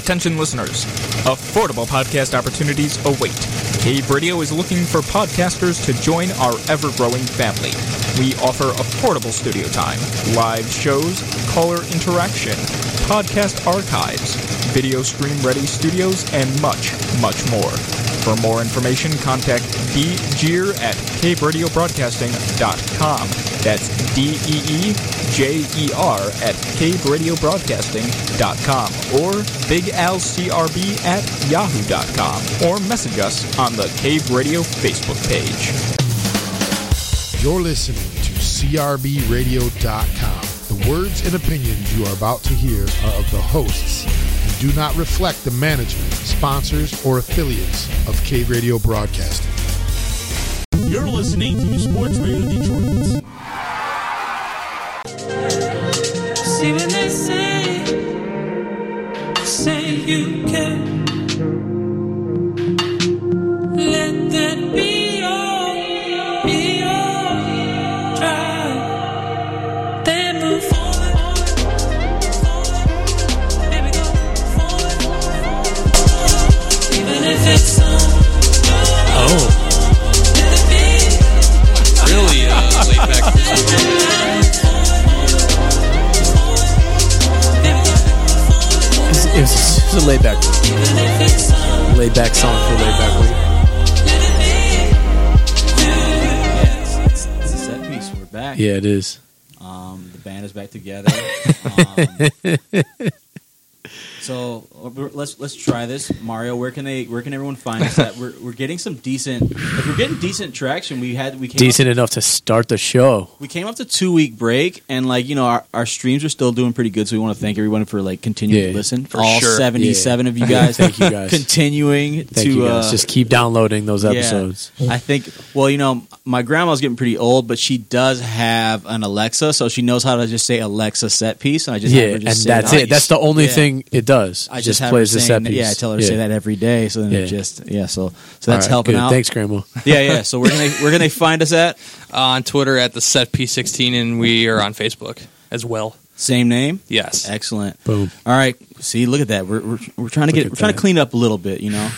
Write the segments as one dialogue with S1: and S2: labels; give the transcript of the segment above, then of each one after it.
S1: Attention listeners, affordable podcast opportunities await. Cave Radio is looking for podcasters to join our ever growing family. We offer affordable studio time, live shows, caller interaction, podcast archives, video stream ready studios, and much, much more. For more information, contact djeer at caveradiobroadcasting.com. That's D E E J E R at caveradiobroadcasting.com or bigalcrb at yahoo.com or message us on the Cave Radio Facebook page.
S2: You're listening to CRBRadio.com. The words and opinions you are about to hear are of the hosts and do not reflect the management, sponsors, or affiliates of Cave Radio Broadcasting.
S3: You're listening to Sports Radio Detroit.
S4: See when they say, say you can. Let that be all, be all. Try, then move forward. Baby, go forward. Even if it's
S3: Oh,
S4: unbeatable.
S5: Really uh, laid back.
S4: Baby, go forward.
S6: It's, it's, it's a laid back,
S4: Even if it's unbeatable.
S6: laid back song for laid back week.
S3: yes. It's, it's a set piece. We're back.
S6: Yeah, it is.
S3: Um, the band is back together. Um, so uh, we're- let's let's try this, Mario. Where can they? Where can everyone find us? At? We're, we're getting some decent. Like we're getting decent traction. We had we came
S6: Decent
S3: Up,
S6: enough to start the show.
S3: we came up to two week break, and like you know, our, our streams are still doing pretty good. So we want to thank everyone for like continuing
S6: Yeah,
S3: to listen.
S5: for
S3: All
S5: sure.
S3: seventy seven of you guys.
S6: Thank you guys.
S3: Continuing
S6: Thank
S3: to
S6: you guys.
S3: uh,
S6: Just keep downloading those episodes.
S3: Yeah. I think. Well, you know, my grandma's getting pretty old, but she does have an Alexa, so she knows how to just say Alexa set piece, and I just
S6: Yeah,
S3: have her
S6: and
S3: just
S6: that's
S3: say that.
S6: it. That's the only
S3: Yeah.
S6: thing it does.
S3: I
S6: It
S3: just,
S6: just
S3: have
S6: plays
S3: her
S6: the
S3: saying,
S6: set piece.
S3: Yeah, I tell her to say
S6: Yeah.
S3: that every day, so then
S6: Yeah.
S3: it just yeah. So so
S6: All right,
S3: that's helping
S6: good.
S3: out.
S6: Thanks, Grandma.
S3: Yeah, yeah. So where can they where can they find us at?
S5: on Twitter at the set P16, and we are on Facebook as well.
S3: Same name.
S5: Yes.
S3: Excellent.
S6: Boom.
S3: All right. See, look at that. We're we're, we're trying
S6: Look
S3: to get
S6: at
S3: we're trying to
S6: that.
S3: clean up a little bit. You know.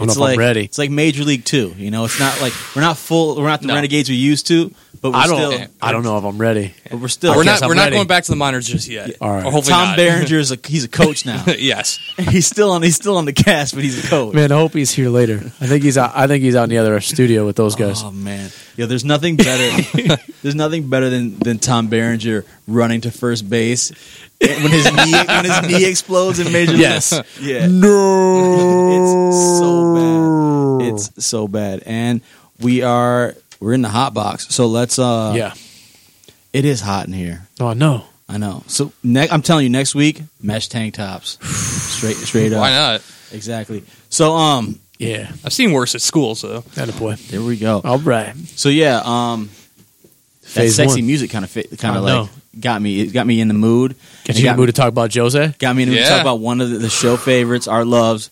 S6: I don't know if
S3: like
S6: I'm ready.
S3: it's like Major League Two. You know, it's not like we're not full. We're not the
S5: No.
S3: renegades we used to, but we're
S6: I don't.
S3: still.
S6: I don't know if I'm ready.
S3: But we're still.
S5: we're
S6: guess
S5: not.
S6: I'm
S5: We're not
S6: ready.
S5: going back to the monitors just yet.
S6: All right.
S5: Or hopefully
S3: Tom
S5: not.
S3: Berenger is a he's a coach now.
S5: yes.
S3: he's still on he's still on the cast, but he's a coach.
S6: Man, I hope he's here later. I think he's. Out, I think he's out in the other studio with those guys.
S3: Oh man, yeah. There's nothing better. there's nothing better than than Tom Berenger running to first base when his knee when his knee explodes in Major League.
S6: Yes.
S3: yeah.
S6: No.
S3: It's so bad. It's so bad, and we are we're in the hot box. So let's. uh
S6: yeah.
S3: it is hot in here.
S6: Oh no.
S3: I know. So ne- I'm telling you, next week, mesh tank tops, straight straight up.
S5: Why not?
S3: Exactly. So um,
S6: Yeah.
S5: I've seen worse at school, so
S6: That a boy.
S3: there we go.
S6: All right.
S3: So yeah, um, that
S6: Phase
S3: sexy
S6: one.
S3: music kind of fit, kind
S6: I
S3: of
S6: know.
S3: like got me. It got me in the mood.
S6: Can
S3: It
S6: you
S3: got
S6: move
S3: me-
S6: to talk about Jose?
S3: Got me in the mood to
S5: Yeah.
S3: talk about one of the, the show favorites, our loves.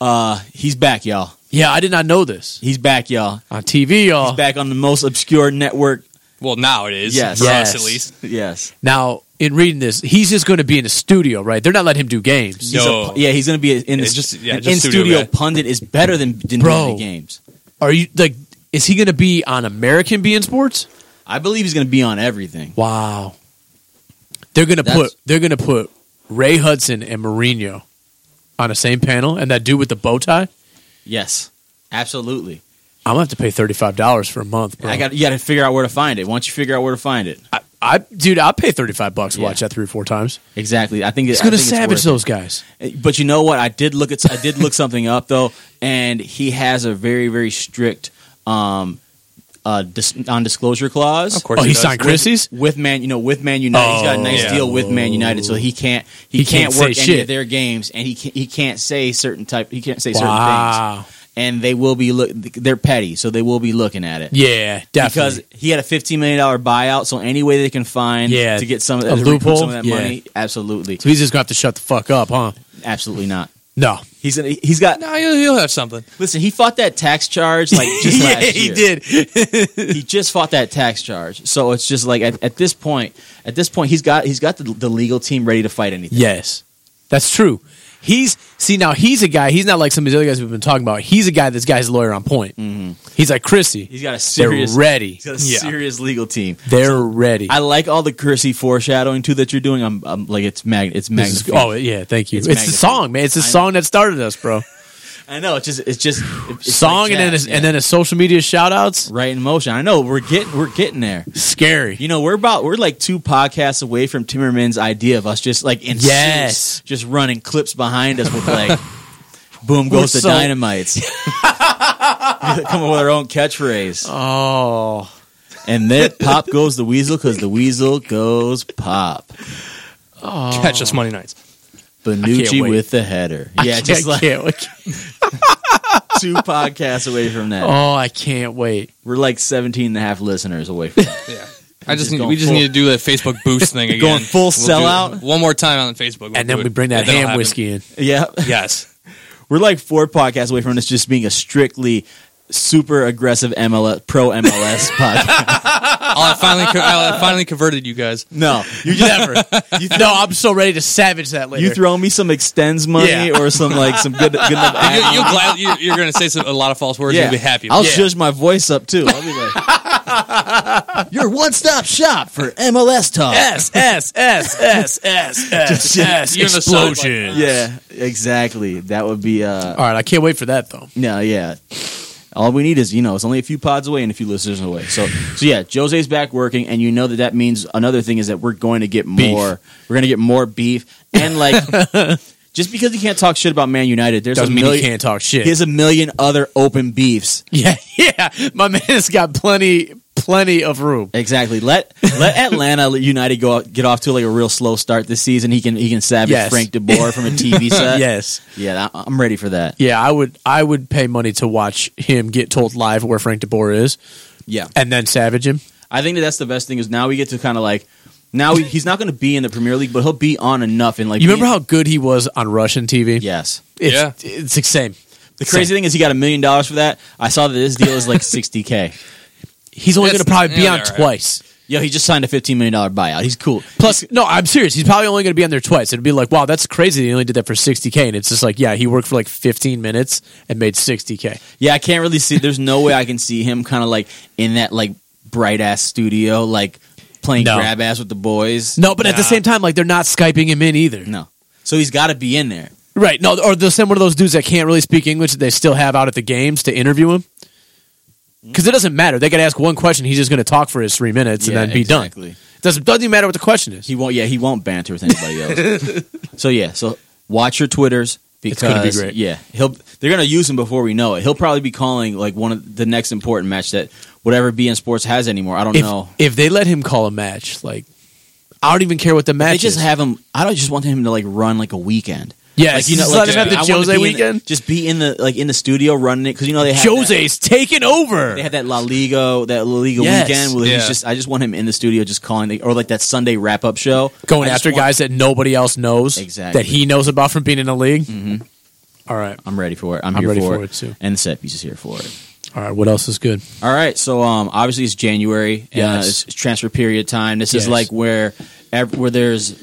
S3: Uh, he's back, y'all.
S6: Yeah, I did not know this
S3: He's back, y'all.
S6: on TV, y'all.
S3: Back on the most obscure network.
S5: well now it is.
S3: Yes.
S5: For
S6: Yes.
S5: us at least.
S3: Yes.
S6: Now, in reading this, he's just going to be in the studio, right? They're not letting him do games.
S3: He's a
S5: No.
S3: pu- yeah, he's gonna be a- in the
S5: It's just- yeah,
S3: an
S5: just
S3: in
S5: studio
S3: studio
S5: guy.
S3: pundit is better than, than
S6: Bro.
S3: doing the games.
S6: Are you like? Is he going to be on American Being Sports?
S3: I believe he's gonna be on everything.
S6: Wow. They're going to
S3: That's-
S6: put. They're going to put Ray Hudson and Mourinho on the same panel, and that dude with the bow tie.
S3: Yes, absolutely.
S6: I'm gonna have to pay thirty five dollars for a month, bro.
S3: I got you. Got to figure out where to find it. Once you figure out where to find it,
S6: I, I dude, I pay thirty five bucks to
S3: Yeah.
S6: watch that three or four times.
S3: exactly. I think
S6: It's
S3: I
S6: going to
S3: think
S6: savage
S3: worth it.
S6: those guys.
S3: Eh, But you know what? I did look at I did look something up though, and he has a very very strict um uh dis- non disclosure clause.
S5: Of course.
S6: oh,
S5: he
S6: he
S5: does.
S6: signed Christie's.
S3: With Man, you know, with Man United, he's got a nice
S5: Oh.
S3: deal with Man United, so he can't he,
S6: He
S3: can't,
S6: can't
S3: work any
S6: say shit.
S3: of their games, and he can't, he can't say certain type he can't say certain things,
S6: Wow.
S3: and they will be look they're petty, so they will be looking at it.
S6: Yeah, definitely.
S3: because he had a fifteen million dollar buyout. So any way they can find
S6: Yeah,
S3: to get some
S6: a
S3: to recoup
S6: loophole?
S3: some of that
S6: Yeah.
S3: money, absolutely,
S6: so he's just going to have to shut the fuck up, huh?
S3: absolutely not.
S6: No.
S3: He's gonna, he's got
S5: No, you'll, you'll have something.
S3: listen. He fought that tax charge like just
S6: yeah,
S3: last
S6: he
S3: year.
S6: did.
S3: He just fought that tax charge. So it's just like at, at this point, at this point, he's got he's got the, the legal team ready to fight anything.
S6: Yes, that's true. He's see now he's a guy. He's not like some of these other guys we've been talking about. He's a guy. This guy's lawyer on point. He's like Chrissy.
S3: Mm-hmm. He's got a serious
S6: They're ready.
S3: He's got a
S6: Yeah.
S3: serious legal team.
S6: They're ready.
S3: I like all the cursy foreshadowing too that you're doing. I'm, I'm like it's mag it's
S6: This is-
S3: magnificent.
S6: oh yeah, thank you.
S3: It's
S6: It's, the
S3: magnificent.
S6: song, man. It's the
S3: I know.
S6: song that started us, bro.
S3: I know it's just it's just it's
S6: Oh. song
S3: like
S6: and then
S3: jazz,
S6: his,
S3: yeah.
S6: and then his social media shout outs.
S3: right in motion. I know we're getting we're getting there.
S6: Scary.
S3: You know, we're about we're like two podcasts away from Timmerman's idea of us just like in
S6: Yes.
S3: suits, just running clips behind us with like boom goes the
S6: so-
S3: dynamites. Come up with our own catchphrase.
S6: oh,
S3: And then pop goes the weasel because the weasel goes pop.
S5: Catch us Monday nights.
S3: Benucci
S6: wait.
S3: with the header. Yeah,
S6: I
S3: just like
S6: can't wait.
S3: two podcasts away from that.
S6: oh, I can't wait.
S3: We're like 17 and a half listeners away from that.
S5: Yeah. I just
S3: Just
S5: need,
S3: going
S5: we just
S3: full-
S5: need to do that Facebook boost thing again.
S3: Going full
S5: do it
S3: sellout?
S5: one more time on Facebook, We'll
S6: And then
S5: do
S6: we
S5: it.
S6: bring that
S5: Yeah, that'll
S6: ham
S5: happen.
S6: whiskey in.
S3: yeah.
S5: Yes,
S3: We're like four podcasts away from this just being a strictly super aggressive MLS, pro MLS podcast.
S5: Oh, I finally co- I finally converted you guys.
S3: No, you just
S6: Never. no, I'm so ready to savage that later.
S3: you throw me some extends money
S6: Yeah.
S3: or some like some good good enough.
S5: You,
S3: ad-
S5: you're glad you, you're going to say some, a lot of false words. You'll be happy.
S3: I'll
S5: Yeah.
S3: judge my voice up too. I'll be like, "Your one-stop shop for MLS talk."
S6: S S S S S S S
S5: You're in the sun,
S6: explosion.
S3: Yeah, exactly. That would be. uh
S6: All right, I can't wait for that though.
S3: No, yeah. All we need is you know it's only a few pods away and a few listeners away. So so yeah, Jose's back working, and you know that that means another thing is that we're going to get more. We're going to get more beef, and like just because you can't talk shit about Man United, there's
S6: Doesn't
S3: a
S6: mean
S3: million.
S6: you can't talk shit.
S3: There's a million other open beefs.
S6: yeah, yeah. My man has got plenty, plenty of room.
S3: Exactly. Let let Atlanta United go out, get off to like a real slow start this season. He can he can savage
S6: Yes.
S3: Frank DeBoer from a TV set.
S6: yes.
S3: yeah. I- I'm ready for that.
S6: Yeah, I would. I would pay money to watch him get told live where Frank DeBoer is,
S3: Yeah,
S6: and then savage him.
S3: I think that that's the best thing is now we get to kind of like now he, he's not going to be in the Premier League, but he'll be on enough and like
S6: You
S3: be-
S6: remember how good he was on Russian TV?
S3: Yes.
S6: it's,
S5: Yeah.
S6: It's the same.
S3: The crazy thing is he got a million dollars for that. I saw that this deal is like 60k.
S6: He's only going
S5: That's-
S6: to probably be
S5: yeah,
S6: on
S5: they're all right.
S6: twice.
S3: Yo, he just signed a 15 million dollar buyout. He's cool.
S6: Plus, no, I'm serious. He's probably only going to be on there twice. It'd be like, wow, that's crazy. They only did that for 60k, and it's just like, yeah, he worked for like 15 minutes and made 60k.
S3: Yeah, I can't really see. There's no way I can see him kind of like in that like bright ass studio, like playing
S6: No.
S3: grab ass with the boys.
S6: No, but at the same time, like they're not skyping him in either.
S3: No. So he's got to be in there.
S6: Right? No, or they'll send one of those dudes that can't really speak English that they still have out at the games to interview him.
S3: Mm-hmm.
S6: Because it doesn't matter. They could ask one question. He's just going to talk for his three minutes and then be done. It doesn't doesn't even matter what the question is.
S3: He won't. Yeah, he won't banter with anybody else. so yeah, so watch your twitters
S6: It's
S3: because
S6: gonna be great.
S3: yeah, he'll they're gonna use him before we know it. He'll probably be calling like one of the next important match that whatever BN Sports has anymore. I don't
S6: if
S3: know.
S6: if they let him call a match, like I don't even care what the match
S3: They just
S6: is.
S3: have him. I don't just want him to like run like a weekend.
S6: Yes,
S3: like you know,
S6: just
S3: like,
S6: let him have the
S3: I wanna
S6: Jose
S3: be in the-
S6: weekend.
S3: just be in the like in the studio running it because you know they have That,
S6: Jose's taking over.
S3: they had that La Liga, that La Liga
S6: Yes.
S3: weekend. Where he's
S5: Yeah.
S3: just, I just want him in the studio, just calling, the, or like that Sunday wrap up show,
S6: going
S3: I just
S6: after
S3: want-
S6: guys that nobody else knows
S3: Exactly. Mm-hmm.
S6: that he knows about from being in the league. All right,
S3: I'm ready for it. I'm,
S6: I'm
S3: here
S6: ready
S3: for,
S6: for
S3: it.
S6: it, too.
S3: And the set piece is here for it.
S6: all right. What else is good?
S3: All right, so um, obviously it's January. Yeah,
S6: Yes.
S3: it's, it's transfer period time. This is
S6: Yes.
S3: like where, ev- where there's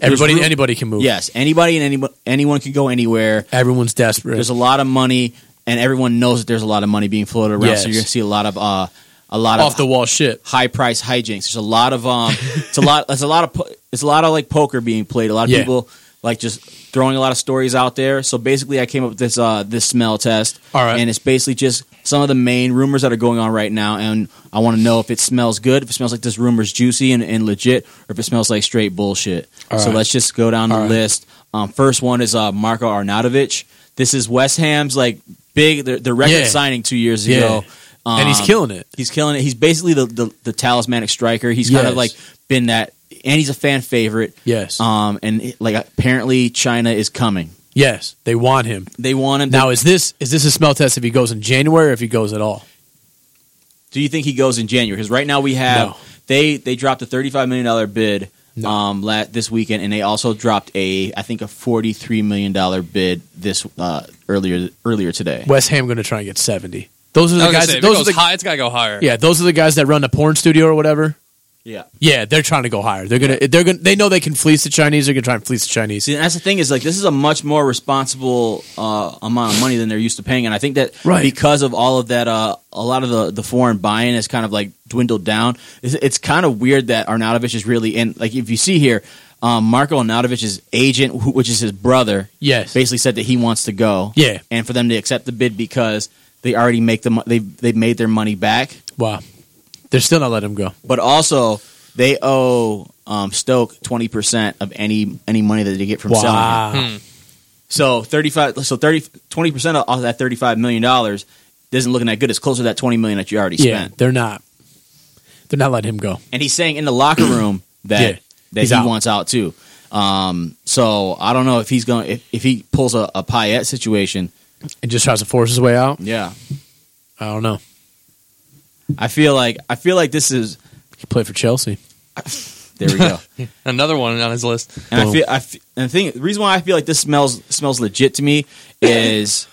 S6: Everybody,
S3: room-
S6: anybody can move.
S3: yes, anybody and anyone anyone can go anywhere.
S6: everyone's desperate.
S3: There's a lot of money, and everyone knows that there's a lot of money being floated around.
S6: Yes.
S3: So you're gonna see a lot of uh, a lot
S6: off
S3: of
S6: the wall shit.
S3: high price hijinks. There's a lot of um, it's a lot. It's a lot of po- it's a lot of like poker being played. A lot of
S6: Yeah.
S3: people like just throwing a lot of stories out there. So basically, I came up with this uh this smell test.
S6: All right.
S3: and it's basically just some of the main rumors that are going on right now, and I want to know if it smells good, if it smells like this rumor's juicy and, and legit, or if it smells like straight bullshit.
S6: All
S3: so
S6: right.
S3: let's just go down the
S6: All right.
S3: list. Um, first one is uh Marko Arnautovic. This is West Ham's like big the, the record
S6: Yeah.
S3: signing two years
S6: Yeah.
S3: ago.
S6: and he's
S3: Um,
S6: killing it.
S3: He's killing it. He's basically the the, the talismanic striker. He's kind of
S6: Yes.
S3: like been that, and he's a fan favorite.
S6: Yes.
S3: Um, and it- like apparently China is coming.
S6: Yes, they want him.
S3: They want him.
S6: Now
S3: They-
S6: is this is this a smell test if he goes in January or if he goes at all?
S3: do you think he goes in January? Because right now we have
S6: No.
S3: they they dropped a thirty five million dollar bid.
S6: No.
S3: Um, la- this weekend, and they also dropped a, I think, a forty-three million dollar bid this uh, earlier earlier today.
S6: West Ham going to try and get seventy. Those are
S5: I
S6: the
S5: was gonna
S6: guys.
S5: say, if it
S6: those are
S5: goes
S6: the
S5: high, it's got to go higher.
S6: yeah. Those are the guys that run the porn studio or whatever.
S3: Yeah.
S6: Yeah, they're trying to go higher. They're gonna. They're gonna. They know they can fleece the Chinese. They're gonna try and fleece the Chinese.
S3: See, and that's the thing is like this is a much more responsible uh, amount of money than they're used to paying, and I think that
S6: Right.
S3: because of all of that, uh, a lot of the, the foreign buy-in has kind of like dwindled down. It's, it's kind of weird that Arnautovic is really in. Like if you see here, um, Marco Arnautovic's agent, who, which is his brother,
S6: Yes.
S3: basically said that he wants to go.
S6: Yeah.
S3: and for them to accept the bid because they already make the mo- they they've made their money back
S6: Wow. They're still not letting him go.
S3: but also they owe um, Stoke twenty percent of any any money that they get from selling. Him.
S5: Hmm,
S6: Wow.
S3: So thirty five, so 20 percent of that thirty five million dollars isn't looking that good. It's closer to that twenty million that you already
S6: Yeah,
S3: spent.
S6: they're not. They're not letting him go.
S3: And he's saying in the locker room that
S6: Yeah,
S3: that
S6: he's
S3: he
S6: out.
S3: wants out too. Um, so I don't know if he's going if, if he pulls a, a Payet situation.
S6: And just tries to force his way out.
S3: Yeah,
S6: I don't know.
S3: I feel like I feel like this is
S6: He played for Chelsea.
S3: there we go.
S5: Another one on his list.
S3: And I
S6: Boom.
S3: feel, I feel, and the thing, the reason why I feel like this smells smells legit to me is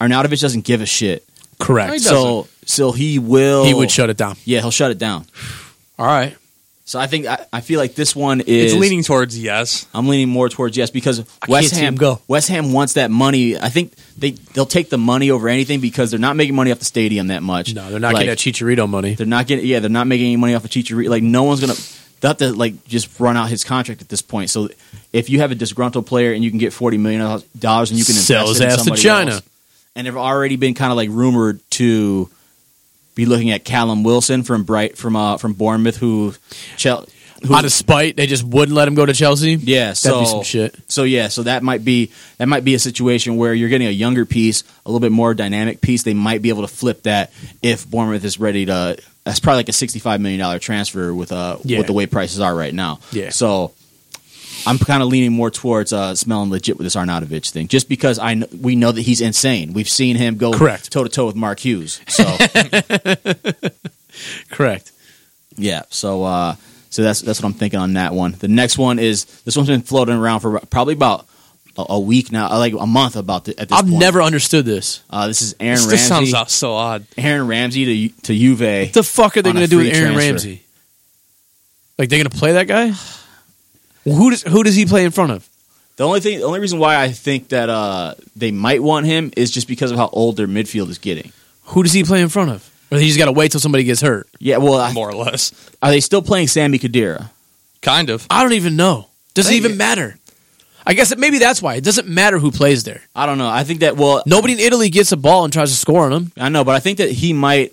S3: Arnautovic doesn't give a shit.
S6: Correct. so
S3: So, so he will.
S6: he would shut it down.
S3: Yeah, he'll shut it down.
S6: All right.
S3: So I think I, I feel like this one
S5: It's
S3: is.
S5: leaning towards yes.
S3: I'm leaning more towards yes because West
S6: see
S3: Ham
S6: him go.
S3: West Ham wants that money. I think they they'll take the money over anything because they're not making money off the stadium that much.
S6: No, they're not
S3: Like,
S6: getting that Chicharito money.
S3: They're not getting. Yeah, they're not making any money off of Chicharito. Like no one's gonna. They have to like just run out his contract at this point. So if you have a disgruntled player and you can get forty million dollars and you can invest
S6: Sell his
S3: it in
S6: ass to
S3: somebody
S6: China.
S3: else. and they've already been kind of like rumored to be looking at Callum Wilson from Bright from uh from Bournemouth who, Chel- who
S6: Out of spite, they just wouldn't let him go to Chelsea.
S3: yeah, so
S6: be some shit.
S3: So yeah, so that might be that might be a situation where you're getting a younger piece, a little bit more dynamic piece. They might be able to flip that if Bournemouth is ready to. That's probably like a sixty-five million dollar transfer with uh
S6: Yeah.
S3: with the way prices are right now.
S6: Yeah.
S3: So I'm kind of leaning more towards uh, smelling legit with this Arnautovic thing, just because I kn- we know that he's insane. We've seen him go
S6: Correct.
S3: toe to toe with Mark Hughes. So
S6: Correct.
S3: Yeah. So uh, so that's that's what I'm thinking on that one. The next one is this one's been floating around for probably about a, a week now, uh, like a month about the, at this
S6: I've
S3: point.
S6: never understood this.
S3: Uh, this is Aaron
S5: This
S3: Ramsey.
S5: just sounds out so odd.
S3: Aaron Ramsey to to Juve.
S6: What the fuck are they
S3: On a
S6: going to do with
S3: free
S6: Aaron
S3: transfer.
S6: Ramsey? Like they're going to play that guy? Well, who does who does he play in front of?
S3: The only thing, the only reason why I think that uh, they might want him is just because of how old their midfield is getting.
S6: Who does he play in front of? Or he's got to wait till somebody gets hurt.
S3: Yeah. Well, I,
S5: More or less.
S3: are they still playing Sammy Kadira?
S5: Kind of.
S6: I don't even know. Does it
S3: Thank
S6: even
S3: you.
S6: matter? I guess that maybe that's why it doesn't matter who plays there.
S3: I don't know. I think that well,
S6: Nobody in Italy gets a ball and tries to score on him.
S3: I know, but I think that he might.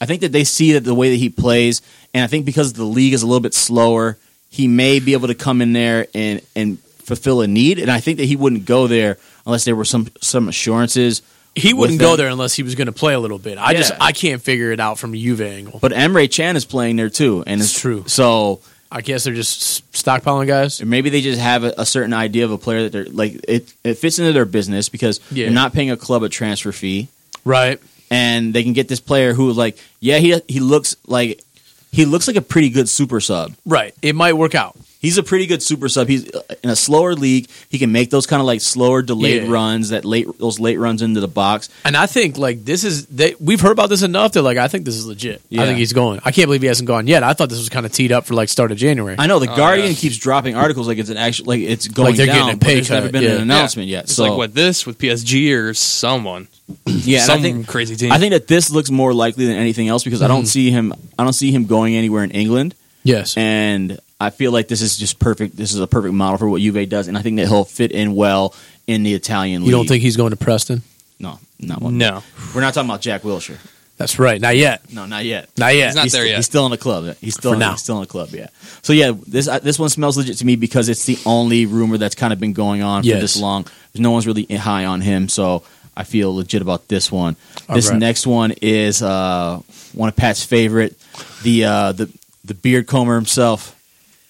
S3: I think that they see that the way that he plays, and I think because the league is a little bit slower, he may be able to come in there and and fulfill a need. And I think that he wouldn't go there unless there were some some assurances.
S6: He
S3: with
S6: wouldn't go
S3: them.
S6: there unless he was going to play a little bit. I just
S3: Yeah.
S6: I can't figure it out from a Juve angle.
S3: But Emre Chan is playing there too, and
S6: It's true.
S3: So
S6: I guess they're just s- stockpiling guys.
S3: maybe they just have a, a certain idea of a player that they're like it. It fits into their business because
S6: Yeah.
S3: they're not paying a club a transfer fee.
S6: Right.
S3: and they can get this player who like yeah he he looks like he looks like a pretty good super sub.
S6: Right. It might work out.
S3: He's a pretty good super sub. He's uh, in a slower league. He can make those kind of like slower delayed
S6: Yeah.
S3: runs that late those late runs into the box.
S6: And I think like this is they we've heard about this enough that like I think this is legit. I
S3: Yeah.
S6: think he's going. I can't believe he hasn't gone yet. I thought this was kind of teed up for like start of January.
S3: I know the
S5: Oh,
S3: Guardian
S5: yeah.
S3: keeps dropping articles like it's an actual like it's going
S6: they're
S3: down.
S6: getting a
S3: but
S6: pay
S3: there's never
S6: cut,
S3: been
S6: yeah.
S3: an announcement yet.
S5: It's
S3: so
S5: like what this with PSG or someone.
S3: yeah, and
S5: Some
S3: I think
S5: crazy team.
S3: I think that this looks more likely than anything else because I
S6: Hmm.
S3: don't see him. I don't see him going anywhere in England.
S6: yes.
S3: and I feel like this is just perfect. This is a perfect model for what Juve does, and I think that he'll fit in well in the Italian league.
S6: you don't think he's going to Preston?
S3: No, not one.
S5: no.
S3: We're not talking about Jack Wilshire.
S6: That's right. Not yet.
S3: No, not yet.
S6: Not yet.
S5: He's not there yet.
S3: He's still in the club. He's still
S6: For
S3: in,
S6: now.
S3: He's still in the club. Yeah. So yeah, this I, this one smells legit to me because it's the only rumor that's kind of been going on for
S6: Yes.
S3: this long. No one's really high on him, so I feel legit about this one.
S6: All
S3: this
S6: right.
S3: next one is uh, one of Pat's favorite, the uh, the the beard comber himself,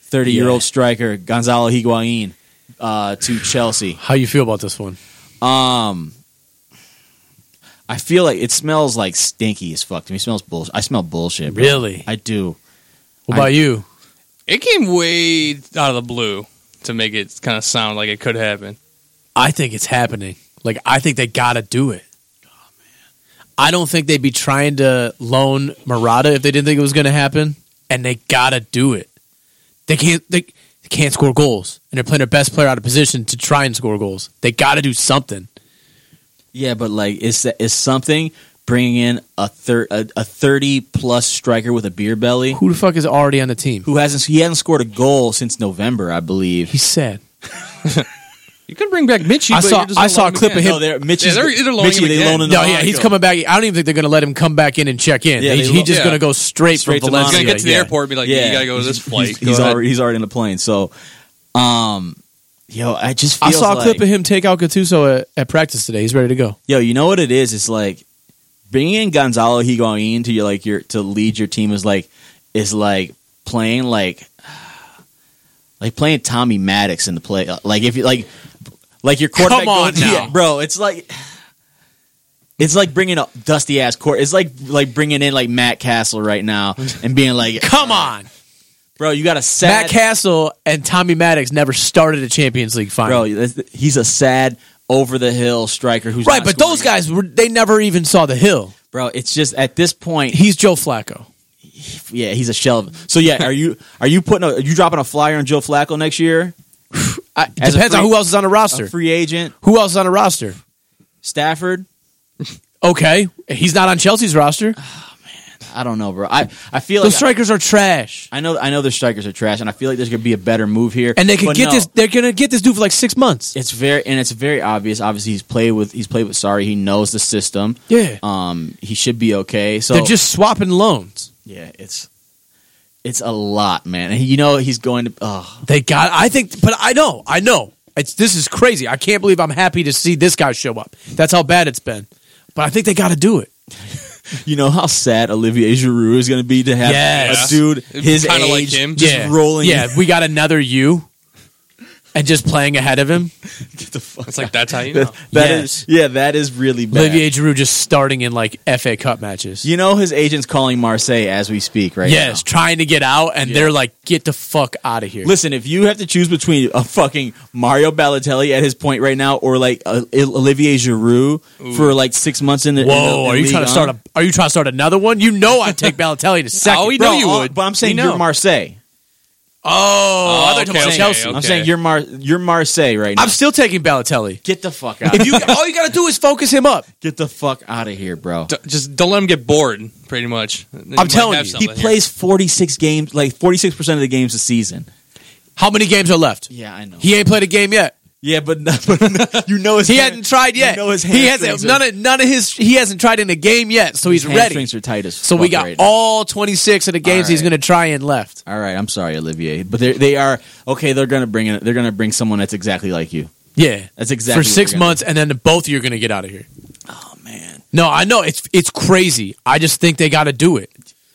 S3: thirty year old
S6: Yeah.
S3: striker Gonzalo Higuain uh, to Chelsea.
S6: How you feel about this one?
S3: Um, I feel like it smells like stinky as fuck to me. It smells bullshit. I smell bullshit. bro.
S6: Really?
S3: I do.
S6: What about
S3: I-
S6: you?
S5: It came way out of the blue to make it kind of sound like it could happen.
S6: I think it's happening. Like I think they gotta do it. I don't think they'd be trying to loan Murata if they didn't think it was going to happen. and they gotta do it. They can't they, they can't score goals, and they're playing their best player out of position to try and score goals. They gotta do something.
S3: Yeah, but like, is that is something bringing in a thir- a, a thirty plus striker with a beer belly
S6: Who the fuck is already on the team?
S3: who hasn't he hasn't scored a goal since November, I believe.
S6: He's sad.
S5: You could bring back Mitchie.
S6: I
S5: but
S6: saw-
S5: you're just
S6: I
S5: gonna
S6: saw
S5: loan
S6: a clip
S5: him
S6: of
S5: again.
S6: him-
S3: No, they're Mitchie.
S5: Yeah, they're- they're loaning
S3: Mitchie,
S5: him
S3: they
S5: again.
S3: loaned him
S6: No,
S3: to
S6: yeah, he's
S3: Monaco.
S6: coming back. I don't even think they're gonna let him come back in and check in. Yeah,
S3: Yeah, they
S6: he's
S3: lo-
S6: he's just
S5: yeah.
S6: gonna go straight,
S3: Straight
S6: from
S3: to Valencia.
S5: He's
S6: Valencia.
S5: gonna get to the
S3: yeah.
S5: airport and be like,
S3: yeah,
S5: "You gotta go to this flight."
S3: He's,
S5: Go
S3: he's
S5: ahead.
S3: already he's already in the plane. So, um, yo, I just
S6: I
S3: feels
S6: saw a
S3: like,
S6: clip of him take out Gattuso at, at practice today. He's ready to go.
S3: Yo, you know what it is? It's like bringing in Gonzalo Higuain to your like your to lead your team is like is like playing like like playing Tommy Maddox in the play. uh, Like if you like like your quarterback,
S6: Come on
S3: goes-
S6: now.
S3: bro. It's like. It's like bringing a dusty ass court. It's like like bringing in like Matt Castle right now and being like,
S6: Come on,
S3: bro, you got a sad
S6: Matt Castle and Tommy Maddox never started a Champions League final.
S3: bro. that's- He's a sad over the hill striker who's
S6: Right,
S3: not
S6: but
S3: scoring.
S6: those guys were they never even saw the hill.
S3: bro. It's just at this point,
S6: He's Joe Flacco.
S3: yeah, he's a shell. of- So yeah, are you are you putting a, are you dropping a flyer on Joe Flacco next year?
S6: I, it
S3: As a
S6: depends
S3: free-
S6: on who else is on the
S3: A
S6: roster.
S3: free agent,
S6: who else is on the roster?
S3: Stafford.
S6: Okay, he's not on Chelsea's roster.
S3: I don't know, bro. I I feel
S6: Those
S3: like
S6: strikers are trash,
S3: I, know I know the strikers are trash, and I feel like there's gonna be a better move here.
S6: and they could
S3: But
S6: get
S3: no,
S6: this. They're gonna get this dude for like six months.
S3: It's very and it's very obvious. Obviously, he's played with he's played with Sorry. He knows the system.
S6: Yeah,
S3: Um, he should be okay. So
S6: they're just swapping loans.
S3: yeah, it's it's a lot, man. And you know he's going to. Oh,
S6: They got. I think, but I know, I know. It's this is crazy. I can't believe I'm happy to see this guy show up. That's how bad it's been. But I think they got to do it.
S3: You know how sad Olivier Giroud is going to be to have
S6: Yes.
S3: a dude his
S5: Kinda
S3: age
S5: like him.
S3: just
S6: yeah.
S3: rolling.
S6: Yeah, we got another you, and just playing ahead of him.
S3: Get the fuck
S5: It's
S3: out.
S5: like that's how you know.
S3: That- that
S6: Yes.
S3: is- yeah, that is really bad.
S6: Olivier Giroud just starting in like FA Cup matches.
S3: You know his agent's calling Marseille as we speak right
S6: yes,
S3: now.
S6: trying to get out, and they're like, "Get the fuck out of here."
S3: Listen, if you have to choose between a fucking Mario Balotelli at his point right now or like a, Olivier Giroud for like six months in the in the-
S6: Whoa,
S3: in
S6: are you
S3: Ligue
S6: trying to start
S3: one.
S6: a? Are you trying to start another one? You know, I'd take Balotelli to second.
S5: Oh, we
S3: Bro,
S5: know you
S3: uh,
S5: would.
S3: but I'm saying
S5: We
S3: you're
S5: know.
S3: Marseille.
S6: Oh, I thought you were talking
S5: okay,
S6: about
S5: okay,
S6: Chelsea.
S5: okay.
S3: I'm saying you're Mar you're Marseille right now.
S6: I'm still taking Balotelli.
S3: Get the fuck out!
S6: If you,
S5: oh,
S6: all you got to do is focus him up.
S3: Get the fuck out of here, bro.
S5: D- just don't let him get bored. Pretty much.
S6: I'm telling you,
S3: He plays 46 games, like 46% of the games a season.
S6: How many games are left?
S3: Yeah, I know.
S6: He ain't played a game yet.
S3: yeah, but, but you know his
S6: He hadn't tried yet.
S3: You know his
S6: he hasn't
S3: hamstrings are-
S6: none of none of his. He hasn't tried in a game yet, so he's ready.
S3: hamstrings are tight as
S6: So we
S3: fuck
S6: got
S3: right now.
S6: all 26 of the games he's
S3: right.
S6: going to try and left.
S3: All right, I'm sorry, Olivier, but they they are okay. They're gonna bring in, they're gonna bring someone that's exactly like you.
S6: Yeah,
S3: That's exactly
S6: for
S3: what
S6: six
S3: we're gonna
S6: months, and then both of you are going to get out of here.
S3: Oh man,
S6: No, I know it's it's crazy. I just think they got to do it,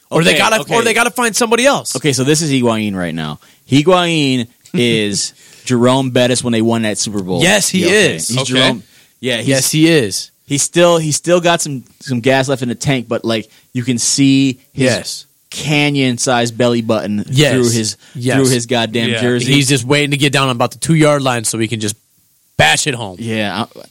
S6: or they
S3: Okay,
S6: got to
S3: okay.
S6: or they got to find somebody else.
S3: Okay, so this is Higuain right now. Higuain is Jerome Bettis when they won that Super Bowl.
S6: Yes, he
S3: Yeah, okay.
S6: is.
S3: He's
S5: Okay.
S3: Jerome. Yeah, he's,
S6: yes, he is.
S3: he's still he's still got some some gas left in the tank, but like you can see his
S6: Yes,
S3: canyon sized belly button
S6: Yes.
S3: through his
S6: Yes.
S3: through his goddamn
S5: Yeah.
S3: jersey.
S6: he's just waiting to get down on about the two yard line so he can just bash it home.
S3: yeah, I,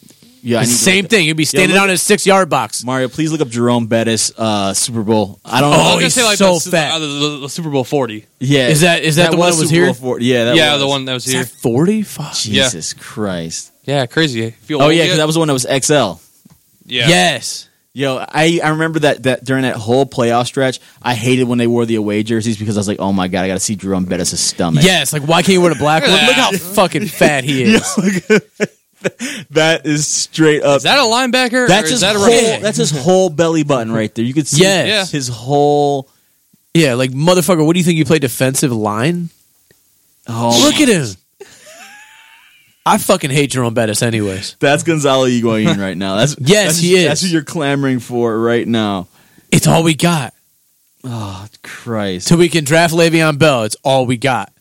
S3: yeah. I need to
S6: Same
S3: look
S6: thing. He'd be standing
S3: look
S6: on his six yard box.
S3: up- Mario, please look up Jerome Bettis uh, Super Bowl. I don't
S6: Oh,
S5: Oh,
S3: know.
S6: he's
S5: he's say, like,
S6: so
S5: the, Su-
S6: fat.
S5: uh, the, the- the Super Bowl 40.
S3: yeah,
S6: Is that- is that the one that was
S3: Super
S6: here?
S3: Bowl 40. Yeah, that
S5: yeah,
S3: was.
S5: the one that was
S6: Is
S5: here.
S6: that forty? Fuck.
S5: Yeah.
S3: Jesus Christ!
S5: Yeah, crazy. Feel
S3: Oh
S5: old
S3: yeah,
S5: yet?
S3: because that was the one that was XL.
S5: yeah.
S6: Yes.
S3: Yo, I, I remember that, that during that whole playoff stretch, I hated when they wore the away jerseys because I was like, oh my god, I got to see Jerome Bettis' stomach.
S6: Yes. Like, why can't he wear the black one? Look how fucking fat he is.
S3: that is straight up.
S5: Is that a linebacker?
S3: that's
S5: or
S3: his
S5: is that a
S3: whole.
S5: running back?
S3: That's his whole belly button right there. You could see
S6: Yes.
S5: Yeah.
S3: his whole.
S6: Yeah. Like, motherfucker, what do you think you play defensive line?
S3: Oh,
S6: Look at him. I fucking hate Jerome Bettis, anyways.
S3: That's Gonzalo Higuain right now. That's
S6: Yes,
S3: that's-
S6: he is.
S3: That's who you're clamoring for right now.
S6: It's all we got.
S3: Oh Christ!
S6: Till we can draft Le'Veon Bell, it's all we got.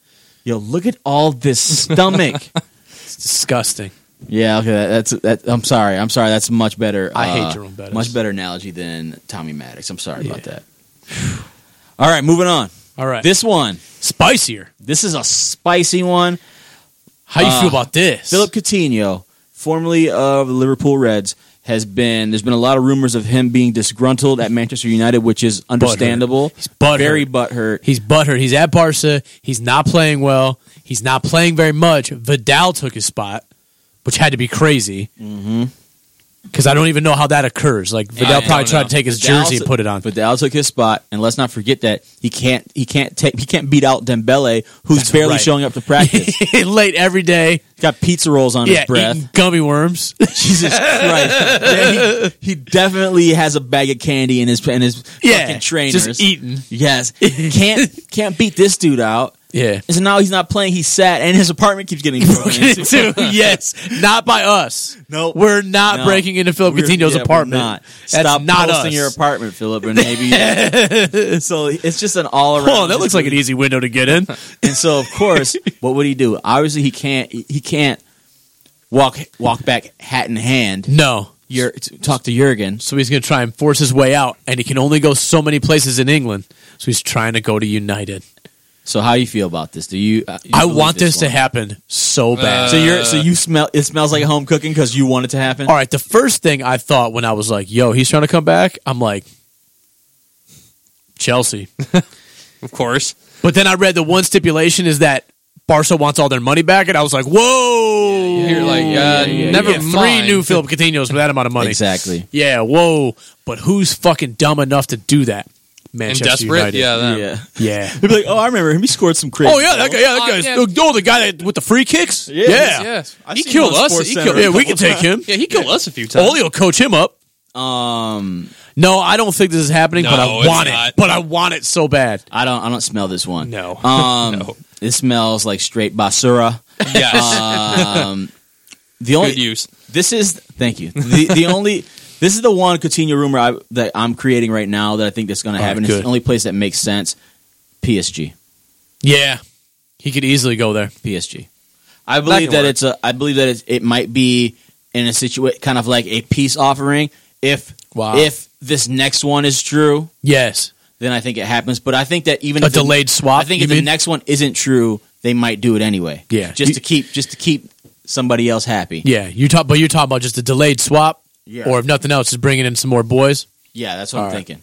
S3: Yo, look at all this stomach.
S6: It's disgusting.
S3: yeah, okay. That, that's that. I'm sorry. I'm sorry. That's much better.
S6: I hate
S3: uh,
S6: Jerome Bettis.
S3: Much better analogy than Tommy Maddox. I'm sorry about that. All right, moving on.
S6: All right. This
S3: This one.
S6: spicier.
S3: This is a spicy one.
S6: How you
S3: Uh,
S6: feel about this?
S3: Philip Coutinho formerly of the Liverpool Reds, has been there's been a lot of rumors of him being disgruntled at Manchester United, which is understandable.
S6: He's butthurt.
S3: very butthurt.
S6: He's butthurt. He's at Barca. He's not playing well. He's not playing very much. Vidal took his spot, which had to be crazy. Because I don't even know how that occurs. Like Vidal
S5: I
S6: probably
S5: don't
S6: tried
S5: know.
S6: to take his
S3: Vidal
S6: jersey
S3: took-
S6: and put it on.
S3: Vidal took his spot, and let's not forget that he can't he can't take he can't beat out Dembele, who's barely
S6: right.
S3: showing up to practice. He's
S6: Late every day.
S3: got pizza rolls on
S6: Yeah,
S3: his breath.
S6: eating gummy worms.
S3: Jesus Christ! Yeah, he, he definitely has a bag of candy in his in his
S6: yeah,
S3: fucking trainers.
S6: just eating.
S3: Yes, can't can't beat this dude out.
S6: Yeah.
S3: And so now he's not playing. He's sat, and his apartment keeps getting broken into.
S6: Too. yes, not by us.
S3: No.
S6: we're not
S3: No.
S6: breaking into Philip
S3: We're-
S6: Coutinho's
S3: yeah, we're
S6: apartment.
S3: Not.
S6: That's
S3: Stop
S6: not
S3: posting
S6: us.
S3: your apartment, Philip, and maybe. so it's just an all around.
S6: Oh, that looks like an easy window to get in.
S3: And so, of course, what would he do? Obviously, he can't. He can't walk walk back hat in hand.
S6: no,
S3: Jur- talk to Jurgen.
S6: So he's going to try and force his way out, and he can only go so many places in England. So he's trying to go to United.
S3: So, how you feel about this? Do you? uh, you
S6: I
S3: believe
S6: want this, to
S3: one?
S6: happen so bad.
S3: So you're so you smell it smells like home cooking because you want it to happen.
S6: All right, the first thing I thought when I was like, yo, he's trying to come back, I'm like, Chelsea.
S5: Of course.
S6: But then I read the one stipulation is that Barca wants all their money back, and I was like, whoa.
S5: You're like, uh, never
S6: Yeah,
S5: mind.
S6: three new Philip Coutinho's for that amount of money.
S3: Exactly.
S6: Yeah, whoa. But who's fucking dumb enough to do that?
S5: and
S6: Manchester
S5: desperate.
S6: United.
S5: Yeah, that.
S3: Yeah.
S6: Yeah.
S3: He'd be like, oh, I remember him. He scored some crazy.
S6: Um, Oh yeah, that guy. Yeah, that
S5: Oh,
S6: guy's.
S5: yeah.
S6: Oh, the guy that, with the free kicks. Yeah, yeah.
S5: Yes.
S3: I've
S5: He
S3: seen
S5: killed
S3: him on
S5: us. He
S3: SportsCenter
S5: killed,
S3: a
S5: yeah,
S6: we can take him.
S5: yeah, he killed us a few times.
S6: Oli will coach him up.
S3: Um,
S6: No, I don't think this is happening, but
S5: No,
S6: I
S5: it's
S6: want it.
S5: not.
S6: But I want it so bad.
S3: I don't. I don't smell this one.
S6: No.
S3: Um,
S5: No.
S3: it smells like straight basura.
S5: Yes.
S3: The only
S5: Good use.
S3: this is thank you. The the only this is the one Coutinho rumor I, that I'm creating right now that I think that's going to
S6: All right,
S3: happen. it's
S6: good.
S3: the only place that makes sense. PSG.
S6: Yeah, he could easily go there.
S3: PSG. I believe
S5: can
S3: that
S5: work.
S3: it's a. I believe that it's, it might be in a situation kind of like a peace offering. If
S6: Wow.
S3: if this next one is true,
S6: Yes,
S3: then I think it happens. But I think that even
S6: a
S3: if the-
S6: delayed swap.
S3: I think
S6: you
S3: if the
S6: mean?
S3: next one isn't true, they might do it anyway.
S6: Yeah.
S3: just
S6: You-
S3: to keep just to keep somebody else happy.
S6: Yeah, you talk, but you're talking about just a delayed swap,
S3: Yeah.
S6: or if nothing else, is bringing in some more boys.
S3: Yeah, that's what
S6: All
S3: I'm
S6: right.
S3: thinking.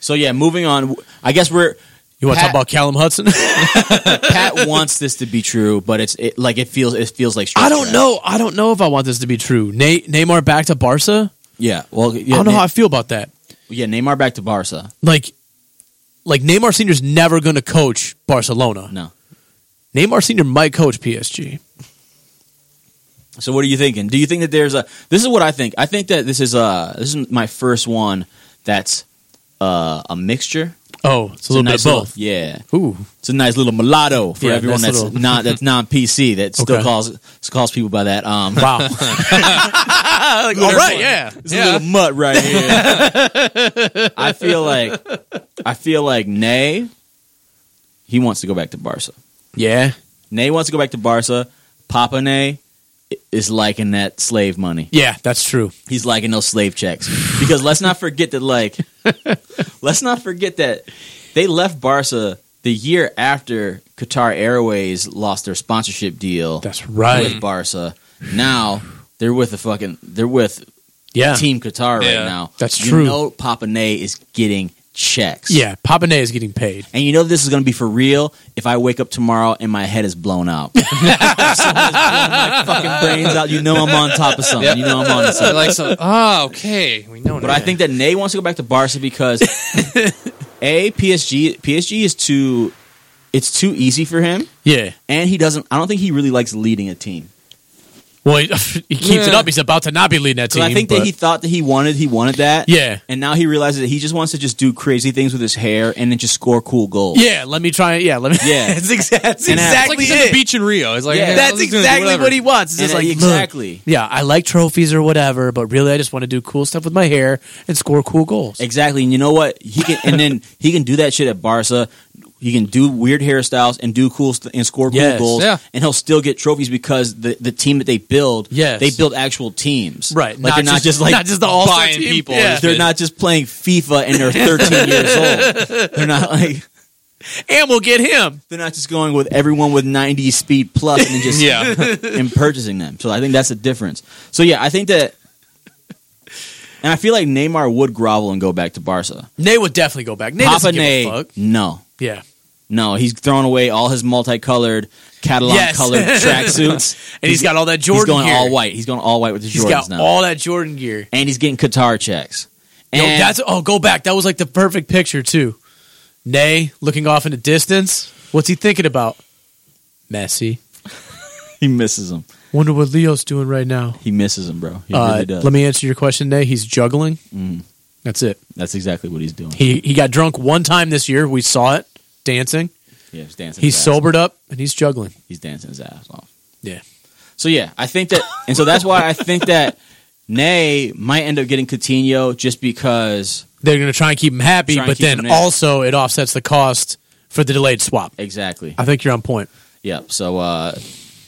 S3: So yeah, moving on. I guess we're
S6: You want to talk
S3: Pat-
S6: about Callum Hudson?
S3: Pat wants this to be true, but it's it, like it feels it feels like straight
S6: I don't
S3: trash.
S6: know. I don't know if I want this to be true. Ne- Neymar back to Barca.
S3: Yeah, well, yeah,
S6: I don't know
S3: Ne-
S6: how I feel about that.
S3: yeah, Neymar back to Barca.
S6: Like, like Neymar Senior's never going to coach Barcelona.
S3: No.
S6: Neymar Senior might coach PSG.
S3: So what are you thinking? Do you think that there's a? This is what I think. I think that this is a. This is my first one that's uh, a mixture.
S6: Oh, it's a little bit
S3: nice
S6: of both.
S3: Little, yeah,
S6: Ooh,
S3: it's a nice little mulatto for
S6: Yeah,
S3: everyone
S6: nice
S3: that's
S6: little-
S3: not that's non PC that still
S6: Okay.
S3: calls calls people by that. Um,
S6: wow. all right, yeah.
S3: It's a little mutt right here. I feel like I feel like Nay. He wants to go back to Barca.
S6: Yeah.
S3: Nay wants to go back to Barca. Papa Nay is liking that slave money.
S6: Yeah, that's true.
S3: He's liking those slave checks because let's not forget that like let's not forget that they left Barca the year after Qatar Airways lost their sponsorship deal
S6: That's right.
S3: with Barca. Now they're with the fucking they're with
S6: Yeah.
S3: Team Qatar right
S5: Yeah.
S3: now.
S6: That's
S3: you
S6: true.
S3: know Papa Nay is getting checks.
S6: Yeah, Papane is getting paid.
S3: And you know this is going to be for real if I wake up tomorrow and my head is blown out. Someone's blowing my fucking brains out. You know I'm on top of something. You know I'm on something.
S5: They're like, so, oh, okay. We know
S3: But
S5: now.
S3: I think that Nay wants to go back to Barca because A PSG PSG is too it's too easy for him
S6: Yeah.
S3: and he doesn't I don't think he really likes leading a team.
S6: Well, he, he keeps it
S5: Yeah.
S6: up. He's about to not be leading that team.
S3: Because I think that
S6: but-
S3: he thought that he wanted he wanted that.
S6: Yeah.
S3: And now he realizes that he just wants to just do crazy things with his hair and then just score cool goals.
S6: Yeah, let me try. Yeah, let me.
S3: Yeah.
S6: that's exactly, that's
S3: And that's-
S5: it's like
S6: exactly
S5: he's on the
S6: it.
S5: beach in Rio. It's like,
S3: Yeah.
S5: yeah,
S6: That's
S5: let's do
S6: exactly
S5: whatever.
S6: what he wants. It's
S3: And
S6: just like
S3: it-
S6: look,
S3: exactly.
S6: yeah, I like trophies or whatever, but really, I just want to do cool stuff with my hair and score cool goals.
S3: Exactly. And you know what? He can and then he can do that shit at Barca. He can do weird hairstyles and do cool st- and score cool
S6: Yes.
S3: goals,
S5: Yeah.
S3: and he'll still get trophies because the, the team that they build,
S6: Yes.
S3: they build actual teams,
S6: Right,
S3: Like
S6: not
S3: they're not
S6: just-
S3: just, like
S6: not just the all-star
S5: buying
S6: team.
S5: people.
S6: Yeah.
S3: they're not just playing FIFA and they're 13 years old. They're not like
S6: and we'll get him.
S3: They're not just going with everyone with 90 speed plus and then just
S5: Yeah.
S3: and purchasing them. So I think that's the difference. So yeah, I think that, and I feel like Neymar would grovel and go back to Barca.
S6: Nay would definitely go back. Nay
S3: Papa
S6: doesn't give a
S3: Ney,
S6: fuck.
S3: no,
S6: Yeah.
S3: no, he's thrown away all his multicolored Catalan
S6: Yes.
S3: colored tracksuits,
S6: And he's got all that Jordan
S3: He's going
S6: gear.
S3: all white. He's going all white with the
S6: He's
S3: Jordans
S6: got
S3: now,
S6: all that Jordan gear.
S3: and he's getting Qatar checks.
S6: Yo,
S3: And
S6: that's oh, go back. That was like the perfect picture too. Nay looking off in the distance. What's he thinking about? Messi.
S3: he misses him.
S6: Wonder what Leo's doing right now.
S3: He misses him, bro. He
S6: Uh,
S3: really does.
S6: let me answer your question, Nay. He's juggling.
S3: Mhm.
S6: That's it.
S3: That's exactly what he's doing.
S6: He he got drunk one time this year. We saw it dancing.
S3: yeah, he's dancing.
S6: He's
S3: his ass
S6: sobered up and he's juggling.
S3: he's dancing his ass off.
S6: Yeah.
S3: So yeah, I think that, and so that's why I think that Nay might end up getting Coutinho just because
S6: They're going to try and keep him happy,
S3: Try and
S6: but
S3: keep him
S6: then
S3: there.
S6: also it offsets the cost for the delayed swap.
S3: exactly.
S6: I think you're on point.
S3: Yeah. So uh,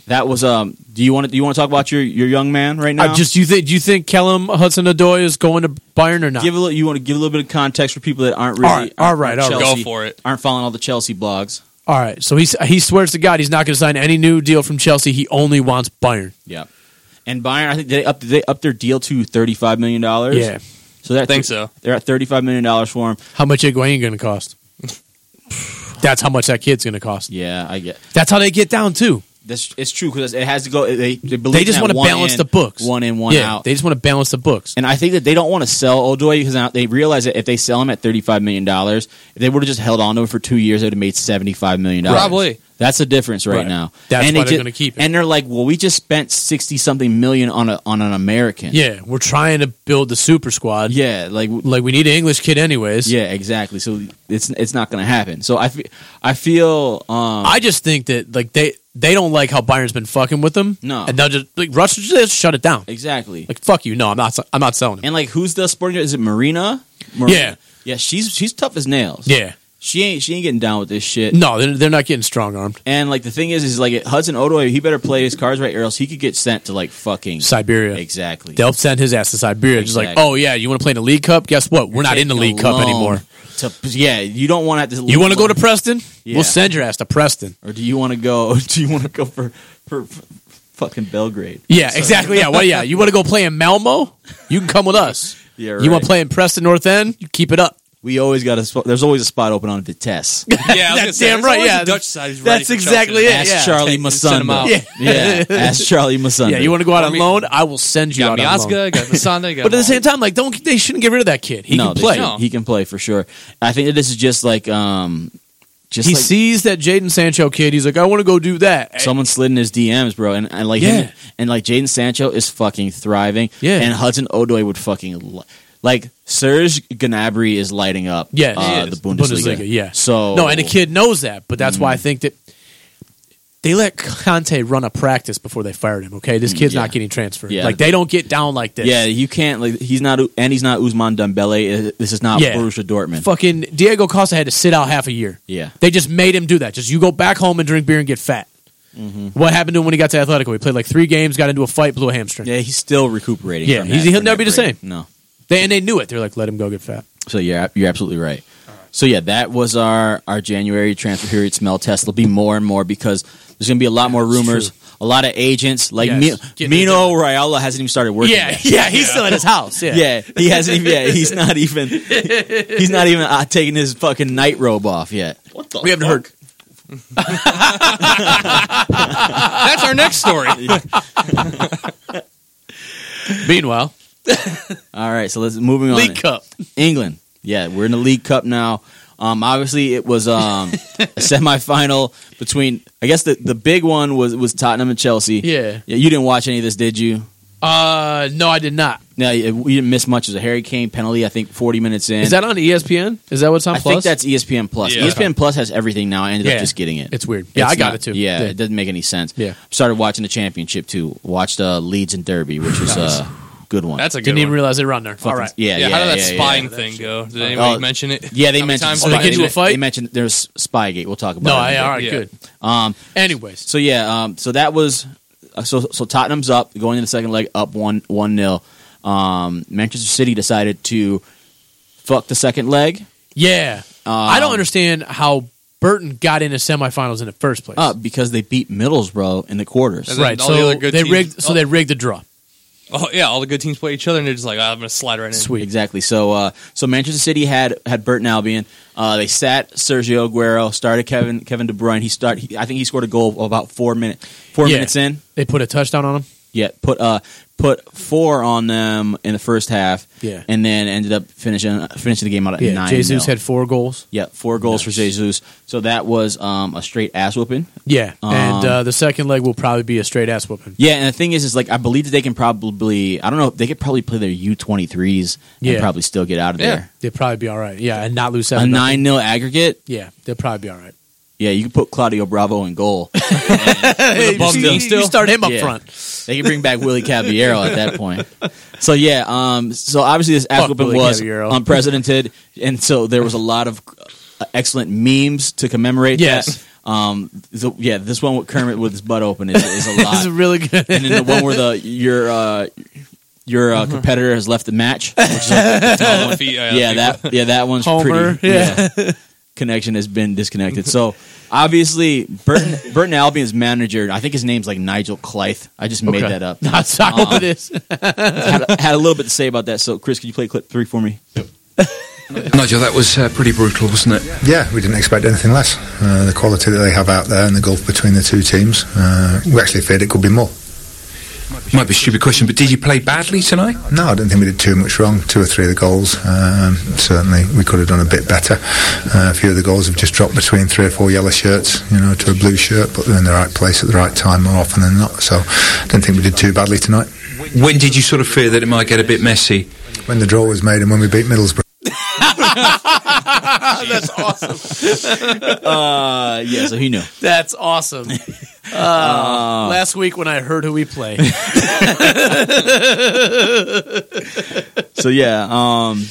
S3: that was. Um, do you want to do you want to talk about your your young man right now?
S6: I just you think do you think Kellum Hudson Odoi is going to Bayern or not?
S3: give a little, you want to give a little bit of context for people that aren't really
S6: All right, all right, all right.
S3: Chelsea-
S5: Go for it.
S3: Aren't following all the Chelsea blogs.
S6: All right, so he's, he swears to God he's not going to sign any new deal from Chelsea. He only wants Bayern.
S3: Yeah. And Bayern, I think they up they up their deal to thirty five million dollars.
S6: Yeah.
S3: So that
S5: I think so.
S3: They're at thirty five million dollars for him.
S6: How much Higuain going to cost? That's how much that kid's going to cost.
S3: Yeah, I get.
S6: That's how they get down too.
S3: That's it's true because it has to go. They they, believe
S6: They just
S3: want to
S6: balance the books.
S3: One in, one
S6: yeah,
S3: out.
S6: They just want to balance the books.
S3: And I think that they don't want to sell Odoy because now they realize that if they sell him at $35 million, if they would have just held on to him for two years, they would have made $75 million.
S5: Probably.
S3: That's the difference right,
S6: Right.
S3: now.
S6: That's
S3: and
S6: why
S3: they
S6: they're
S3: ju-
S6: gonna keep it.
S3: And they're like, well, we just spent 60 something million on, a, on an American.
S6: yeah, we're trying to build the super squad.
S3: Yeah. Like, w-
S6: like we need an English kid anyways.
S3: yeah, exactly. So it's it's not going to happen. So I, fe- I feel. Um,
S6: I just think that like they they don't like how Bayern's been fucking with them.
S3: No.
S6: and they'll just like Rush just shut it down.
S3: exactly.
S6: Like fuck you. No, I'm not. I'm not selling him.
S3: and like, who's the sporting? Is it Marina? Marina?
S6: Yeah.
S3: Yeah, she's she's tough as nails.
S6: Yeah,
S3: She ain't she ain't getting down with this shit.
S6: no, they're, they're not getting strong armed.
S3: And like the thing is, is like Hudson Odoi, he better play his cards right, or else he could get sent to like fucking
S6: Siberia.
S3: Exactly.
S6: They'll send his ass to Siberia. Just like,
S3: Exactly.
S6: oh yeah, you want to play in the League Cup? Guess what? We're not in the
S3: Taking
S6: League
S3: a
S6: Cup
S3: loan
S6: anymore.
S3: To, yeah, you don't want to. Have to
S6: You want to go to Preston?
S3: Yeah.
S6: We'll send your ass to Preston.
S3: or do you want to go? Do you want to go for, for for fucking Belgrade?
S6: Yeah, exactly. Yeah, well, yeah. You want to go play in Malmo? You can come with us.
S3: Yeah,
S6: You
S3: right.
S6: want to play in Preston North End? You keep it up.
S3: We always got a. sp- There's always a spot open on Vitesse.
S5: Yeah, I was gonna
S6: That's
S5: say,
S6: damn
S5: there's
S6: right,
S5: always
S6: yeah.
S5: a Dutch side who's ready
S6: That's
S5: for
S6: exactly
S5: Chelsea.
S6: it.
S3: Ask
S6: Yeah.
S3: Charlie
S5: Take- send him
S3: Masunda.
S5: out.
S3: Yeah.
S5: Yeah.
S3: ask Charlie Masunda.
S6: Yeah, you want to go out
S5: Or
S6: on
S5: me-
S6: loan? I will send you,
S5: You got
S6: out on loan.
S5: Miazga, you got Masanda, you got
S6: But at the same time, like, don't they shouldn't get rid of that kid? He
S3: no,
S6: can
S3: they
S6: play.
S3: should.
S5: No.
S3: He can play for sure. I think that this is just like um, just
S6: He
S3: like,
S6: sees that Jaden Sancho kid. He's like, I want to go do that.
S3: Someone slid in his DMs, bro, and, and like
S6: Yeah.
S3: him, and like Jaden Sancho is fucking thriving.
S6: Yeah.
S3: and Hudson Odoi would fucking li- like Serge Gnabry is lighting up.
S6: Yeah,
S3: uh,
S5: he
S3: the
S5: is.
S3: Bundesliga.
S6: Yeah.
S3: so
S6: no, and the kid knows that, but that's why
S3: Mm.
S6: I think that they let Conte run a practice before they fired him. Okay, this kid's
S3: Mm, yeah.
S6: not getting transferred.
S3: Yeah.
S6: Like they don't get down like this.
S3: Yeah, you can't like he's not and he's not Usman Dembele. uh, This is not
S6: Yeah.
S3: Borussia Dortmund.
S6: Fucking Diego Costa had to sit out half a year.
S3: Yeah,
S6: They just made him do that. Just you go back home and drink beer and get fat.
S3: Mm-hmm.
S6: What happened to him when he got to Atletico? He played like three games, got into a fight, blew a hamstring.
S3: yeah, he's still recuperating.
S6: Yeah,
S3: from
S6: he's-
S3: that-
S6: he'll
S3: from
S6: never
S3: that
S6: be the
S3: break.
S6: same.
S3: No,
S6: They, and they knew it. They're like, let him go get fat.
S3: so yeah, you're absolutely right. So yeah, that was our our January transfer period smell test. There'll be more and more because there's gonna be a lot more rumors, a lot of agents like
S6: Yes.
S3: Mi-
S6: Get rid
S3: Mino Raiola hasn't even started working.
S6: Yeah,
S3: yet.
S6: yeah, he's still at his house. Yeah.
S3: Yeah, he hasn't even. Yeah, he's not even. He's not even uh, taking his fucking night robe off yet. What the?
S6: We haven't heard.
S5: That's our next story.
S6: Meanwhile,
S3: All right, so let's moving on.
S6: League Cup.
S3: England. Yeah, we're in the League Cup now. Um, obviously, it was um, a semifinal between. I guess the, the big one was was Tottenham and Chelsea.
S6: Yeah.
S3: You didn't watch any of this, did you?
S6: Uh, no, I did not.
S3: No, you you didn't miss much. It was a Harry Kane penalty. I think forty minutes in.
S6: Is that on E ESPN? Is that what's on
S3: I
S6: Plus?
S3: think that's E ESPN Plus.
S5: Yeah.
S3: ESPN Plus has everything now. I ended
S6: Yeah.
S3: up just getting it.
S6: It's weird. Yeah,
S3: It's
S6: I got
S3: not-
S6: it too.
S3: Yeah, it doesn't make any sense.
S6: Yeah.
S3: started watching the championship too. Watched uh, Leeds and Derby, which was a good one.
S5: That's a good
S6: didn't even
S5: one.
S6: realize they were on there. All right.
S3: yeah,
S5: yeah,
S3: yeah,
S5: how did that
S3: yeah, yeah.
S5: spying thing go? Did anybody
S3: Oh,
S5: mention it?
S3: Yeah, they
S5: How many
S3: mentioned.
S5: times did
S6: they get into a
S3: mentioned-
S6: fight?
S3: They mentioned there's Spygate. We'll talk
S6: No,
S3: about. it. in a
S6: I,
S3: bit.
S6: all right,
S5: Yeah.
S6: good.
S3: Um,
S6: Anyways,
S3: so yeah, um, so that was uh, so so Tottenham's up going into the second leg up one one nil. Um, Manchester City decided to fuck the second leg. Um,
S6: yeah, I don't understand how Burton got into semifinals in the first place.
S3: up because they beat Middlesbrough in the quarters.
S5: And then
S6: right.
S5: all the
S6: So
S5: other good
S6: they
S5: teams-
S6: rigged. So
S5: oh.
S6: they rigged the draw.
S5: Oh yeah, all the good teams play each other, and they're just like, "Ah, I'm gonna slide right in.
S6: Sweet.
S3: Exactly. So, uh, so Manchester City had had Burton Albion. Uh, they sat Sergio Aguero, started Kevin Kevin De Bruyne. He start. He, I think he scored a goal about four minute four
S6: Yeah.
S3: minutes in.
S6: They put a touchdown on him.
S3: Yeah, put uh put four on them in the first half.
S6: Yeah.
S3: and then ended up finishing finishing the game out at
S6: Yeah.
S3: nine.
S6: Jesus
S3: nil.
S6: had four goals.
S3: yeah four goals for Jesus. So that was um, a straight ass whooping.
S6: Yeah. and
S3: Um,
S6: uh, the second leg will probably be a straight ass whooping.
S3: Yeah, and the thing is, is like I believe that they can probably I don't know they could probably play their U twenty threes and
S6: Yeah.
S3: probably still get out of
S5: Yeah.
S3: there.
S6: They'll probably be all right. Yeah, and not lose
S3: A
S6: seven.
S3: nine 0 aggregate.
S6: Yeah, they'll probably be all right.
S3: Yeah, you can put Claudio Bravo in goal.
S5: With a bum
S6: you,
S5: knee
S6: you
S5: still.
S6: start him up
S3: Yeah.
S6: front.
S3: They can bring back Willie Caballero at that point. So yeah, um, so obviously this ass
S6: Fuck
S3: whooping
S6: Willie
S3: was
S6: Caballero.
S3: unprecedented, and so there was a lot of uh, excellent memes to commemorate
S6: Yes.
S3: that. Um, so, yeah, this one with Kermit with his butt open is, is a
S6: This is
S3: lot,
S6: really good.
S3: and then the one where the your uh, your
S6: Uh-huh.
S3: uh, competitor has left the match, which is like,
S5: Oh, if he-
S3: yeah, that yeah that one's
S6: Homer,
S3: pretty. Yeah. connection has been disconnected. So obviously, Burton Burton Albion's manager, I think his name's like Nigel Clythe. I just made
S6: Okay.
S3: that up.
S6: That's not what it is.
S3: had, had a little bit to say about that. So Chris, could you play clip three for me?
S7: Nigel, that was uh, pretty brutal, wasn't it?
S8: Yeah, we didn't expect anything less. Uh, the quality that they have out there and the gulf between the two teams, uh, we actually feared it could be more.
S7: Might be a stupid question, but did you play badly tonight?
S8: No, I don't think we did too much wrong. Two or three of the goals, um, certainly we could have done a bit better. Uh, a few of the goals have just dropped between three or four yellow shirts, you know, to a blue shirt, but they're in the right place at the right time more often than not. So I don't think we did too badly tonight.
S7: When did you sort of fear that it might get a bit messy?
S8: When the draw was made and when we beat Middlesbrough.
S3: Uh, yeah. So he knew.
S6: That's awesome. Uh, last week when I heard who we play,
S3: So yeah. Um,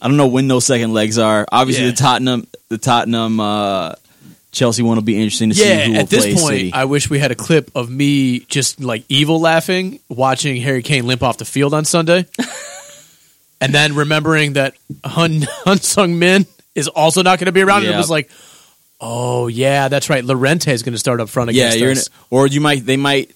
S3: I don't know when those second legs are. Obviously,
S6: Yeah.
S3: the Tottenham, the Tottenham, uh, Chelsea one will be interesting to see who
S6: yeah.
S3: will
S6: At this
S3: play
S6: point,
S3: City.
S6: I wish we had a clip of me just like evil laughing, watching Harry Kane limp off the field on Sunday, and then remembering that Hun Unsung Min is also not going to be around. And
S3: Yeah.
S6: it was like, oh yeah, that's right. Lorente is going to start up front
S3: yeah,
S6: against
S3: you're in
S6: us.
S3: it. Or you might they might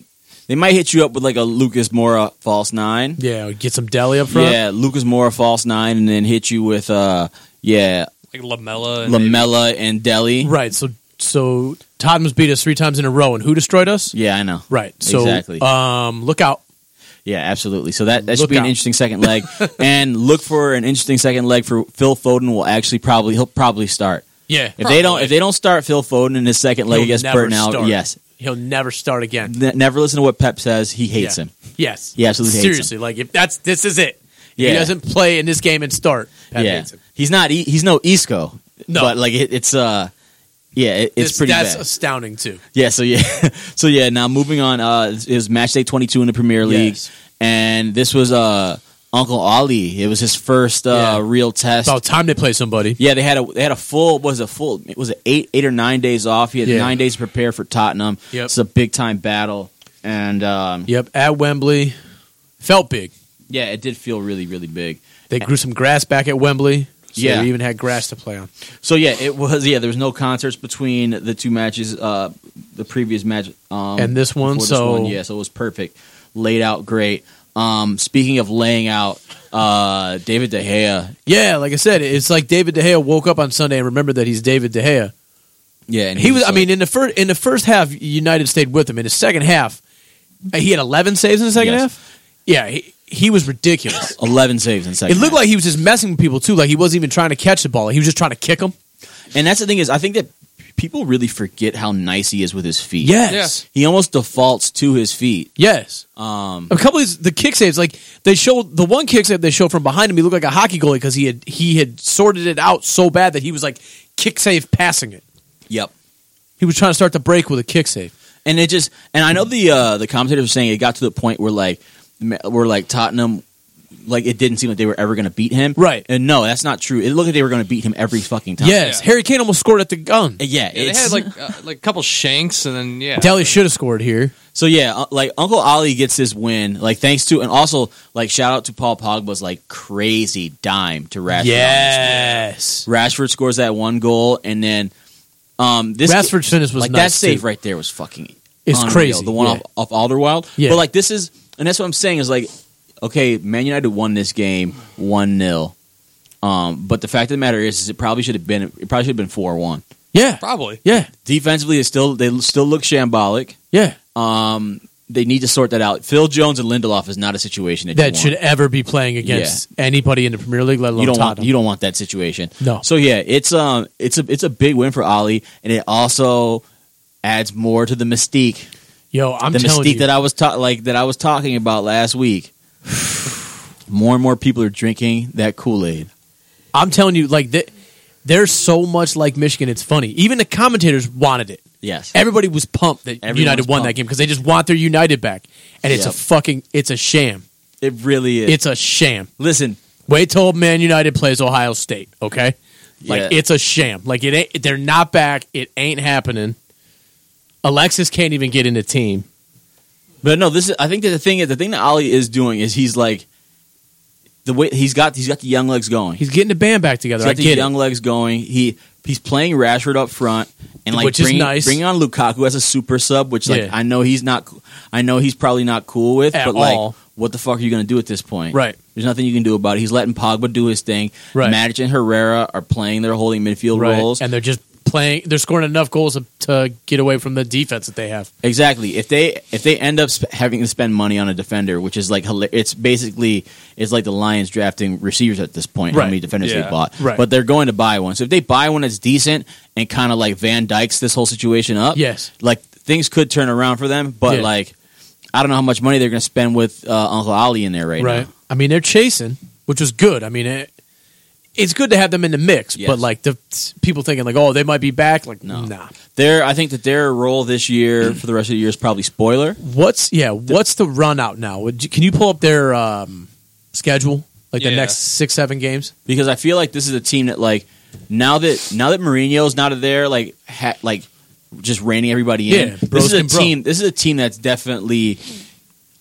S3: they might hit you up with like a Lucas Mora false nine.
S6: yeah, get some deli up front.
S3: Yeah, Lucas Mora false nine, and then hit you with uh, yeah,
S5: like Lamella. And
S3: Lamella and Delhi.
S6: Right. So so Tottenham's beat us three times in a row, and who destroyed us?
S3: Yeah, I know.
S6: Right. So
S3: Exactly.
S6: um, look out.
S3: Yeah, absolutely. So that, that should
S6: Look
S3: be an
S6: out.
S3: interesting second leg, and look for an interesting second leg for Phil Foden. Will actually probably he'll probably start
S6: Yeah.
S3: if they don't if they don't start Phil Foden in his second leg
S6: He'll
S3: against
S6: never
S3: Burton Al-
S6: start.
S3: Yes,
S6: He'll never start again.
S3: N- never listen to what Pep says. He hates
S6: Yeah.
S3: him.
S6: Yes.
S3: He absolutely hates him.
S6: Seriously, like if that's this is it.
S3: Yeah.
S6: If he doesn't play in this game and start. Pat
S3: yeah,
S6: hates him.
S3: he's not E- he's no Isco.
S6: No.
S3: but like it, it's uh yeah it, it's
S6: This-
S3: pretty
S6: that's
S3: bad.
S6: astounding too.
S3: Yeah, so yeah, so yeah. Now moving on, uh, it was match day twenty two in the Premier League,
S6: Yes.
S3: and this was uh Uncle Ollie. It was his first uh,
S6: Yeah.
S3: real test.
S6: About time they play somebody.
S3: yeah, they had a they had a full was a full it was it eight eight or nine days off. He had
S6: Yeah.
S3: nine days to prepare for Tottenham.
S6: Yep.
S3: It's a big time battle, and um,
S6: Yep. At Wembley. Felt big.
S3: yeah, it did feel really really big.
S6: They grew some grass back at Wembley. So
S3: Yeah.
S6: they even had grass to play on.
S3: So yeah, it was yeah. There was no concerts between the two matches, uh, the previous match um,
S6: And this one,
S3: before
S6: so-
S3: yeah, so it was perfect, laid out great. Um, speaking of laying out, uh, David De Gea,
S6: Yeah, like I said, it's like David De Gea woke up on Sunday and remembered that he's David De Gea.
S3: yeah, and
S6: He was. I
S3: like-
S6: mean, in the first in the first half, United stayed with him. In the second half, uh, he had 11 saves in the second
S3: Yes.
S6: half. Yeah, he, he was ridiculous.
S3: eleven saves in second.
S6: it looked
S3: half.
S6: like he was just messing with people too. Like he wasn't even trying to catch the ball. He was just trying to kick them.
S3: and that's the thing is, I think that people really forget how nice he is with his feet.
S6: Yes,
S3: he almost defaults to his feet.
S6: yes. Um, a couple of these, the kick saves, like they showed the one kick save they showed from behind him. He looked like a hockey goalie because he had he had sorted it out so bad that he was like kick save passing it.
S3: Yep.
S6: He was trying to start the break with a kick save.
S3: And it just and I know the uh, the commentators were saying it got to the point where like ma- where like Tottenham like it didn't seem like they were ever going to beat him.
S6: Right.
S3: And no, that's not true. It looked like they were going to beat him every fucking time. Uh,
S6: Yes,
S5: Yeah.
S6: Harry Kane almost scored at the gun.
S3: Yeah,
S5: Yeah, they
S3: it's
S5: had like uh, like a couple shanks, and then yeah,
S6: Delhi should have scored here.
S3: so. Yeah, uh, like Uncle Ollie gets his win, like thanks to, and also like shout out to Paul Pogba's like crazy dime to Rashford. on this
S6: Yes.
S3: Rashford scores that one goal, and then Um, this
S6: Rashford's finish was
S3: like that
S6: nice,
S3: save
S6: too.
S3: right there was fucking.
S6: It's
S3: unreal.
S6: crazy,
S3: The one
S6: yeah.
S3: off, off Alderwild.
S6: Yeah.
S3: But like this is, and that's what I'm saying is like, okay, Man United won this game one 0 um, but the fact of the matter is, is it probably should have been it probably should have been four one.
S6: Yeah,
S5: Probably.
S6: yeah,
S3: Defensively, it's still they still look shambolic.
S6: yeah.
S3: Um, they need to sort that out. Phil Jones and Lindelof is not a situation that, you
S6: That
S3: want.
S6: should ever be playing against anybody in the Premier League, let alone
S3: you don't want
S6: Tottenham.
S3: you don't want that situation.
S6: No.
S3: So yeah, it's um it's a it's a big win for Ali, and it also adds more to the mystique,
S6: Yo, I'm
S3: the
S6: telling
S3: mystique
S6: you,
S3: that I was ta- like that I was talking about last week. more and more people are drinking that Kool Aid.
S6: I'm telling you, like th- there's so much like Michigan. It's funny. Even the commentators wanted it.
S3: Yes.
S6: Everybody was pumped that
S3: Everyone's
S6: United won that
S3: pumped.
S6: game because they just want their United back, and it's
S3: Yep.
S6: a fucking it's a sham.
S3: it really is.
S6: It's a sham.
S3: Listen,
S6: Wait till Man United plays Ohio State. Okay, like
S3: Yeah.
S6: it's a sham. Like it ain't. They're not back. It ain't happening. Alexis can't even get in the team.
S3: But no, this is. I think that the thing is the thing that Ali is doing is he's like the way he's got he's got the young legs going.
S6: He's getting the band back together.
S3: He's
S6: I
S3: got the
S6: get
S3: young
S6: it.
S3: legs going. He he's playing Rashford up front, and like
S6: Which is
S3: bringing,
S6: nice.
S3: bringing on Lukaku as a super sub, which like
S6: Yeah.
S3: I know he's not, I know he's probably not cool with,
S6: At
S3: but
S6: all.
S3: like. What the fuck are you going to do at this point?
S6: Right.
S3: There's nothing you can do about it. He's letting Pogba do his thing.
S6: Right.
S3: Matic and Herrera are playing their holding midfield
S6: Right.
S3: roles.
S6: and they're just playing. They're scoring enough goals to, to get away from the defense that they have.
S3: Exactly. If they if they end up sp- having to spend money on a defender, which is like hila- it's basically it's like the Lions drafting receivers at this point. How
S6: Right.
S3: many defenders they
S5: Yeah.
S3: bought?
S6: Right.
S3: But they're going to buy one. So if they buy one that's decent and kind of like Van Dyke's this whole situation up,
S6: Yes.
S3: like things could turn around for them. But
S6: Yeah.
S3: like I don't know how much money they're going to spend with uh, Uncle Ali in there right, now.
S6: I mean, they're chasing, which was good. I mean, it, it's good to have them in the mix,
S3: Yes.
S6: but like the people thinking like, oh, they might be back. Like,
S3: No.
S6: nah.
S3: Their I think that their role this year for the rest of the year is probably spoiler.
S6: What's yeah? What's the run out now? Would you, can you pull up their um, schedule? Like the
S5: Yeah.
S6: next six, seven games.
S3: because I feel like this is a team that like now that now that Mourinho's not there, like ha, like just reining everybody in.
S6: Yeah,
S3: this
S6: bros
S3: is a
S6: can bro.
S3: team. This is a team that's definitely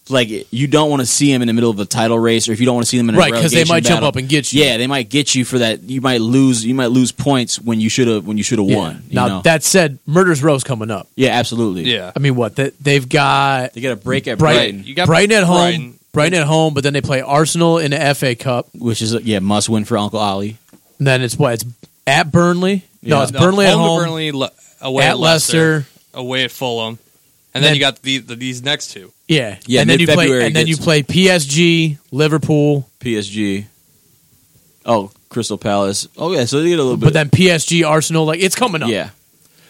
S3: like you don't want to see them in the middle of a title race, or if you don't want to see them in a
S6: Right, 'cause they
S3: relegation
S6: might jump
S3: battle.
S6: up and get you.
S3: Yeah, they might get you for that. You might lose. You might lose points when you should have when you should have won. you
S6: Now
S3: know?
S6: that said, Murder's Row's coming up.
S3: yeah, absolutely.
S5: Yeah.
S6: I mean, what that they've got
S3: they get a break at Brighton,
S6: Brighton,
S5: You got
S6: Brighton at home, Brighton.
S5: Brighton.
S6: at home, but then they play Arsenal in the FA Cup.
S3: which is a, yeah must win for Uncle Ollie.
S6: And then it's what it's at Burnley. No,
S3: Yeah.
S6: it's Uh, Burnley
S5: home
S6: at home,
S5: To Burnley, le- away
S6: at Leicester.
S5: away at Fulham, and then,
S6: Then-
S5: you got the, the these next two.
S6: Yeah,
S3: Yeah,
S6: And then you play,
S3: mid-February
S6: and then you
S3: gets-
S6: play PSG, Liverpool,
S3: PSG. Oh, Crystal Palace. Oh yeah, so they get a little bit.
S6: but then PSG, Arsenal. Like it's coming up.
S3: Yeah.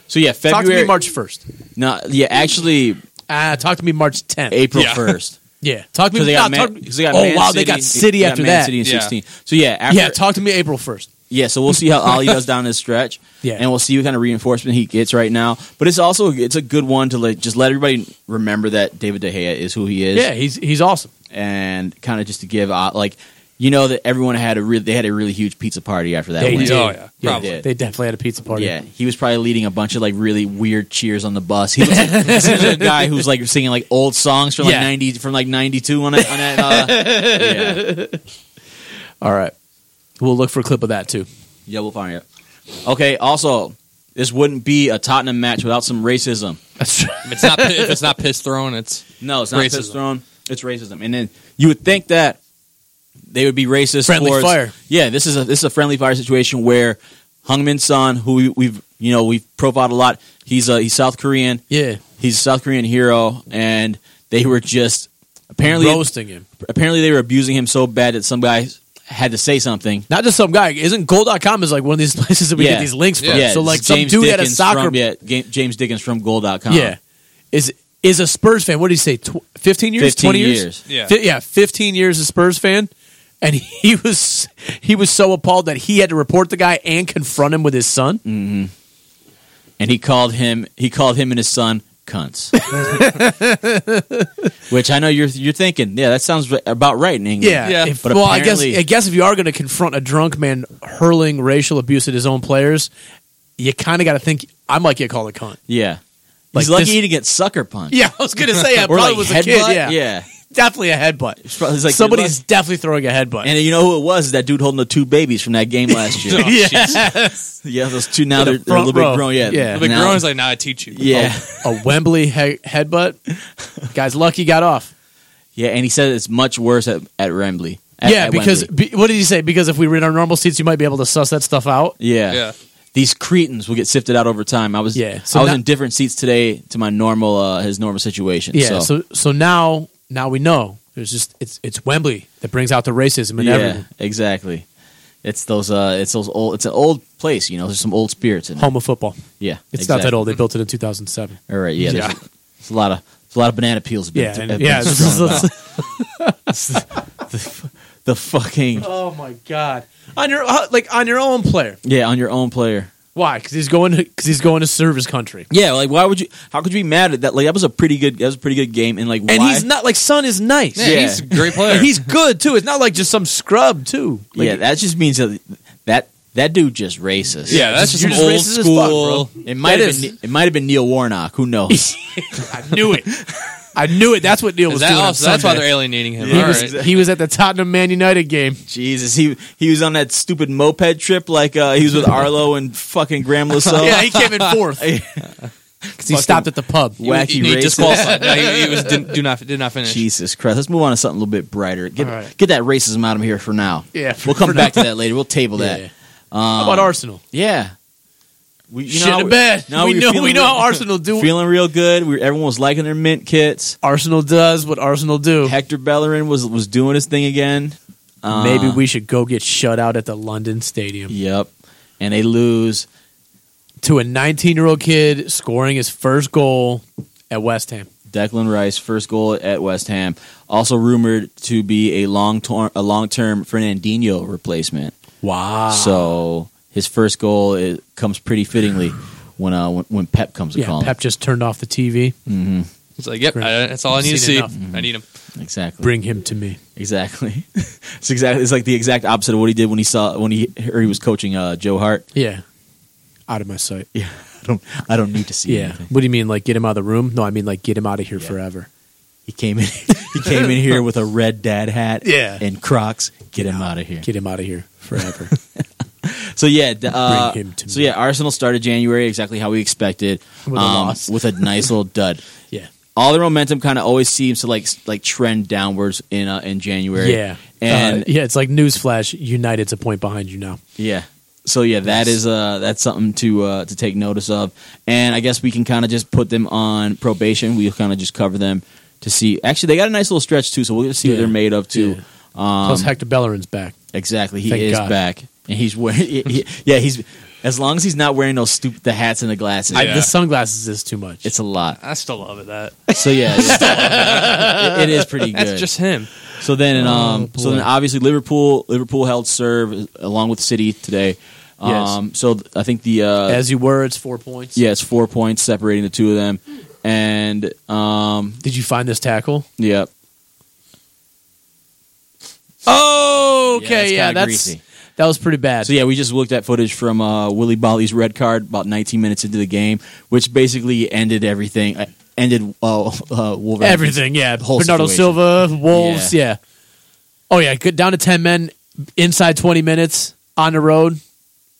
S3: So yeah,
S6: talk to
S3: February.
S6: me March first.
S3: No, yeah, actually
S6: Ah, talk to me March tenth.
S3: April
S5: Yeah.
S3: first.
S6: Yeah, talk to me.
S3: Because they got,
S6: no,
S3: Man,
S6: talk-
S3: 'cause they got
S6: oh
S3: Man
S6: wow,
S3: City,
S6: they got City
S3: got
S6: after
S3: Man
S6: that.
S3: City in
S5: Yeah.
S3: sixteen. So yeah, after,
S6: yeah, talk to me April first.
S3: yeah. So we'll see how Ali does down this stretch.
S6: Yeah.
S3: and we'll see what kind of reinforcement he gets right now. But it's also it's a good one to like just let everybody remember that David De Gea is who he is.
S6: Yeah, he's he's awesome.
S3: and kind of just to give uh, like you know that everyone had a real they had a really huge pizza party after that.
S6: They
S3: win.
S6: did.
S5: Oh, yeah, probably.
S3: did.
S6: They definitely had a pizza party.
S3: Yeah, he was probably leading a bunch of like really weird cheers on the bus. He looks like, he seems like a guy who's like singing like old songs from like
S6: Yeah.
S3: ninety from like ninety two on it. On it uh, yeah,
S6: All right, we'll look for a clip of that too.
S3: yeah, we'll find it. Okay, also, this wouldn't be a Tottenham match without some racism.
S5: If it's not if it's not piss thrown, it's
S3: No, it's not
S5: Racism.
S3: piss thrown. It's racism, and then you would think that they would be racist.
S6: Friendly
S3: towards,
S6: fire.
S3: Yeah, this is a this is a friendly fire situation where Hungmin Son, who we, we've you know we've profiled a lot, he's uh, he's South Korean.
S6: Yeah,
S3: He's a South Korean hero, and they were just apparently
S6: roasting him.
S3: apparently they were abusing him so bad that some guy had to say something.
S6: Not just some guy. Isn't Gold.com is like one of these places that we get these links from?
S3: Yeah,
S6: So like
S3: it's
S6: some dude had a
S3: Dickens
S6: soccer
S3: from, yeah, Ga- James Dickens from Goal.com.
S6: Yeah. Is is a Spurs fan? What did he say? Tw- Fifteen years?
S3: 15
S6: Twenty years?
S3: years.
S5: Yeah.
S6: Fi- yeah. Fifteen years a Spurs fan, and he was he was so appalled that he had to report the guy and confront him with his son.
S3: Mm. and he called him he called him and his son cunts. Which I know you're you're thinking, yeah, that sounds ri- about right in England.
S6: Yeah.
S5: Yeah.
S6: If-
S3: But
S6: well, I guess
S3: apparently-
S6: I guess if you are going to confront a drunk man hurling racial abuse at his own players, you kind of got to think I might get called a cunt.
S3: yeah.
S6: Like
S3: He's lucky
S6: this-
S3: he didn't get sucker punched.
S6: Yeah, I was going to say I
S3: or
S6: probably
S3: like
S6: was a
S3: headbutt.
S6: kid. Yeah.
S3: yeah.
S6: definitely a headbutt.
S3: It's probably- it's like good
S6: Somebody's
S3: luck.
S6: definitely throwing a headbutt.
S3: And you know who it was? That dude holding the two babies from that game last year. Oh,
S6: yes,
S3: yeah, those two now
S6: the
S3: they're, they're a
S6: front
S3: little bit
S6: row.
S3: grown. Yeah,
S6: Yeah. A
S5: The
S3: now-
S5: grown is like, now I teach you.
S3: yeah,
S6: a Wembley he- headbutt. Guy's lucky got off.
S3: yeah. And he said it's much worse at at Wembley. At-
S6: yeah,
S3: at
S6: because
S3: Wembley.
S6: be, what did you say? Because if we were in our normal seats, you might be able to suss that stuff out.
S3: yeah.
S5: Oh, Yeah.
S3: These Cretans will get sifted out over time. I was
S6: Yeah, so
S3: I was
S6: now-
S3: in different seats today to my normal uh, his normal situation.
S6: Yeah.
S3: so,
S6: So so, now now we know. There's just it's it's Wembley that brings out the racism in
S3: yeah,
S6: everyone.
S3: exactly. It's those uh, it's those old. It's an old place, you know. There's some old spirits in it.
S6: Home of football.
S3: Yeah,
S6: It's
S3: exactly.
S6: not that old. They built it in 2007.
S3: All right, yeah. There's, there's a lot of there's a lot of banana peels. Been,
S6: Yeah, and-
S3: have
S6: yeah,
S3: been
S6: this is-
S3: thrown about. the, the fucking
S6: Oh my god! On your uh, like on your own player.
S3: yeah on your own player.
S6: Why? Because he's going because he's going to serve his country.
S3: Yeah, like why would you? How could you be mad at that? Like that was a pretty good that was a pretty good game, and like
S6: And
S3: why?
S6: he's not like Son is nice.
S5: Yeah, he's a great player.
S6: And he's good too. It's not like just some scrub too. Like,
S3: yeah, that just means that that that dude just racist.
S5: yeah, that's just,
S6: You're just
S5: old
S6: racist as fuck,
S5: school.
S3: It might
S6: That
S3: have
S6: is-
S3: been it might have been Neil Warnock. Who knows?
S6: I knew it. I knew it. That's what Neil
S5: Is
S6: was
S5: that
S6: doing. on
S5: oh, so that's why
S6: Sunday.
S5: they're alienating him.
S6: He
S5: All
S6: was,
S5: right.
S6: he was at the Tottenham Man United game.
S3: Jesus, he he was on that stupid moped trip. Like uh, he was with Arlo and fucking Graham Lasso.
S6: yeah, he came in fourth because he stopped at the pub.
S3: wacky
S5: he, he
S3: racist.
S5: disqualified. No, he, he was did, do not did not finish.
S3: Jesus Christ. Let's move on to something a little bit brighter. Get,
S6: All right.
S3: get that racism out of here for now.
S6: Yeah, for-
S3: we'll come
S6: for
S3: back to that later. We'll table that.
S6: Yeah. How about Arsenal?
S3: Yeah. We, you
S6: Shit
S3: how
S6: in
S3: we-
S6: bed.
S3: now
S6: we
S3: we're
S6: know
S3: feeling
S6: we know
S3: real-
S6: how Arsenal do.
S3: Feeling real good. We, everyone was liking their mint kits.
S6: Arsenal does what Arsenal do.
S3: Hector Bellerin was was doing his thing again. Uh,
S6: Maybe we should go get shut out at the London Stadium
S3: Yep. And they lose.
S6: to a 19 year old kid scoring his first goal at West Ham.
S3: Declan Rice first goal at West Ham. Also rumored to be a long term a long term Fernandinho replacement.
S6: Wow.
S3: So his first goal it comes pretty fittingly when uh when, when Pep comes to
S6: yeah,
S3: call him.
S6: Pep just turned off the TV.
S5: He's like, yep, I, that's all I need to
S6: Seen
S5: see.
S6: enough.
S5: I need him.
S3: Exactly.
S6: Bring him to me.
S3: exactly. it's exactly it's like the exact opposite of what he did when he saw when he heard he was coaching uh, Joe Hart.
S6: Yeah. Out of my sight.
S3: Yeah. I don't I don't need to see
S6: Yeah.
S3: anything.
S6: What do you mean, like get him out of the room? No, I mean like get him out of here forever.
S3: He came in he came in here with a red dad hat
S6: Yeah.
S3: and Crocs. Get him out of here.
S6: Get him out of here forever.
S3: So yeah, d- uh,
S6: him to
S3: so
S6: me.
S3: yeah, Arsenal started January exactly how we expected um,
S6: With a loss.
S3: with a nice little dud.
S6: yeah.
S3: all their momentum kind of always seems to like s- like trend downwards in uh, in January.
S6: Yeah.
S3: and
S6: Uh, yeah, it's like newsflash. United's a point behind you now.
S3: yeah, so yeah, that is uh that's something to uh to take notice of. And I guess we can kind of just put them on probation. We'll kind of just cover them to see. Actually, they got a nice little stretch too, so we'll see what
S6: Yeah.
S3: they're made of too.
S6: Yeah.
S3: Um,
S6: Plus, Hector Bellerin's back.
S3: Exactly, he
S6: Thank
S3: is
S6: God.
S3: back, and he's wearing. he- he- yeah, he's as long as he's not wearing those stupid the hats and the glasses.
S6: I,
S5: Yeah.
S6: the sunglasses is too much.
S3: it's a lot.
S5: I still love it. That
S3: So yeah, it- it is pretty good.
S5: that's just him.
S3: So then, um, so then,
S6: Oh, boy.
S3: obviously Liverpool, Liverpool held serve along with City today. Um, So th- I think the uh,
S6: As you were, it's four points.
S3: yeah, it's four points separating the two of them, and um,
S6: Did you find this tackle?
S3: yeah,
S6: Oh,
S3: Yeah,
S6: okay.
S3: it's
S6: Yeah,
S3: kinda
S6: that's
S3: greasy.
S6: that was pretty bad.
S3: So yeah, we just looked at footage from uh, Willie Bolly's red card about 19 minutes into the game, which basically ended everything. Uh, ended uh, uh, Wolverhampton.
S6: everything. Yeah,
S3: The whole
S6: Bernardo
S3: situation.
S6: Silva, Wolves. Yeah. Oh yeah, good. Down to ten men inside twenty minutes on the road.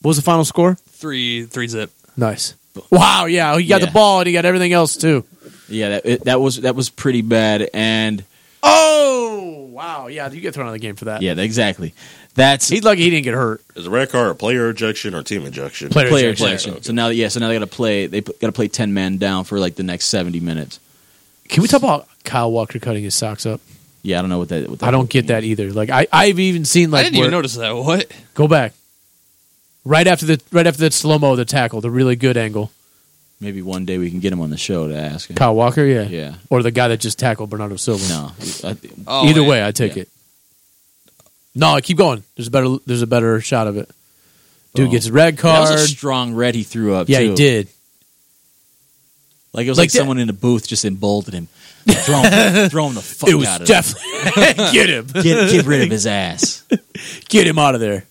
S6: What was the final score?
S5: Three three zip.
S6: Nice. Wow. Yeah, he got
S3: Yeah.
S6: the ball and he got everything else too.
S3: Yeah, that, it, that was that was pretty bad, and
S6: Oh wow. Yeah, you get thrown out of the game for that.
S3: yeah, exactly. That's
S6: He's lucky he didn't get hurt.
S9: Is a red card a player ejection or team ejection?
S6: Player,
S3: player
S6: ejection.
S3: ejection. So now, yeah, so now they got to play. They got to play ten man down for like the next seventy minutes.
S6: Can we talk about Kyle Walker cutting his socks up?
S3: Yeah, I don't know what that. What that
S6: I don't get that either. Like I, I've even seen like
S5: I didn't even
S6: where-
S5: notice that. What?
S6: Go back. Right after the right after the slow mo, the tackle, the really good angle.
S3: Maybe one day we can get him on the show to ask him.
S6: Kyle Walker, yeah,
S3: Yeah.
S6: or the guy that just tackled Bernardo Silva.
S3: No, I,
S5: Oh,
S6: Either
S5: yeah.
S6: way, I take
S3: Yeah.
S6: it. No, I keep going. There's a better. There's a better shot of it. Dude
S3: Oh.
S6: gets a red
S3: that was
S6: card.
S3: a strong red he threw up.
S6: yeah,
S3: too.
S6: he did.
S3: Like it was like,
S6: Like that-
S3: someone in a booth just emboldened him. Throw him, throw him the fuck
S6: it was
S3: out of
S6: definitely get him,
S3: there. Get, get rid of his ass.
S6: get him out of there.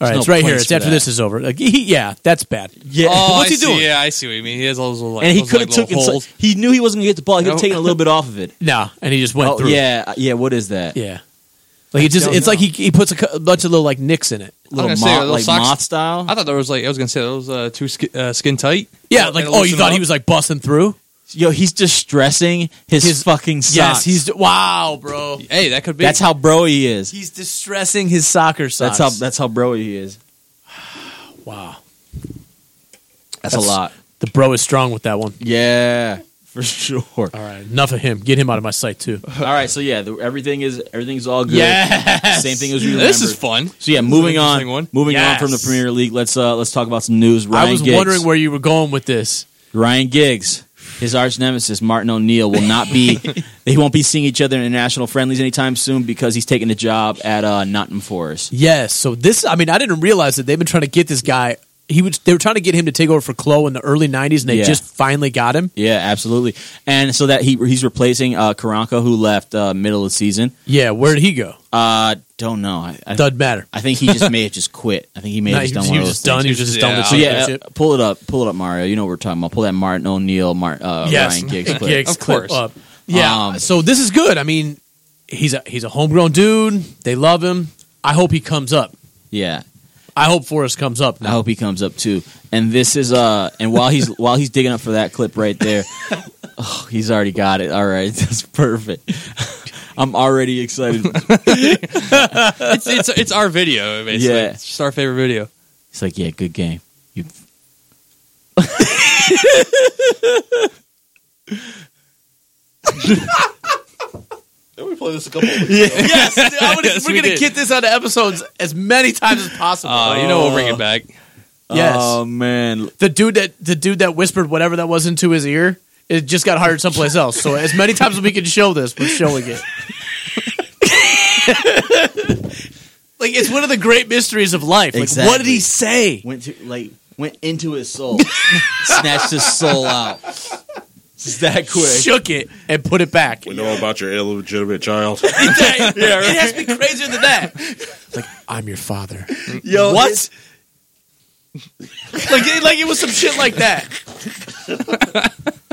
S6: All All right,
S3: no
S6: it's right here.
S3: place
S6: It's
S3: for
S6: after
S3: that.
S6: this is over. Like, he- yeah, that's bad.
S3: Yeah.
S5: Oh,
S3: What's
S5: I
S3: he
S5: see.
S3: doing?
S5: Yeah, I see what you mean. He has all those like
S3: And he
S5: those,
S3: could have
S5: like,
S3: took
S5: little
S3: inside.
S5: holes.
S3: He knew he wasn't going to get the ball. He could have
S5: No.
S3: taken a little bit off of it.
S6: Nah, and he just went
S3: Oh,
S6: through.
S3: yeah, yeah. What is that?
S6: yeah. Like it just,
S3: don't
S6: it's like he, he puts a cu- bunch of little like nicks in it.
S3: little
S5: gonna
S3: moth,
S5: say, are those
S3: like
S5: socks-
S3: moth style.
S5: I thought there was like I was gonna say those uh, two skin, uh, skin tight.
S6: Yeah, like
S5: And
S6: oh, you
S5: loosen
S6: thought he
S5: up.
S6: was like busting through?
S3: Yo, he's distressing his,
S6: His-
S3: fucking socks.
S6: Yes, he's wow, bro.
S5: Hey, that could be.
S3: That's how bro he is.
S6: He's distressing his soccer
S3: That's
S6: socks.
S3: how that's how bro he is.
S6: wow. That's-
S3: That's, a lot.
S6: The bro is strong with that one.
S3: Yeah, for sure. All
S6: All right, enough of him. Get him out of my sight too.
S3: right, so yeah, the, everything is everything's all good.
S6: Yes.
S3: Same thing as we remembered.
S5: this is fun.
S3: So yeah, moving
S5: This is an
S3: on,
S5: interesting one.
S3: moving on
S6: Yes.
S3: from the Premier League. Let's uh let's talk about some news. Ryan
S6: I was
S3: Giggs.
S6: wondering where you were going with this.
S3: Ryan Giggs, his arch nemesis Martin O'Neill will not be. they won't be seeing each other in international friendlies anytime soon because he's taking a job at uh, Nottingham Forest.
S6: Yes. So this, I mean, I didn't realize that they've been trying to get this guy. He was they were trying to get him to take over for Klo in the early '90s, and they
S3: Yeah.
S6: just finally got him.
S3: Yeah, absolutely. And so that he he's replacing uh, Karanka, who left uh, middle of the season.
S6: Yeah. Where did he go?
S3: Uh, don't know. I, I,
S6: Doesn't matter.
S3: I think he just may have just quit. I think he may
S6: No, he,
S3: have just done
S6: was,
S3: one
S6: he
S3: of
S6: was
S3: those
S6: just done.
S3: things.
S6: He was just
S5: Yeah.
S6: done with
S3: So yeah,
S6: championship.
S3: uh, pull it up, pull it up, Mario. You know what we're talking about. Pull that Martin O'Neill, Mar-
S5: Oh,
S3: uh,
S6: yes.
S3: Ryan Giggs clip.
S6: Giggs
S5: Of
S6: clip
S5: course.
S6: up. Yeah.
S3: Um,
S6: so this is good. I mean, he's a he's a homegrown dude. They love him. I hope he comes up.
S3: Yeah,
S6: I hope Forrest comes up.
S3: I hope he comes up too. And this is uh, and while he's while he's digging up for that clip right there, oh, he's already got it. All right, that's perfect. I'm already excited.
S5: It's, it's it's our video. Basically.
S3: Yeah.
S5: it's just our favorite video.
S3: He's like, yeah, good game. You.
S9: Didn't we play this a couple of weeks ago?
S6: yes, I would-
S5: Yes,
S6: we're
S5: we
S6: gonna
S5: did.
S6: get this out of episodes as many times as possible.
S5: Uh, you know we'll bring it back.
S6: Yes.
S3: Oh man,
S6: the dude that the dude that whispered whatever that was into his ear, it just got hired someplace else. So as many times as we can show this, we're showing it. like it's one of the great mysteries of life. Like what did
S3: Exactly.
S6: he say?
S3: went to like went into his soul, snatched his soul out. It's that quick.
S6: Shook it and put it back.
S9: We know about your illegitimate child.
S6: It has to be crazier than that. Like I'm your father.
S3: Yo,
S6: what?
S3: this-
S6: like, it- like it was some shit like that.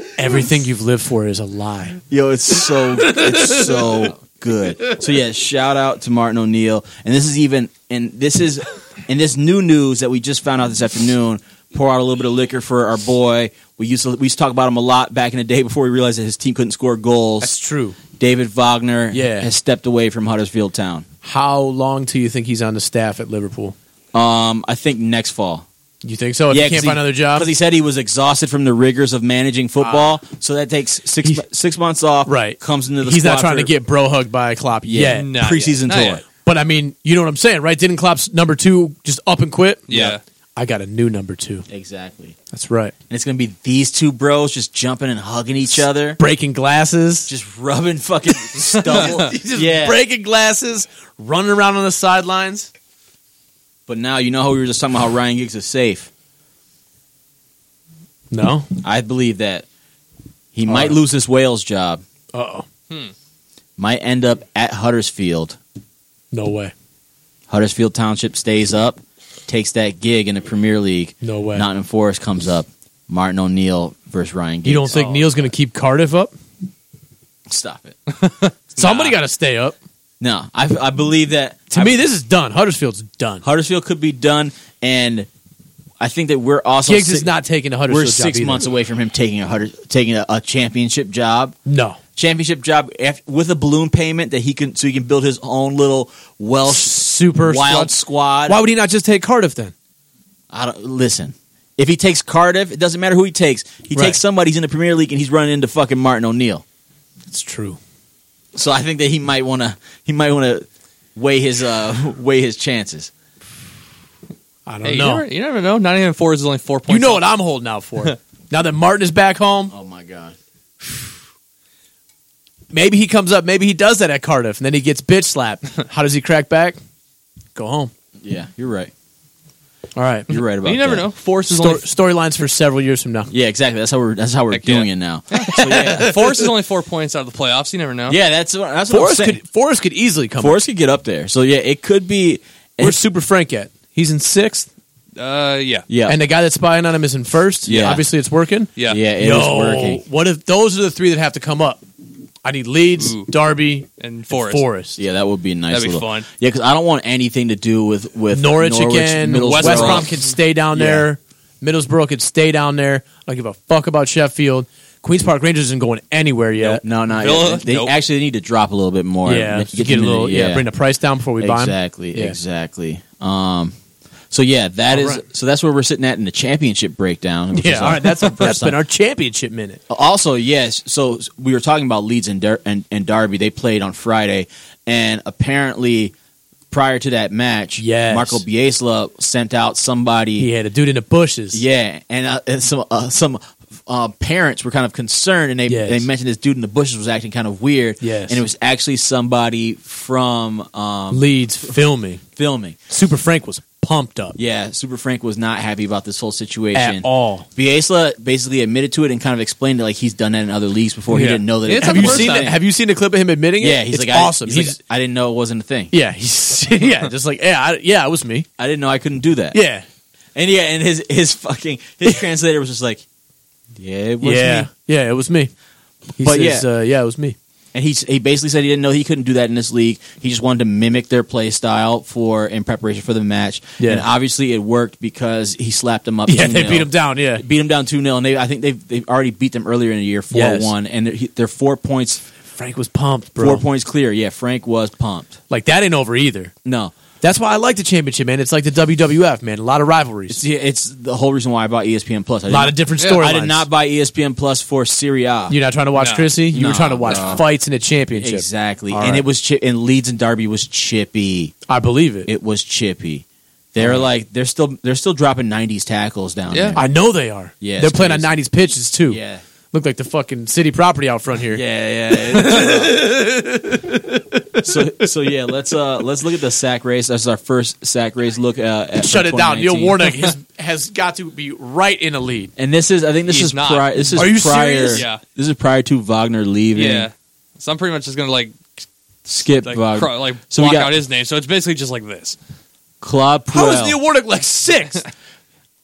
S6: Everything you've lived for is a lie.
S3: Yo, it's so it's so good. So yeah, shout out to Martin O'Neill. And this is even and this is and this new news that we just found out this afternoon. Pour out a little bit of liquor for our boy. We used to we used to talk about him a lot back in the day before we realized that his team couldn't score goals.
S6: That's true.
S3: David Wagner
S6: Yeah.
S3: has stepped away from Huddersfield Town.
S6: How long till you think he's on the staff at Liverpool?
S3: Um, I think next fall.
S6: You think so? If Oh, he can't find another job, Ah.
S3: because he said he was exhausted from the rigors of managing football. so that takes six
S6: He-
S3: six months off.
S6: right?
S3: comes into the
S6: He's not
S3: squad
S6: trying to
S3: for-
S6: get bro hugged by Klopp
S3: yeah,
S6: yet.
S5: Not
S3: preseason
S5: yet. Not
S3: tour.
S5: yet.
S6: But I mean, you know what I'm saying, right? Didn't Klopp's number two just up and quit?
S5: Yeah,
S6: I got a new number two.
S3: Exactly.
S6: That's right.
S3: And it's going to be these two bros just jumping and hugging each other,
S6: Breaking glasses,
S3: just rubbing fucking stubble.
S6: just
S3: yeah.
S6: breaking glasses, running around on the sidelines.
S3: But now you know how we were just talking about how Ryan Giggs is safe.
S6: No.
S3: I believe that he might lose his Wales job,
S6: Uh oh.
S3: might end up at Huddersfield.
S6: No way.
S3: Huddersfield Township stays up, takes that gig in the Premier League.
S6: No way.
S3: Nottingham Forest comes up. Martin O'Neill versus Ryan Giggs. Oh,
S6: you don't think Neil's going to keep Cardiff up?
S3: Stop it.
S6: Somebody got to stay up.
S3: No, I, I believe that.
S6: To
S3: I-
S6: me, this is done. Huddersfield's done.
S3: Huddersfield could be done, and I think that we're also
S6: Giggs
S3: si-
S6: is not taking the Huddersfield
S3: We're
S6: job
S3: six
S6: either.
S3: months away from him taking a hundred, taking a, a championship job,
S6: No.
S3: championship job af- with a balloon payment that he can so he can build his own little Welsh
S6: Super
S3: wild
S6: squad.
S3: squad.
S6: Why would he not just take Cardiff then?
S3: I don't, listen, if he takes Cardiff, it doesn't matter who he takes. He
S6: Right.
S3: takes somebody. He's in the Premier League and he's running into fucking Martin O'Neill.
S6: It's true.
S3: So I think that he might want to he might want to weigh his uh, weigh his chances.
S6: I don't
S5: Hey, you,
S6: know.
S5: never, you never know. Nottingham Forest is only four points.
S6: Oh, You know what I'm holding out for. now that Martin is back home,
S3: Oh my god.
S6: maybe he comes up, maybe he does that at Cardiff, and then he gets bitch slapped. How does he crack back? Go home.
S3: Yeah, you're right.
S6: All right.
S3: You're right about.
S5: You never
S3: that.
S5: know. Forest is
S6: Sto-
S5: only
S6: storylines for several years from now.
S3: Yeah, exactly. That's how we're that's how we're
S5: Heck yeah.
S3: doing it now. So yeah,
S5: Forest is only four points out of the playoffs. You never know.
S3: yeah, that's what, that's what I'm
S6: Forrest
S3: saying.
S6: could Forrest could easily come.
S3: Forrest could get up there. So yeah, it could be.
S6: Where's Super Frank at? He's in sixth,
S5: Uh, yeah.
S3: Yeah.
S6: and the guy that's spying on him is in first.
S3: Yeah.
S6: obviously it's working.
S5: Yeah.
S3: yeah, it is
S6: no,
S3: working.
S6: what if those are the three that have to come up? I need Leeds,
S5: Ooh.
S6: Darby,
S5: And
S6: Forest.
S5: Forest.
S6: Forest.
S3: Yeah, that would be a nice.
S5: That'd be
S3: little,
S5: fun.
S3: Yeah, because I don't want anything to do with with
S6: Norwich, again.
S3: Middlesbrough.
S6: West,
S5: West
S6: Brom
S5: Brom.
S6: could stay down there. Middlesbrough could stay down there. I don't give a fuck about Sheffield. Queens Park Rangers isn't going anywhere yet.
S3: No, not
S5: Villa?
S3: yet. They
S5: Nope.
S3: actually need to drop a little bit more.
S6: Yeah,
S3: Get
S6: just get a
S3: them in
S6: little.
S3: it,
S6: Yeah. bring the price down before we buy them.
S3: exactly,
S6: Yeah.
S3: exactly. Um, so yeah, that
S6: All
S3: is
S6: right. so
S3: so that's where we're sitting at in the championship breakdown. which is
S6: Yeah, all right. That's our,
S3: first
S6: that's been
S3: time.
S6: our championship minute.
S3: Also, yes. So we were talking about Leeds and, Der- and and Derby. They played on Friday, and apparently, prior to that match,
S6: Yes.
S3: Marco Biesla sent out somebody.
S6: He had a dude in the bushes.
S3: Yeah, and, uh, and some uh, some uh, parents were kind of concerned, and they
S6: Yes.
S3: they mentioned this dude in the bushes was acting kind of weird.
S6: Yes.
S3: and it was actually somebody from um,
S6: Leeds filming.
S3: filming.
S6: Super Frank was pumped up
S3: Yeah, Super Frank was not happy about this whole situation.
S6: at all.
S3: Biesla basically admitted to it and kind of explained that like he's done that in other leagues before. He
S6: Yeah.
S3: didn't know that.
S6: It's-
S3: it
S6: have
S3: was
S6: you
S3: a
S6: seen?
S3: thing.
S6: That, have you seen the clip of him admitting it?
S3: yeah, he's
S6: It's
S3: like
S6: awesome.
S3: I,
S6: He's,
S3: he's, like, I didn't know it wasn't a thing.
S6: yeah, he's yeah, just like yeah, I, yeah, it was me.
S3: I didn't know I couldn't do that.
S6: Yeah,
S3: and yeah, and his his fucking his translator was just like, yeah, it was
S6: yeah,
S3: me.
S6: yeah, it was me. He
S3: But
S6: says,
S3: yeah.
S6: uh, yeah, it was me.
S3: And he he basically said he didn't know he couldn't do that in this league. He just wanted to mimic their play style for in preparation for the match.
S6: Yeah.
S3: And obviously it worked because he slapped him up.
S6: Yeah, they
S3: 2-0.
S6: beat him down. Yeah,
S3: Beat him down two 0 and they I think they've they've already beat them earlier in the year four one, and they're, he- they're four points
S6: Frank was pumped, bro.
S3: four points clear. Yeah, Frank was pumped.
S6: Like that ain't over either.
S3: No,
S6: That's why I like the championship, man. It's like the WWF, man. A lot of rivalries,
S3: it's it's the whole reason why I bought E ESPN Plus. I
S6: a
S3: didn't-
S6: lot of different storylines.
S3: I did not buy E ESPN Plus for Serie A.
S6: You're not trying to watch
S5: No.
S6: Chrissy. You were
S3: No,
S6: trying to watch
S3: no.
S6: fights in a championship.
S3: Exactly,
S6: All
S3: and
S6: right.
S3: it was chi- and Leeds and Derby was chippy.
S6: I believe it.
S3: It was chippy. They're like they're still they're still dropping '90s tackles down
S5: Yeah.
S3: there.
S6: I know they are.
S3: Yeah,
S6: they're
S3: it's
S6: playing on
S3: crazy.
S6: '90s pitches too.
S3: Yeah.
S6: look like the fucking city property out front here.
S3: Yeah, yeah. so, so yeah, let's uh let's look at the sack race. This is our first sack race. Look, uh, at
S6: Shut it
S3: for
S6: down. Neil
S3: 2019.
S6: Warnock has, has got to be right in a lead.
S3: And this is, I think, this
S5: He's
S3: is
S5: not.
S3: prior. This is
S6: Are you
S3: prior.
S6: serious?
S5: Yeah.
S3: This is prior to Wagner leaving.
S5: Yeah. So I'm pretty much just gonna like
S3: Skip
S5: like
S3: Wagner.
S5: cro- like
S3: So we
S5: block
S3: got-
S5: out his name. So it's basically just like this.
S3: Claude
S6: How is
S3: Puel.
S6: Neil Warnock like sixth?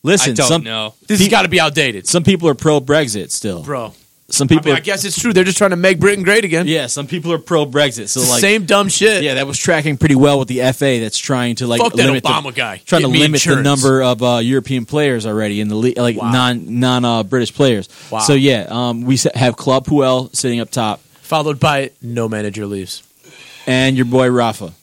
S3: Listen,
S5: I don't
S3: some
S5: know.
S6: This has got to be outdated,
S3: some people are pro Brexit still.
S6: bro.
S3: Some
S6: I,
S3: people,
S6: mean, I
S3: are-
S6: guess it's true. They're just trying to make Britain great again.
S3: yeah, some people are pro Brexit. So
S6: It's the
S3: like,
S6: same dumb shit.
S3: yeah, that was tracking pretty well with the FA. That's trying to like
S6: Fuck that
S3: limit the-
S6: Obama guy.
S3: trying
S6: Get
S3: to
S6: me
S3: limit the
S6: insurance.
S3: number of uh, European players already in the league, like
S6: Wow.
S3: non non uh, British players.
S6: Wow.
S3: So yeah, um, we s- have Claude Puel sitting up top,
S6: Followed by no manager leaves.
S3: and your boy Rafa.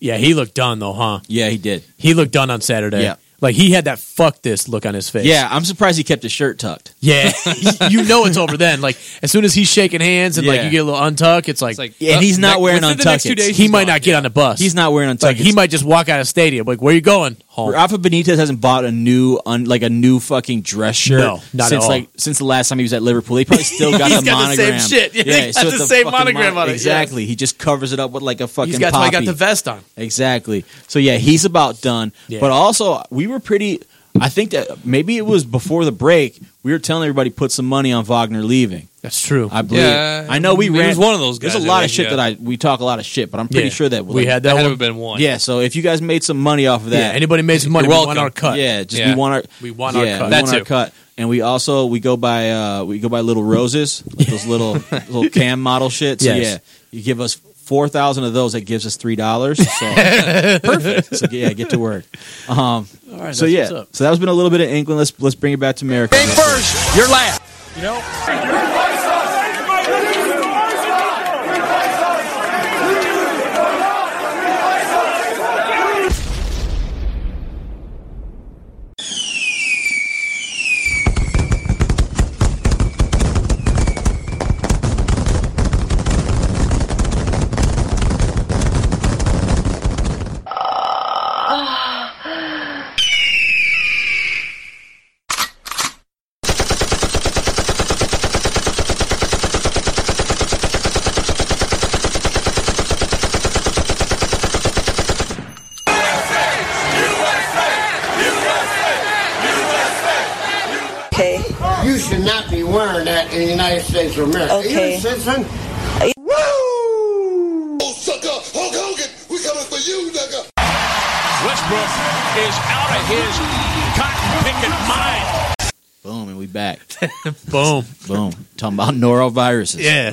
S6: Yeah, he looked done though, huh?
S3: Yeah, he did.
S6: He looked done on Saturday.
S3: Yeah.
S6: Like he had that fuck this look on his face.
S3: Yeah, I'm surprised he kept his shirt tucked.
S6: Yeah. you know it's over then. Like as soon as he's shaking hands and like
S3: Yeah.
S6: you get a little untuck, it's like,
S5: It's like
S3: Yeah, and he's not
S5: ne-
S3: wearing
S5: within the next
S3: untuckeds.
S5: two days,
S6: he
S5: he's
S6: might
S5: gone.
S6: not get on the bus.
S3: He's not wearing untucked.
S6: like he might just walk out of stadium. Like, where you going? Home.
S3: Rafa Benitez hasn't bought a new, un, like a new fucking dress shirt
S6: No, not at
S3: since
S6: all.
S3: like since the last time he was at Liverpool. He probably still got
S6: He's
S3: the
S6: got the same
S3: monogram.
S6: shit. Yeah, he's got
S3: so
S6: the
S3: it's
S6: same
S3: fucking
S6: monogram on it, yeah.
S3: Exactly. He just covers it up with like a fucking.
S6: He's got till he got
S3: poppy.
S6: the vest on.
S3: Exactly. So yeah, he's about done.
S6: Yeah.
S3: But also, we were pretty. I think that maybe it was before the break. We were telling everybody put some money on Wagner leaving.
S6: That's true.
S3: I believe.
S5: Yeah,
S3: I know we
S5: he
S3: ran.
S5: was one of those guys,
S3: There's a
S5: I
S3: lot of
S5: think,
S3: shit
S5: yeah.
S3: that I we talk a lot of shit, but I'm pretty
S6: Yeah.
S3: sure that
S6: we had
S5: That
S6: that
S5: had to
S6: one.
S5: have been one.
S3: Yeah. So if you guys made some money off of that,
S6: Yeah, anybody made some money,
S5: You're
S6: we want
S5: welcome.
S6: our cut.
S3: Yeah, just
S5: Yeah.
S3: we want our
S6: We want our
S3: yeah,
S6: cut.
S3: We
S5: That
S3: want our
S5: too.
S3: cut. And we also we go by uh we go by little roses, like those little little cam model shit. So
S6: Yes.
S3: yeah, you give us four thousand of those, that gives us three dollars. So perfect. So yeah, get to work. Um,
S6: All right,
S3: so
S6: that's
S3: yeah,
S6: what's up.
S3: so that's been a little bit of England. Let's let's bring it back to America.
S5: first, you're last.
S4: Okay.
S2: You should not be wearing that in the United States of America.
S4: Are you a Okay.
S2: citizen?
S10: Oh, sucker! Hulk Hogan, we coming for you, nigga! Westbrook is out of his cotton picking mind.
S3: Boom, and we back.
S6: Boom.
S3: Boom. Talking about noroviruses.
S6: Yeah.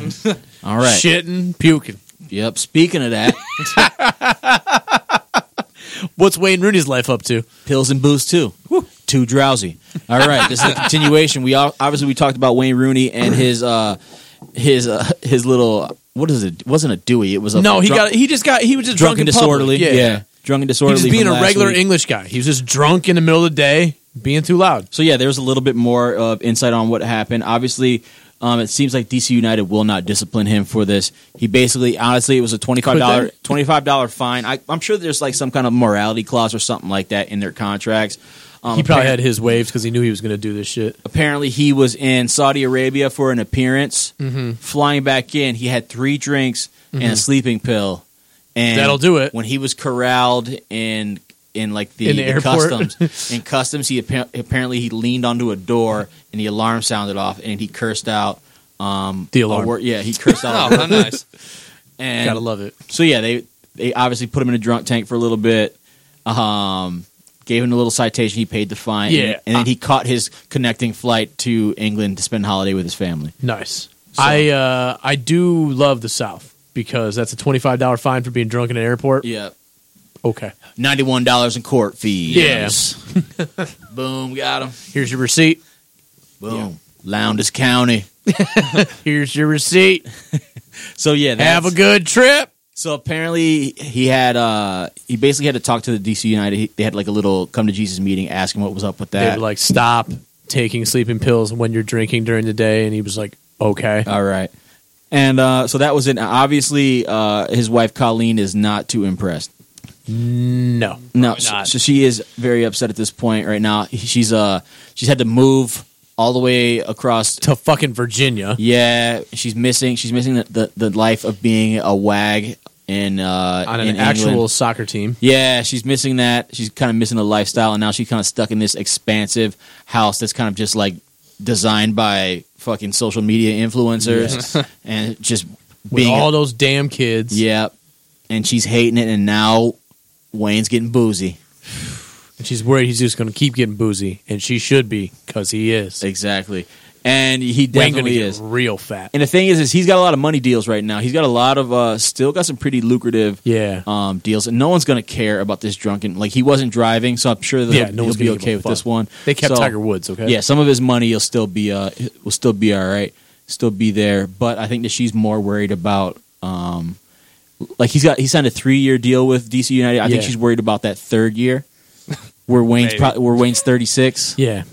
S3: All right.
S6: Shitting, puking.
S3: Yep. Speaking of that,
S6: What's Wayne Rooney's life up to?
S3: pills and booze too. Too drowsy. All right. This is a continuation. We all, obviously we talked about Wayne Rooney and his uh his uh, his little what is it? it? Wasn't a Dewey. It was a
S6: No, he
S3: drunk-
S6: got. He just got. He was just drunk,
S3: drunk and
S6: in public.
S3: disorderly.
S6: Yeah.
S3: yeah. Drunk and
S6: He
S3: disorderly.
S6: was just being
S3: from
S6: a
S3: last
S6: regular
S3: week.
S6: English guy. He was just drunk in the middle of the day, being too loud.
S3: So yeah, there was a little bit more of insight on what happened. Obviously, um, it seems like DC United will not discipline him for this. He basically, honestly, it was a twenty five dollar twenty five dollar fine. I, I'm sure there's like some kind of morality clause or something like that in their contracts. Um,
S6: He probably
S3: apparent-
S6: had his waves because he knew he was going to do this shit.
S3: apparently he was in Saudi Arabia for an appearance.
S6: Mm-hmm.
S3: Flying back in, he had three drinks and a sleeping pill. And
S6: That'll do it.
S3: When he was corralled in in like the,
S6: In the
S3: the
S6: airport.
S3: customs, in customs, he appa- apparently he leaned onto a door and the alarm sounded off and he cursed out um,
S6: The
S3: a
S6: alarm.
S3: word- yeah, he cursed out.
S5: Oh,
S3: a
S5: how
S3: word.
S5: nice.
S3: And
S6: Gotta love it.
S3: so yeah, they they obviously put him in a drunk tank for a little bit. Um, gave him a little citation. He paid the fine.
S6: Yeah.
S3: and, and then he caught his connecting flight to England to spend holiday with his family.
S6: Nice. I uh, I do love the South because that's a twenty five dollar fine for being drunk in an airport.
S3: Yeah,
S6: Okay.
S3: ninety one dollars in court fees.
S6: Yeah.
S3: boom, got him.
S6: Here's your receipt.
S3: Boom, Lowndes County.
S6: Here's your receipt.
S3: So yeah, that's,
S6: Have a good trip.
S3: So apparently he had uh he basically had to talk to the DC United. He, they had like a little come to Jesus meeting, asking what was up with
S6: They
S3: that.
S6: were like, stop taking sleeping pills when you're drinking during the day, and he was like, okay.
S3: All right. And uh, so that was it. Obviously, uh, his wife Colleen is not too impressed.
S6: No.
S3: No,
S5: Probably not.
S3: so she is very upset at this point right now. She's uh she's had to move all the way across.
S6: To fucking Virginia.
S3: Yeah, she's missing she's missing the, the, the life of being a wag in uh
S6: On an
S3: in
S6: actual
S3: England.
S6: soccer team.
S3: Yeah, she's missing that. She's kind of missing the lifestyle, and now she's kind of stuck in this expansive house that's kind of just like designed by fucking social media influencers and just
S6: With
S3: being
S6: all those damn kids.
S3: Yep. And she's hating it, and now Wayne's getting boozy.
S6: And she's worried he's just going to keep getting boozy, and she should be because he is.
S3: Exactly. And he
S6: Wayne gonna
S3: definitely
S6: get
S3: is.
S6: real fat.
S3: And the thing is, is he's got a lot of money deals right now. He's got a lot of, uh, still got some pretty lucrative
S6: Yeah.
S3: um, deals, and no one's going to care about this drunken. Like he wasn't driving, so I'm sure that
S6: Yeah,
S3: he'll,
S6: no one's
S3: he'll be
S6: gonna give
S3: okay
S6: a
S3: with
S6: fuck.
S3: this one.
S6: They kept
S3: So,
S6: Tiger Woods, okay?
S3: Yeah, some of his money will still be uh will still be all right, still be there. But I think that she's more worried about um like he's got he signed a three year deal with DC United. I think
S6: Yeah.
S3: she's worried about that third year. Where Wayne's
S5: Maybe.
S3: pro- where Wayne's thirty six.
S6: Yeah. And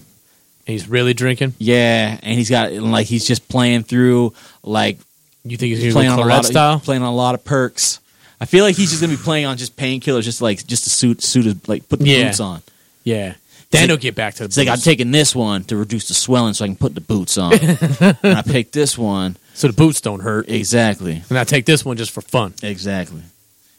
S6: he's really drinking.
S3: Yeah, and he's got and, like he's just playing through like
S6: You think he's
S3: he's
S6: going
S3: playing
S6: to
S3: on a
S6: go
S3: lot
S6: Claret
S3: of,
S6: style?
S3: he's playing on a lot of perks. I feel like he's just gonna be playing on just painkillers, just like just to suit suit his like put the
S6: Yeah.
S3: boots on.
S6: Yeah. Then
S3: like-
S6: he'll get back to the
S3: It's like I'm
S6: booze.
S3: taking this one to reduce the swelling so I can put the boots on. and I picked this one.
S6: so the boots don't hurt.
S3: Exactly.
S6: And I take this one just for fun.
S3: Exactly.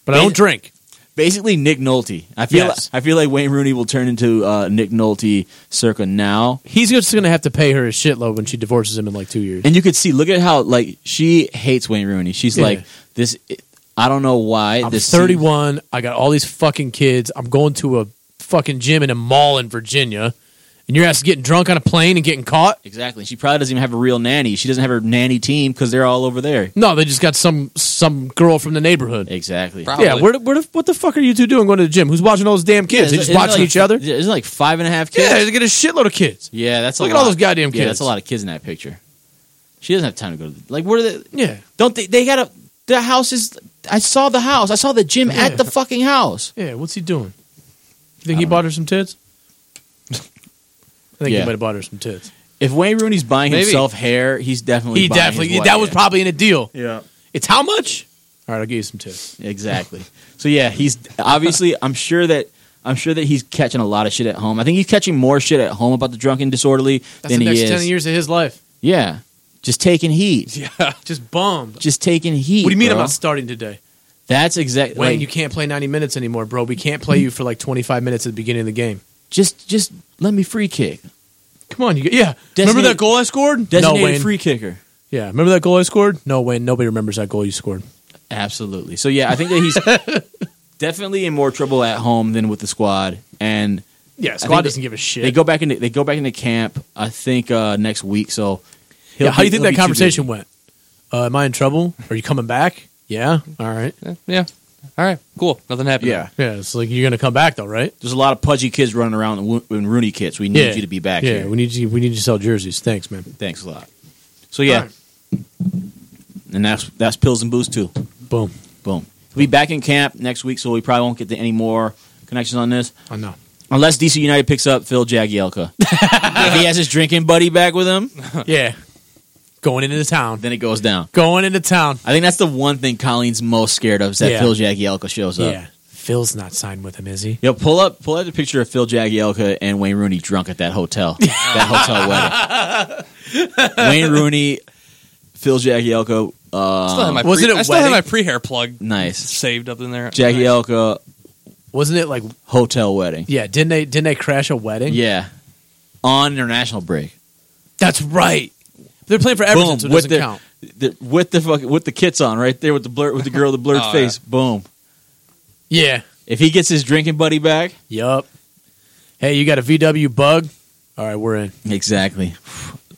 S6: But I don't drink.
S3: Basically Nick Nolte. I feel
S6: Yes.
S3: I feel like Wayne Rooney will turn into uh, Nick Nolte circa now.
S6: He's just going to have to pay her a shitload when she divorces him in like two years.
S3: And you could see look at how like she hates Wayne Rooney. She's
S6: Yeah.
S3: like this I don't know why
S6: I'm
S3: this
S6: 31. I got all these fucking kids. I'm going to a fucking gym in a mall in Virginia. And your ass is getting drunk on a plane and getting caught?
S3: Exactly. She probably doesn't even have a real nanny. She doesn't have her nanny team because they're all over there.
S6: No, they just got some some girl from the neighborhood.
S3: Exactly.
S5: Probably.
S6: Yeah, where, the- where the, what the fuck are you two doing going to the gym? Who's watching all those damn kids? they
S3: Isn't-
S6: just
S3: isn't
S6: watching
S3: like-
S6: each other?
S3: Isn't it like five and a half kids?
S6: Yeah, they get a shitload of kids.
S3: Yeah, that's a
S6: Look at
S3: lot.
S6: all those goddamn
S3: Yeah,
S6: kids.
S3: that's a lot of kids in that picture. She doesn't have time to go to the, like. What are they?
S6: Yeah.
S3: Don't they? They got a the house is. I saw the house. I saw the gym at the fucking house.
S6: Yeah, what's he doing? You think he bought her some tits? I think
S3: Yeah.
S6: he might have bought her some tits.
S3: If Wayne Rooney's buying
S5: Maybe.
S3: himself hair, he's definitely
S6: He
S3: buying
S6: definitely
S3: his wife
S6: that was
S3: hair.
S6: probably in a deal.
S9: Yeah.
S6: It's how much? All right, I'll give you some tits.
S3: exactly. So yeah, he's obviously. I'm sure that. I'm sure that he's catching a lot of shit at home. I think he's catching more shit at home about the drunken disorderly
S6: That's
S3: than
S6: the next
S3: he is.
S6: ten years of his life.
S3: Yeah, just taking heat.
S6: Yeah, just bummed.
S3: Just taking heat.
S6: What do you mean
S3: bro.
S6: I'm not starting today?
S3: That's exactly.
S6: Wayne,
S3: Like,
S6: you can't play 90 minutes anymore, bro. We can't play you for like 25 minutes at the beginning of the game.
S3: just just let me free kick.
S6: Come on, you get, yeah. Remember
S3: Designated-
S6: that goal I scored? No,
S3: Designated
S6: Wayne.
S3: free kicker.
S6: yeah, remember that goal I scored? No, Wayne. Nobody remembers that goal you scored.
S3: Absolutely. So yeah, I think that he's definitely in more trouble at home than with the squad. And
S11: Yeah,
S3: I
S11: squad
S3: think
S11: doesn't
S3: they-
S11: give a shit.
S3: They go back into they go back into camp. I think uh, next week. So he'll
S6: Yeah, how do
S3: be-
S6: you think
S3: he'll be
S6: that
S3: too
S6: conversation went? Uh, am I in trouble? Are you coming back? Yeah. All right.
S5: Yeah. All right. Cool. Nothing happened.
S3: Yeah.
S6: Yeah. It's like you're gonna come back though, right?
S3: There's a lot of pudgy kids running around in Wo- in Rooney kits. We need you to be back
S6: Yeah.
S3: here.
S6: We need you. We need you to sell jerseys. Thanks, man.
S3: Thanks a lot. So yeah, and that's that's pills and booze too.
S6: Boom,
S3: boom. We'll be back in camp next week, so we probably won't get to any more connections on this.
S6: I know.
S3: Unless DC United picks up Phil Jagielka, if he has his drinking buddy back with him,
S6: yeah, going into town,
S3: then it goes down.
S6: Going into town.
S3: I think that's the one thing Colleen's most scared of is that
S6: Yeah.
S3: Phil Jagielka shows up.
S6: Yeah. Phil's not signed with him, is he?
S3: Yo, pull up, pull out the picture of Phil Jagielka and Wayne Rooney drunk at that hotel, that hotel wedding. Wayne Rooney, Phil Jagielka. Uh,
S5: Still have my
S3: was
S5: pre-
S3: it at
S5: I still have my
S3: wedding?
S5: pre-hair plug
S3: Nice.
S5: saved up in there.
S3: Jagielka
S6: wasn't it like
S3: hotel wedding?
S6: Yeah. Didn't they? Didn't they crash a wedding?
S3: Yeah, on international break.
S6: That's right. They're playing for Everton, so it
S3: with
S6: doesn't
S3: the,
S6: count.
S3: the- with the fucking, with the kits on right there with the blur with the girl with the blurred
S6: Oh,
S3: face. Boom.
S6: Yeah.
S3: If he gets his drinking buddy back,
S6: Yup. Hey, you got a VW bug? All right, we're in.
S3: exactly.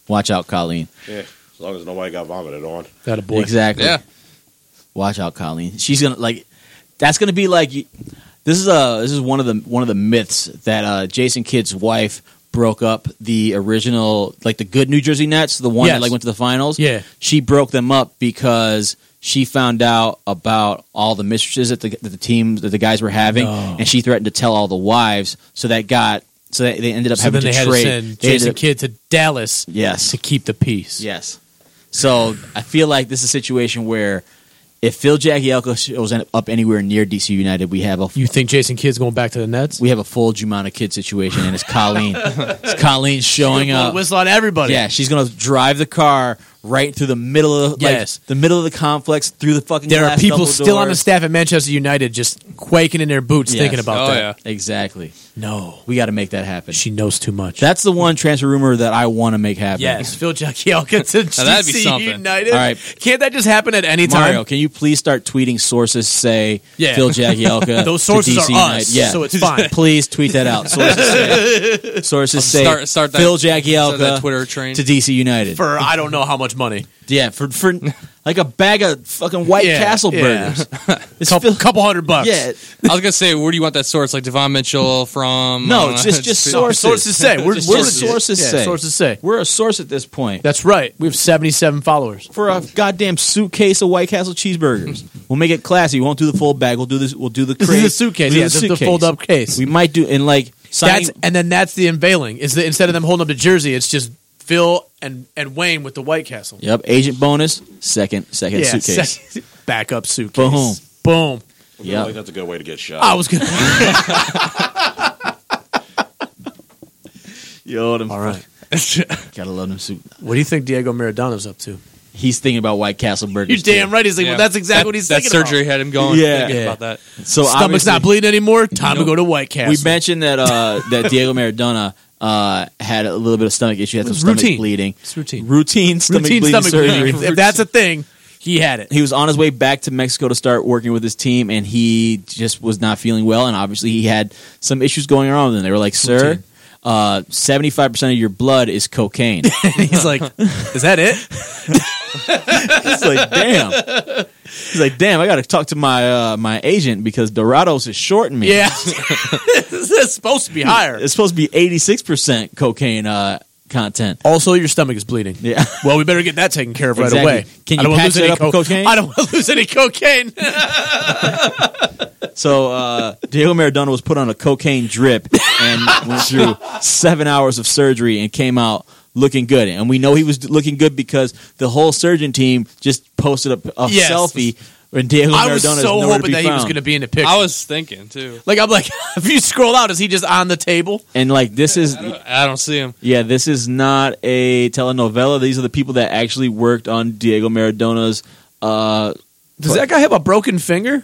S3: Watch out, Colleen.
S9: Yeah, as long as nobody got vomited on.
S6: That a
S3: Exactly. Watch out, Colleen. She's gonna like. That's gonna be like. This is a. This is one of the one of the myths that uh, Jason Kidd's wife broke up the original, like the good New Jersey Nets, the one
S6: Yes.
S3: that like went to the finals.
S6: Yeah.
S3: she broke them up because she found out about all the mistresses that the, that the team that the guys were having,
S6: No.
S3: and she threatened to tell all the wives. So that got. So that they ended up
S6: So
S3: having
S6: then they
S3: to
S6: had to
S3: trade.
S6: send
S3: they ended
S6: Jason
S3: up-
S6: Kidd to Dallas.
S3: Yes. To
S6: keep the peace.
S3: Yes. So I feel like this is a situation where if Phil Jagielka shows up anywhere near DC United, we have a
S6: You think Jason Kidd's going back to the Nets?
S3: we have a full Jumana Kid situation, and it's Colleen. it's Colleen showing
S6: Blow the
S3: up.
S6: whistle on everybody.
S3: Yeah, she's gonna drive the car right through the middle of like,
S6: Yes.
S3: the middle of the complex through the fucking.
S6: There are
S3: glass
S6: people
S3: double
S6: still on the
S3: doors.
S6: staff at Manchester United just quaking in their boots
S3: Yes. Oh,
S6: thinking
S5: Oh,
S6: about that.
S3: Exactly.
S6: No,
S3: we got to make that happen.
S6: She knows too much.
S3: That's the one transfer rumor that I want to make happen.
S6: Yes, Phil Jagielka to
S3: Now that'd be
S6: DC
S3: something.
S6: United.
S3: All right.
S6: Can't that just happen at any time?
S3: Mario, can you please start tweeting sources say
S6: Yeah.
S3: Phil Jagielka?
S6: Those
S3: to
S6: sources
S3: DC
S6: are us,
S3: United? Yeah.
S6: so it's fine. Um,
S3: please tweet that out. Sources say, sources say
S6: Start- start that-
S3: Phil
S6: start
S3: Jagielka
S6: that Twitter train.
S3: to DC United.
S6: For I don't know how much money.
S3: yeah, for, for like a bag of fucking White
S6: Yeah,
S3: Castle
S6: yeah.
S3: burgers.
S6: couple, couple hundred bucks.
S3: Yeah.
S5: I was gonna say, where do you want that source? Like Devon Mitchell from?
S3: No,
S5: uh,
S3: it's just just sources.
S6: sources say. We're-
S3: Just
S6: we're legit.
S3: sources
S6: Yeah,
S3: say.
S6: sources say.
S3: We're a source at this point.
S6: That's right. We have 77 followers.
S3: for a goddamn suitcase of White Castle cheeseburgers. we'll make it classy. We won't do the full bag. We'll do this. We'll do the
S6: This
S3: crate.
S6: is the suitcase.
S3: We'll do
S6: Yeah, the- the fold-up case.
S3: We might do and like signing.
S6: That's and then that's the unveiling. Is that instead of them holding up the jersey, it's just Phil and and Wayne with the White Castle.
S3: yep, agent bonus. Second, second suitcase.
S6: sec- backup suitcase. Boom, boom.
S9: Yeah, like that's a good way to get shot.
S6: I was gonna.
S3: Yo, them.
S6: All right.
S3: Gotta love them suit.
S6: What do you think Diego Maradoni's up to?
S3: He's thinking about White Castle
S6: You're
S3: burgers.
S6: damn
S3: too.
S6: right. He's like, well, that's exactly what he's
S5: that
S6: thinking.
S5: surgery
S6: about.
S5: had him going.
S3: Yeah.
S5: thinking
S3: Yeah.
S5: about that.
S3: So
S6: Stomach's not
S3: obviously-
S6: bleeding anymore. Time to go to White Castle.
S3: We mentioned that uh, that Diego Maradona uh, had a little bit of stomach issue, had some
S6: It's
S3: stomach
S6: routine.
S3: bleeding.
S6: It's routine.
S3: Routine stomach
S6: Routine
S3: bleeding
S6: stomach
S3: surgery.
S6: bleeding. If that's a thing, he had it.
S3: He was on his way back to Mexico to start working with his team, and he just was not feeling well. And obviously, he had some issues going on with him. They were like, "Sir, uh, seventy-five percent of your blood is cocaine."
S6: he's like, "Is that it?"
S3: he's like, "Damn." He's like, "Damn, I got to talk to my uh, my agent because Dorados is shorting me."
S6: Yeah, this is supposed to be higher.
S3: It's supposed to be eighty-six percent cocaine uh, content.
S6: Also, your stomach is bleeding.
S3: Yeah.
S6: Well, we better get that taken care of right
S3: Exactly.
S6: away.
S3: Can
S6: I
S3: you
S6: don't wanna
S3: patch
S6: lose
S3: it
S6: any
S3: up with cocaine?
S6: I don't want to lose any cocaine.
S3: So uh, Diego Maradona was put on a cocaine drip and went through seven hours of surgery and came out looking good. And we know he was looking good because the whole surgeon team just posted up a
S6: Yes.
S3: selfie. And Diego
S6: I
S3: Maradona
S6: was
S3: is
S6: so
S3: nowhere to
S6: hoping
S3: be
S6: that he was
S3: found.
S6: going to be in the picture.
S5: I was thinking too.
S6: like, I'm like, if you scroll out, is he just on the table?
S3: And like this is,
S5: I don't see him.
S3: yeah, this is not a telenovela. These are the people that actually worked on Diego Maradona's. Uh,
S6: Does that guy have a broken finger?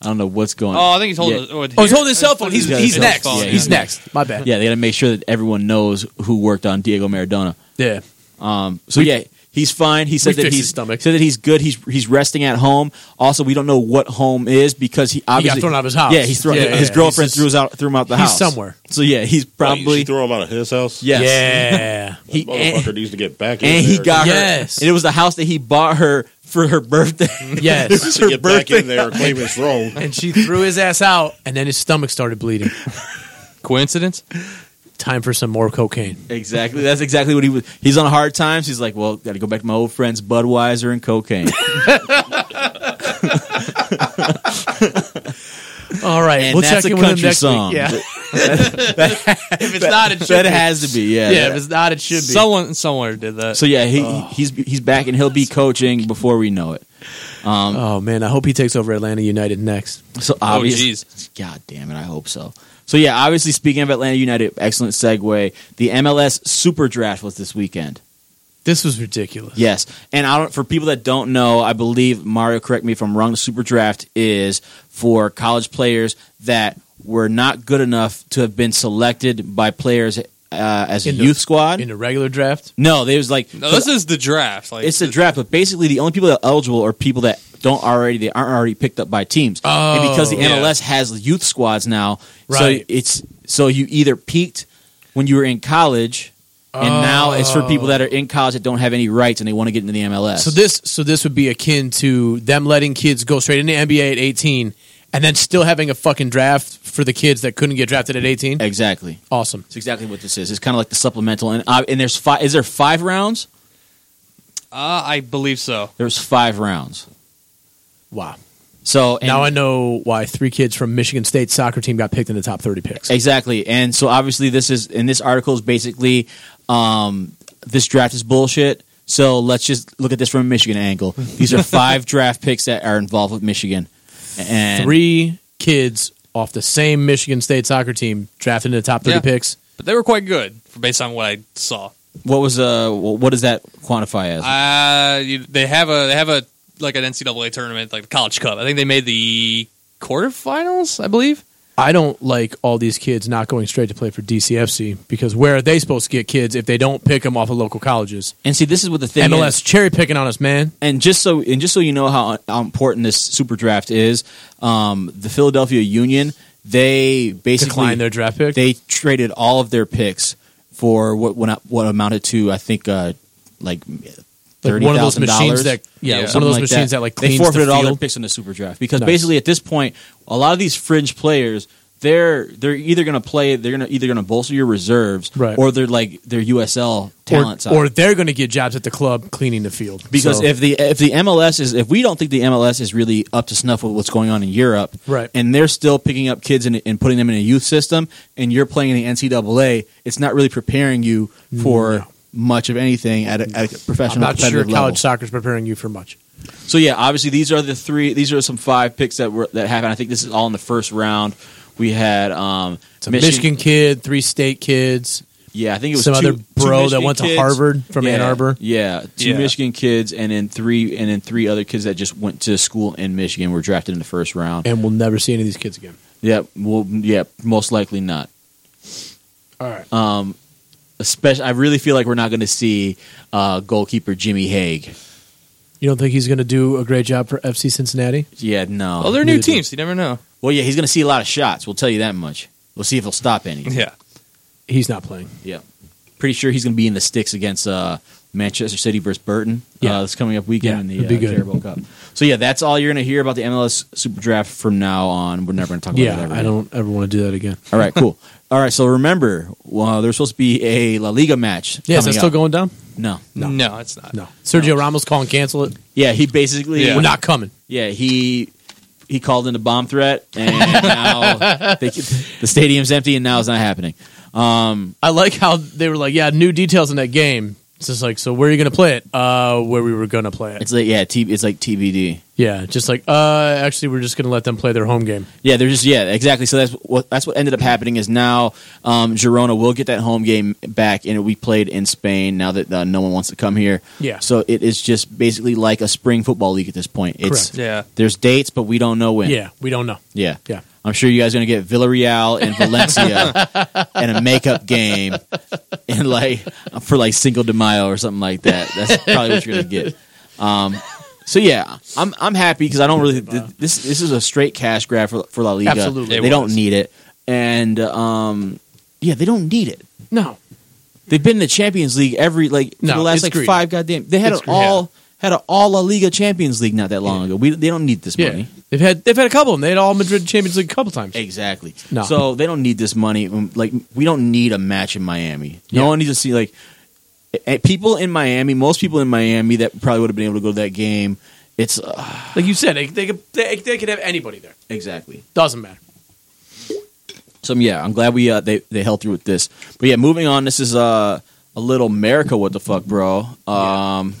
S3: I don't know what's going.
S5: Oh, I think he's holding.
S3: Yeah.
S5: Oh,
S6: Oh, he's holding his cell phone. He's
S3: Yeah,
S6: he's
S3: his
S6: next.
S3: phone, yeah,
S6: he's next. My bad.
S3: Yeah, they got to make sure that everyone knows who worked on Diego Maradona.
S6: Yeah.
S3: Um, so yeah, He's fine. He
S6: We
S3: said that
S6: fixed
S3: he's
S6: his stomach.
S3: said that he's good. He's he's resting at home. Also, we don't know what home is because he obviously
S6: thrown out of his house.
S3: Yeah, he's thrown.
S6: Yeah,
S3: his
S6: yeah.
S3: girlfriend
S6: He's just-
S3: threw us out threw him out the
S6: he's
S3: house
S6: somewhere.
S3: So yeah, he's
S9: Wait,
S3: probably
S9: she threw him out of his house.
S3: yes.
S6: Yeah.
S3: He
S9: motherfucker
S3: and,
S9: needs to get back. in
S3: and he
S9: there.
S3: got
S6: Yes.
S3: her. And it was the house that he bought her for her birthday.
S6: Yes.
S3: it was her
S9: get back
S3: birthday.
S9: in there and claim it's wrong.
S6: and she threw his ass out, and then his stomach started bleeding.
S5: Coincidence?
S6: Time for some more cocaine.
S3: Exactly. That's exactly what he was. He's on hard times. He's like, well, got to go back to my old friends, Budweiser and cocaine.
S6: All right,
S3: And
S6: we'll
S3: that's
S6: check
S3: a
S6: in with him
S3: country
S6: next
S3: song.
S6: week. Yeah, if it's not, it should
S3: that
S6: be.
S3: has to be. Yeah. Oh.
S6: yeah, if it's not, it should be.
S5: Someone somewhere did that.
S3: so yeah, he, he's he's back and he'll be coaching before we know it. Um,
S6: oh man, I hope he takes over Atlanta United next.
S3: So
S5: oh,
S3: obviously,
S5: jeez.
S3: God damn it, I hope so. So yeah, obviously speaking of Atlanta United, excellent segue. The MLS Super Draft was this weekend.
S6: This was ridiculous.
S3: Yes, and I don't. For people that don't know, I believe Mario. Correct me if I'm wrong. The Super Draft is for college players that were not good enough to have been selected by players uh, as a
S6: In the-
S3: youth squad.
S6: in the regular draft.
S3: no, they was like
S5: No, this is the draft. Like
S3: it's a draft, but basically the only people that are eligible are people that don't already they aren't already picked up by teams.
S6: Oh,
S3: and because the
S5: yeah.
S3: MLS has youth squads now, so
S6: Right.
S3: it's so you either peaked when you were in college, and now it's for
S5: Oh.
S3: people that are in college that don't have any rights and they want to get into the MLS.
S6: So this, so this would be akin to them letting kids go straight into NBA at eighteen, and then still having a fucking draft for the kids that couldn't get drafted at eighteen.
S3: exactly.
S6: Awesome.
S3: It's exactly what this is. It's kind of like the supplemental, and uh, and there's five. Is there five rounds?
S5: uh, I believe so.
S3: There's five rounds.
S6: Wow.
S3: So and-
S6: now I know why three kids from Michigan State soccer team got picked in the top thirty picks.
S3: Exactly. And so obviously this is and this article is basically um, this draft is bullshit. So let's just look at this from a Michigan angle. These are five draft picks that are involved with Michigan. And
S6: Three kids off the same Michigan State soccer team drafted in the top thirty
S5: Yeah.
S6: picks.
S5: But they were quite good based on what I saw.
S3: what was uh what does that quantify as?
S5: Uh, you, they have a they have a like an NCAA tournament, like the College Cup. I think they made the quarterfinals, I believe.
S6: I don't like all these kids not going straight to play for DCFC because where are they supposed to get kids if they don't pick them off of local colleges?
S3: and see this is what the thing
S6: MLS
S3: is.
S6: cherry picking on us, man.
S3: And just so and just so you know how, how important this super draft is, um, the Philadelphia Union, they basically
S6: Decline their draft pick.
S3: they traded all of their picks for what what, what amounted to I think uh, like
S6: Like
S3: thirty
S6: one of those
S3: thousand
S6: machines
S3: dollars.
S6: that- yeah,
S5: one of
S6: those machines that, like,
S3: they
S6: cleans
S3: forfeited
S6: the
S3: all their
S6: field.
S3: picks in the super draft because
S6: Nice.
S3: basically at this point a lot of these fringe players. They're they're either gonna play they're gonna either gonna bolster your reserves
S6: Right.
S3: or they're like their USL
S6: or,
S3: talent side.
S6: or they're going to get jobs at the club cleaning the field
S3: Because
S6: So-
S3: if the if the MLS is if we don't think the MLS is really up to snuff with what's going on in Europe,
S6: Right.
S3: And they're still picking up kids and, and putting them in a youth system, and you're playing in the NCAA, it's not really preparing you for much of anything at a, at a professional
S6: Mm, I'm not sure college
S3: competitive level.
S6: soccer is preparing you for much.
S3: So yeah, obviously these are the three. These are some five picks that were that happened. I think this is all in the first round. We had um,
S6: It's a Michigan kid, three state kids,
S3: Yeah, I think it was
S6: some
S3: two-
S6: other
S3: two
S6: bro that
S3: Michigan
S6: went to
S3: kids.
S6: Harvard from Ann
S3: Yeah,
S6: Arbor.
S3: Yeah, two
S5: Yeah.
S3: Michigan kids, and then three, and then three other kids that just went to school in Michigan were drafted in the first round.
S6: and we'll never see any of these kids again.
S3: yeah, well, yeah, most likely not.
S6: All right.
S3: Especially, I really feel like we're not going to see uh, goalkeeper Jimmy Haig.
S6: you don't think he's going to do a great job for FC Cincinnati?
S3: Yeah, no.
S5: Well, they're new
S6: neither do-
S5: teams. You never know.
S3: well, yeah, he's going to see a lot of shots. We'll tell you that much. We'll see if he'll stop any.
S5: Yeah,
S6: He's not playing.
S3: Yeah. Pretty sure he's going to be in the sticks against uh, Manchester City versus Burton.
S6: Yeah.
S3: Uh, this coming up weekend
S6: Yeah,
S3: in the
S6: it'd
S3: uh,
S6: be good.
S3: Carabao Cup. So, yeah, that's all you're going to hear about the MLS Super Draft from now on. We're never going to talk about that
S6: Yeah,
S3: ever
S6: I
S3: again.
S6: don't ever want to do that again.
S3: All right, cool. all right, so remember, well, there's supposed to be a La Liga match.
S6: Yeah, is that
S3: coming
S6: still
S3: up.
S6: going down?
S3: No.
S5: no, it's not.
S6: No. Sergio Ramos calling cancel it.
S3: Yeah, he basically.
S5: Yeah.
S6: We're not coming.
S3: Yeah, he. He called in a bomb threat, and now they, the stadium's empty, and now it's not happening.
S6: I like how they were like, yeah, new details in that game. It's just like, so where are you going to play it? Uh, where we were going to play it.
S3: It's like yeah, T, it's like TBD.
S6: Yeah, just like, uh, actually, we're just going to let them play their home game.
S3: Yeah, they're just yeah, exactly. So that's what that's what ended up happening is now um, Girona will get that home game back, and we played in Spain. Now that uh, no one wants to come here,
S6: Yeah.
S3: So it is just basically like a spring football league at this point. It's
S6: Correct.
S5: Yeah.
S3: There's dates, but we don't know when.
S6: Yeah, we don't know.
S3: yeah,
S6: Yeah.
S3: I'm sure you guys are going to get Villarreal and Valencia and a makeup game and like for like Cinco de Mayo or something like that. That's probably what you're going to get. Um, so yeah, I'm I'm happy because I don't really this this is a straight cash grab for for La Liga.
S6: Absolutely.
S3: they
S6: It
S3: don't
S6: was.
S3: need it, and um, yeah, they don't need it.
S6: No,
S3: They've been in the Champions League every like for
S6: No,
S3: the last
S6: it's
S3: like
S6: greedy.
S3: five goddamn. They had
S6: It's
S3: an
S6: greedy.
S3: all had an all La Liga Champions League not that long ago. We they don't need this
S6: Yeah.
S3: money.
S6: They've had they've had a couple of them. They had all Madrid Champions League a couple times.
S3: Exactly.
S6: No.
S3: So they don't need this money. Um, Like we don't need a match in Miami. No one needs to see like eh, people in Miami. Most people in Miami that probably would have been able to go to that game. It's uh,
S6: Like you said, they they could, they, they could have anybody there.
S3: exactly.
S6: Doesn't matter.
S3: So yeah, I'm glad we uh, they they held through with this. But yeah, moving on. This is uh, a little America. What the fuck, bro? Um,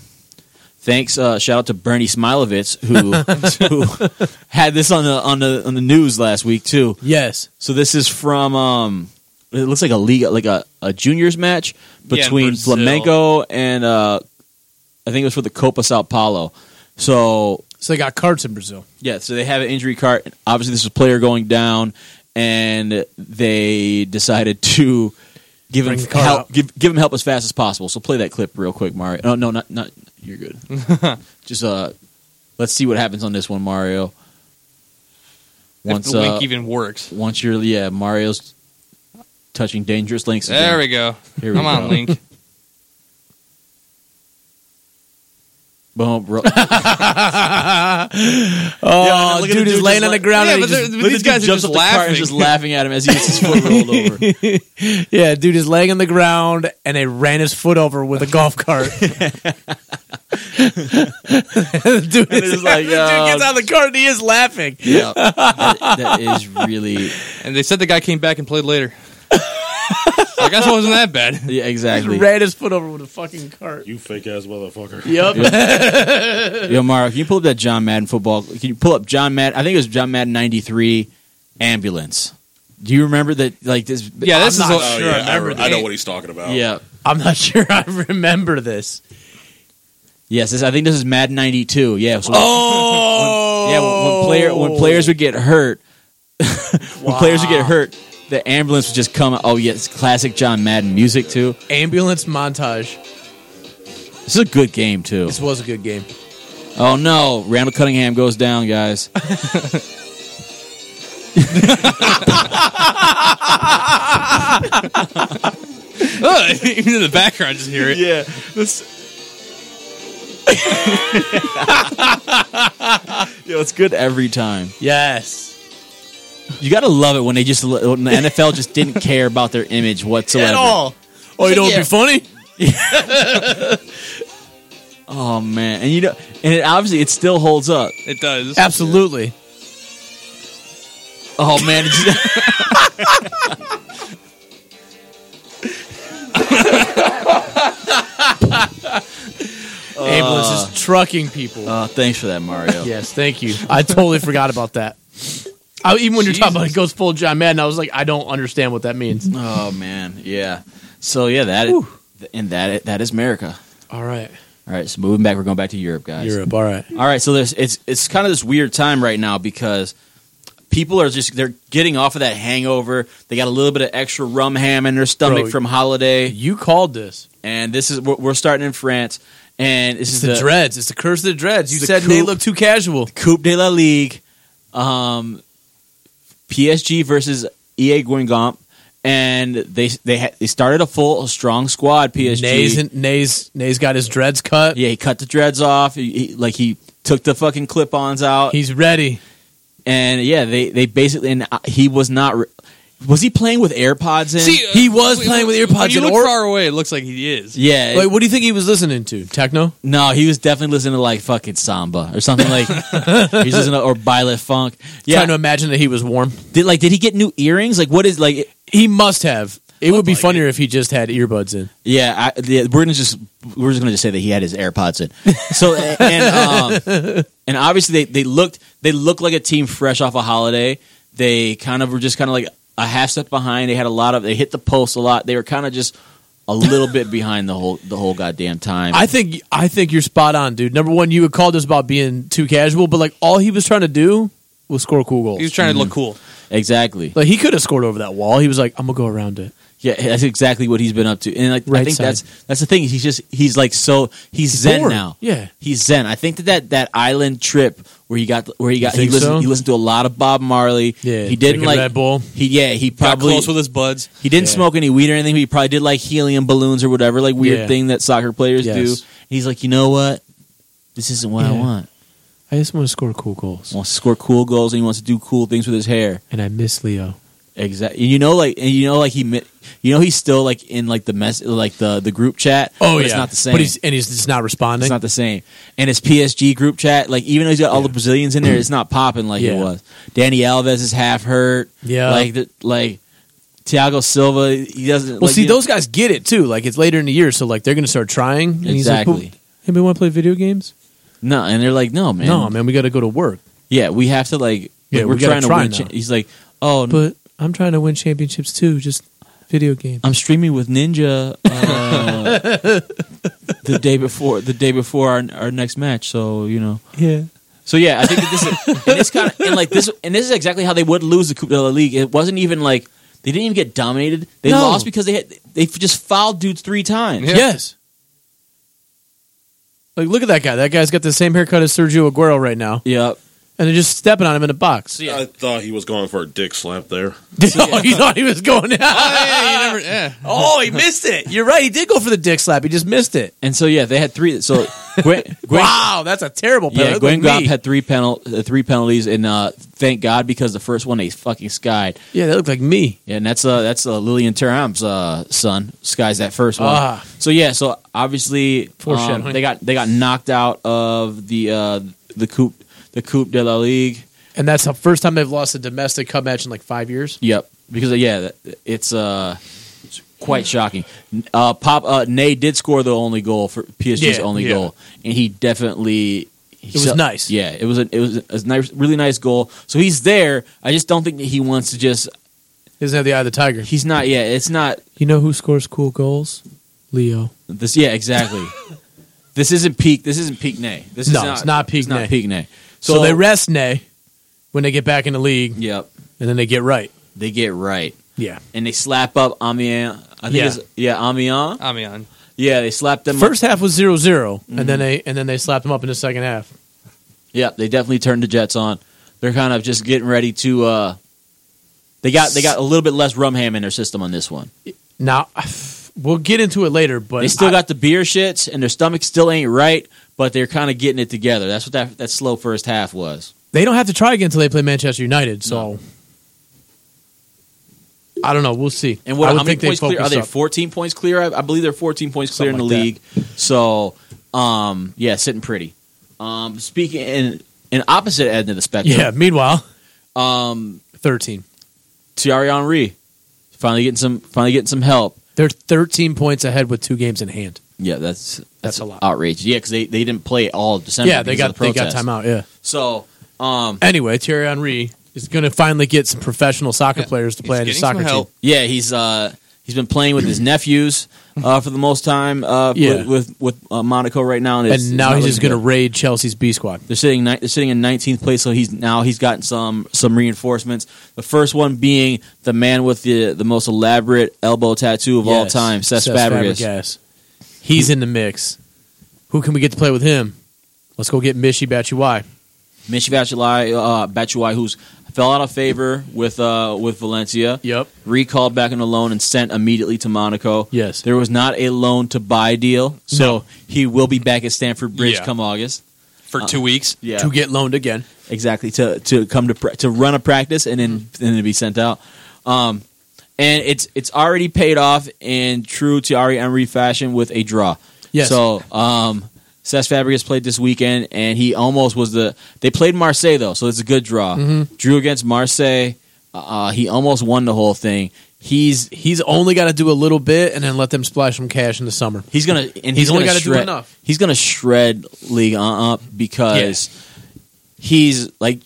S3: thanks. Uh, shout out to Bernie Smilovitz who who had this on the on the on the news last week too.
S6: Yes.
S3: So this is from um, it looks like a league like a, a juniors match
S5: Yeah, in
S3: between
S5: Brazil.
S3: Flamengo and uh, I think it was for the Copa Sao Paulo. So
S6: So they got carts in Brazil.
S3: yeah, so they have an injury card. Obviously, this is a player going down, and they decided to give
S6: Bring
S3: him
S6: the card
S3: help.
S6: out.
S3: Give, give him help as fast as possible. So play that clip real quick, Mario. No, no, not not. You're good. Just uh, let's see what happens on this one, Mario.
S5: Once,
S3: Once
S5: if the
S3: uh,
S5: link even works.
S3: once you're yeah, Mario's touching dangerous links.
S5: There we go.
S3: Here we
S5: Come on,
S3: go.
S5: Link.
S3: Boom, bro.
S6: Oh,
S3: look at the
S6: dude
S3: dude
S6: is
S3: just
S6: laying on the
S3: like-
S6: ground.
S5: Yeah,
S6: and
S5: but
S6: he just,
S5: they're- but these guys are
S3: jumps
S5: just
S3: up the car and
S5: laughing.
S3: just laughing at him as he gets his foot rolled over.
S6: yeah, dude is laying on the ground, and they ran his foot over with a golf cart. dude is
S3: it's like, um,
S6: the dude gets out of the cart, and he is laughing.
S3: Yeah, that- that is really
S5: And they said the guy came back and played later. I guess it wasn't that bad.
S3: yeah, exactly.
S6: Ran his foot over with a fucking cart.
S9: You fake ass motherfucker.
S6: Yup.
S3: Yo, Mario, can you pull up that John Madden football? Can you pull up John Madden? I think it was John Madden '93 ambulance. Do you remember that? Like this?
S5: Yeah, this
S6: I'm
S5: is
S6: not
S5: a-
S6: sure I
S9: I,
S6: remember
S9: re-
S6: the
S9: I know
S6: name.
S9: what he's talking about.
S3: yeah.
S6: I'm not sure I remember this.
S3: Yes, this, I think this is Madden '92. Yeah. So
S6: Oh,
S3: yeah, when, when player when players would get hurt, when players would get hurt, the ambulance would just come. Oh yeah, it's classic John Madden music too.
S6: ambulance montage.
S3: This is a good game too.
S6: This was a good game.
S3: Oh no, Randall Cunningham goes down, guys.
S5: Ugh, even in the background, just hear it.
S3: Yeah. Yo, it's good every time.
S6: Yes.
S3: You gotta love it when they just when the NFL just didn't care about their image whatsoever.
S6: At all. Oh, you know what'd
S3: Yeah.
S6: be funny?
S3: Oh man, and you know, and it obviously it still holds up.
S5: It does.
S6: Absolutely.
S3: Oh man, it's- Uh.
S6: ambulance is trucking people.
S3: oh, thanks for that, Mario.
S6: yes, thank you. I totally forgot about that. I, even when you're talking about it goes full John Madden, I was like, I don't understand what that means.
S3: Oh man, yeah. So yeah, that and that that is America.
S6: All right,
S3: All right, so moving back, we're going back to Europe, guys.
S6: Europe. All right,
S3: All right, so there's it's it's kind of this weird time right now because people are just they're getting off of that hangover. They got a little bit of extra rum ham in their stomach
S6: Bro,
S3: from holiday,
S6: you called this.
S3: and this is we're, we're starting in France, and this
S6: It's
S3: is
S6: the, dreads. It's the curse of the dreads. You
S3: It's the
S6: said they
S3: coup-
S6: look too casual.
S3: Coupe de la Ligue, um, PSG versus EA Guingamp, and they they ha- they started a full a strong squad. PSG,
S6: Nays and Nays Nays got his dreads cut.
S3: yeah, he cut the dreads off. He, he, like he took the fucking clip-ons out,
S6: He's ready.
S3: and yeah, they they basically and uh, he was not. Re- was he playing with AirPods in?
S5: See, uh,
S6: He was
S5: when-
S6: playing with
S5: when
S6: AirPods
S5: You
S6: in
S5: look
S6: or-
S5: far away. It looks like he is.
S3: yeah,
S6: Wait, what do you think he was listening to? Techno?
S3: no, he was definitely listening to like fucking samba or something like he's listening to or Bailet funk. Yeah,
S6: Trying to imagine that he was warm.
S3: did like did he get new earrings? Like what is like
S6: He must have. It would be funnier if he just had earbuds in.
S3: Yeah, I, the, we're gonna just we're just gonna just say that he had his AirPods in. So and um, and obviously they, they looked they looked like a team fresh off a holiday. They kind of were just kind of like a half step behind. They had a lot of they hit the post a lot. They were kind of just a little bit behind the whole the whole goddamn time.
S6: I think I think you're spot on, dude. Number one, you would call this about being too casual, but like all he was trying to do will score cool goals.
S5: He was trying to look cool.
S3: Exactly.
S6: Like he could have scored over that wall. He was like, I'm gonna go around it.
S3: Yeah, that's exactly what he's been up to. And like, I
S6: Right
S3: think
S6: side.
S3: that's that's the thing. He's just he's like so he's, zen
S6: bored.
S3: now.
S6: Yeah.
S3: he's zen. I think that that, that island trip where he got where he got he
S6: think
S3: listened
S6: so?
S3: he listened to a lot of Bob Marley.
S6: Yeah,
S3: he didn't
S6: drinking
S3: like
S6: Red Bull.
S3: He yeah he
S5: Got
S3: probably
S5: close with his buds.
S3: he didn't
S6: Yeah.
S3: smoke any weed or anything. But he probably did like helium balloons or whatever like weird
S6: Yeah.
S3: thing that soccer players do.
S6: Yes.
S3: And he's like, you know what? This isn't what I
S6: Yeah.
S3: want.
S6: I just want to score cool goals.
S3: He wants to score cool goals and he wants to do cool things with his hair.
S6: And I miss Leo.
S3: Exactly. You know, like and you know, like he, mi- you know, he's still like in like the mess, like the the group chat. but it's not the same.
S6: Oh, But he's and he's just not responding.
S3: it's not the same. And his PSG group chat, like even though he's got all the Brazilians in there, it's not popping like it
S6: Yeah.
S3: was. Danny Alves is half hurt.
S6: Yeah.
S3: like the, like Thiago Silva, he doesn't.
S6: well,
S3: like,
S6: see,
S3: you know-
S6: those guys get it too. Like it's later in the year, so like they're gonna start trying. And he's like,
S3: Exactly.
S6: "Well, anybody want to play video games?
S3: no, and they're like, no, man,
S6: No, man, we got to go to work.
S3: yeah, we have to like,
S6: Yeah,
S3: like,
S6: we
S3: we're
S6: gotta
S3: trying to
S6: try
S3: win.
S6: now.
S3: cha- he's like, oh,
S6: But I'm trying to win championships too. Just video games.
S3: I'm streaming with Ninja uh, the day before the day before our our next match. So you know,
S6: Yeah.
S3: so yeah, I think that this is and this kind of and like this and this is exactly how they would lose the Coupe de la Ligue. It wasn't even like they didn't even get dominated. They
S6: No.
S3: lost because they had they just fouled dudes three times.
S5: Yeah.
S6: Yes. Like, look at that guy. That guy's got the same haircut as Sergio Aguero right now,
S3: Yep.
S6: and they're just stepping on him in a box.
S9: I thought he was going for a dick slap there.
S6: oh, you thought he was going.
S5: Yeah, you never- yeah.
S6: oh, he missed it. You're right. He did go for the dick slap. He just missed it.
S3: And so yeah, they had three. So Gwen, Gwen,
S6: Wow, that's a terrible penalty.
S3: yeah,
S6: Look at
S3: Gwen Gop
S6: me.
S3: had three penal uh, three penalties, and uh, thank God because the first one they fucking skied.
S6: Yeah, that looked like me.
S3: Yeah, and that's uh that's uh, Lillian Thuram's uh son. Sky's that first one.
S6: Ah.
S3: So yeah, so obviously um,
S6: Foreshadowing.
S3: they got they got knocked out of the uh the coupe the coupe de la ligue.
S6: And that's the first time they've lost a domestic cup match in like five years.
S3: Yep. Because uh, yeah, that- it's uh it's quite shocking. Uh pop uh Nay did score the only goal for PSG's
S6: Yeah,
S3: only
S6: yeah.
S3: goal and he definitely
S6: It was nice.
S3: Yeah, it was a, it was a nice, really nice goal. So he's there. I just don't think that he wants to just.
S6: He doesn't have the eye of the tiger.
S3: He's not. Yeah, it's not.
S6: You know who scores cool goals? Leo.
S3: This yeah, exactly. this isn't peak. This isn't peak Nay. This is
S6: No,
S3: not,
S6: it's not peak
S3: It's not
S6: Ney.
S3: peak Nay.
S6: So, they rest Nay when they get back in the league,
S3: Yep,
S6: and then they get right.
S3: they get right
S6: Yeah.
S3: and they slap up Amiens. I think
S6: Yeah.
S3: it's, yeah, Amiens.
S5: I mean, on.
S3: Yeah, they slapped them.
S6: First
S3: up.
S6: half was 0 0, and then they and then they slapped them up in the second half.
S3: yeah, they definitely turned the Jets on. They're kind of just getting ready to. uh They got they got a little bit less rumham in their system on this one.
S6: Now, we'll get into it later, but
S3: They still
S6: I-
S3: got the beer shits and their stomach still ain't right, but they're kind of getting it together. That's what that that slow first half was.
S6: they don't have to try again until they play Manchester United. So I don't know. We'll see.
S3: And what
S6: I
S3: how
S6: would
S3: many
S6: think they
S3: points clear? Are
S6: focus
S3: they
S6: up.
S3: 14 points clear? I, I believe they're 14 points clear in
S6: Something
S3: the
S6: like
S3: league. So, um, yeah, sitting pretty. Um, speaking in in opposite end of the spectrum,
S6: Yeah. Meanwhile,
S3: um,
S6: thirteen.
S3: Thierry Henry finally getting some finally getting some help.
S6: They're thirteen points ahead with two games in hand.
S3: Yeah, that's that's,
S6: That's a lot.
S3: outrageous. Yeah, because they, they didn't play all of December.
S6: yeah, they
S3: because
S6: got
S3: of the
S6: they got
S3: protest.
S6: timeout. Yeah.
S3: So, um,
S6: Anyway, Thierry Henry is going to finally get some professional soccer players to play on
S5: He's
S6: his
S5: getting
S6: soccer
S5: some help.
S6: team.
S3: yeah, he's uh, he's been playing with his nephews uh, for the most time. Uh,
S6: Yeah.
S3: with with, with, uh, Monaco right now, and, it's,
S6: And now he's just going to
S3: to.
S6: raid Chelsea's B squad.
S3: They're sitting ni- they're sitting in 19th place, so he's now he's gotten some some reinforcements. The first one being the man with the the most elaborate elbow tattoo of all
S6: Yes,
S3: time, Cesc Fabregas.
S6: Fabregas. He's in the mix. Who can we get to play with him? Let's go get Mishy Batshuayi.
S3: Michy Batshuayi, uh, Batshuayi, who's fell out of favor with uh, with Valencia,
S6: Yep.
S3: recalled back on a loan and sent immediately to Monaco.
S6: Yes.
S3: there was not a loan to buy deal, so
S6: No.
S3: he will be back at Stanford Bridge
S5: Yeah.
S3: come August.
S5: for two weeks.
S3: Yeah,
S6: To get loaned again.
S3: exactly to to come to pra- to run a practice and then
S6: Mm-hmm.
S3: and then be sent out. Um, and it's it's already paid off in true Thierry Henry fashion with a draw.
S6: Yes.
S3: So um, Cesc Fabregas played this weekend, and he almost was the. They played Marseille though, so it's a good draw.
S6: Mm-hmm.
S3: Drew against Marseille. Uh, he almost won the whole thing. He's
S6: He's only got to do a little bit and then let them splash some cash in the summer.
S3: He's gonna and he's,
S6: He's only
S3: gonna
S6: gotta do
S3: shred,
S6: enough.
S3: He's gonna shred league uh up because he's like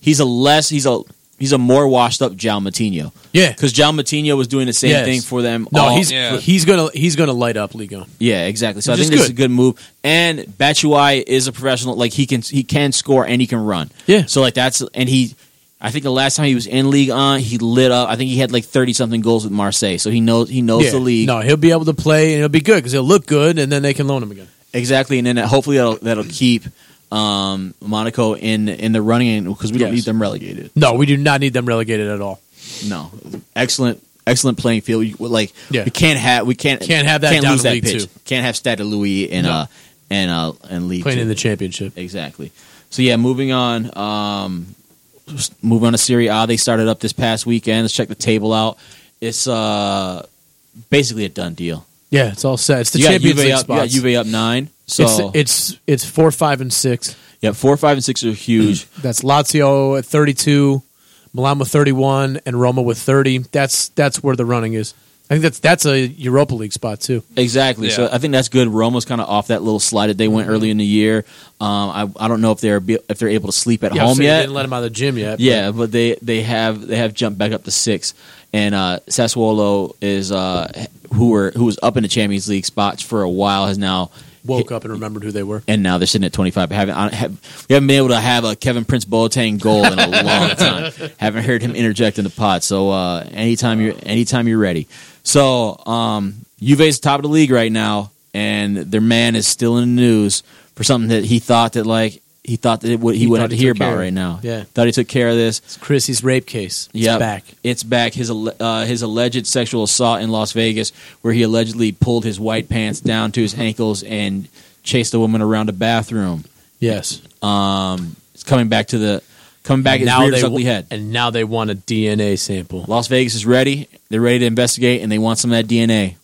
S3: he's a less he's a he's a more washed up Jao Matinho.
S6: Yeah.
S3: because Jao Matinho was doing the same
S6: Yes.
S3: thing for them.
S6: No,
S3: all-
S6: he's he's gonna he's gonna light up Ligo.
S3: Yeah, exactly. So
S6: Which
S3: I
S6: is
S3: think this is a
S6: good.
S3: good move. And Batshuayi is a professional. Like he can he can score and he can run.
S6: Yeah.
S3: So like that's and he. I think the last time he was in league on, he lit up. I think he had like thirty something goals with Marseille. So he knows he knows
S6: Yeah.
S3: the league
S6: No, he'll be able to play and he'll be good because he'll look good, and then they can loan him again.
S3: exactly. And then that- hopefully that'll that'll keep um, Monaco in in the running because we don't
S6: Yes.
S3: need them relegated.
S6: No, we do not need them relegated at all.
S3: No, excellent excellent playing field. You- Like
S6: Yeah.
S3: we can't have we can't
S6: Can't have that
S3: can't
S6: down
S3: lose
S6: in
S3: that
S6: League
S3: pitch.
S6: Two.
S3: Can't have Stade Louis and
S6: No.
S3: uh and uh and League
S6: Playing
S3: Two.
S6: in the championship.
S3: Exactly. So yeah, moving on. Um, s- moving on to Serie A, they started up this past weekend. Let's check the table out. It's uh, basically a done deal.
S6: Yeah, it's all set. It's the
S3: you got
S6: Champions
S3: Juve
S6: League
S3: up, you got
S6: spots.
S3: Juve up nine. So
S6: It's, it's it's four, five, and six.
S3: yeah, four, five, and six are huge.
S6: That's Lazio at thirty-two, Milan with thirty-one, and Roma with thirty. That's that's where the running is. I think that's that's a Europa League spot too.
S3: Exactly. So
S5: Yeah.
S3: I think that's good. Roma's kind of off that little slide that they went early in the year. Um, I, I don't know if they're be- if they're able to sleep at
S6: Yeah,
S3: home
S6: so they
S3: yet.
S6: Didn't let him out of the gym yet. but-
S3: Yeah, but they they have they have jumped back up to six, and uh, Sassuolo is uh, who were who was up in the Champions League spots for a while has now
S6: woke up and remembered who they were.
S3: and now they're sitting at twenty five. Haven't I have, we haven't been able to have a Kevin Prince Boateng goal in a long time. haven't heard him interject in the pot. So uh, anytime you're anytime you're ready. So um, Juve's top of the league right now, and their man is still in the news for something that he thought that like. He thought that it would, he,
S6: He
S3: would
S6: thought
S3: have to
S6: he
S3: hear
S6: took care
S3: about
S6: of it.
S3: right now.
S6: Yeah.
S3: thought he took care of this.
S6: It's Chrissy's rape case. It's
S3: Yep.
S6: back.
S3: It's back. His alle- uh, his alleged sexual assault in Las Vegas, where he allegedly pulled his white pants down to his ankles and chased a woman around a bathroom.
S6: Yes.
S3: Um, it's coming back to the coming back.
S6: And
S3: It's weird as
S6: they
S3: ugly
S6: wa-
S3: head.
S6: and now they want a DNA sample.
S3: Las Vegas is ready. They're ready to investigate, and they want some of that DNA.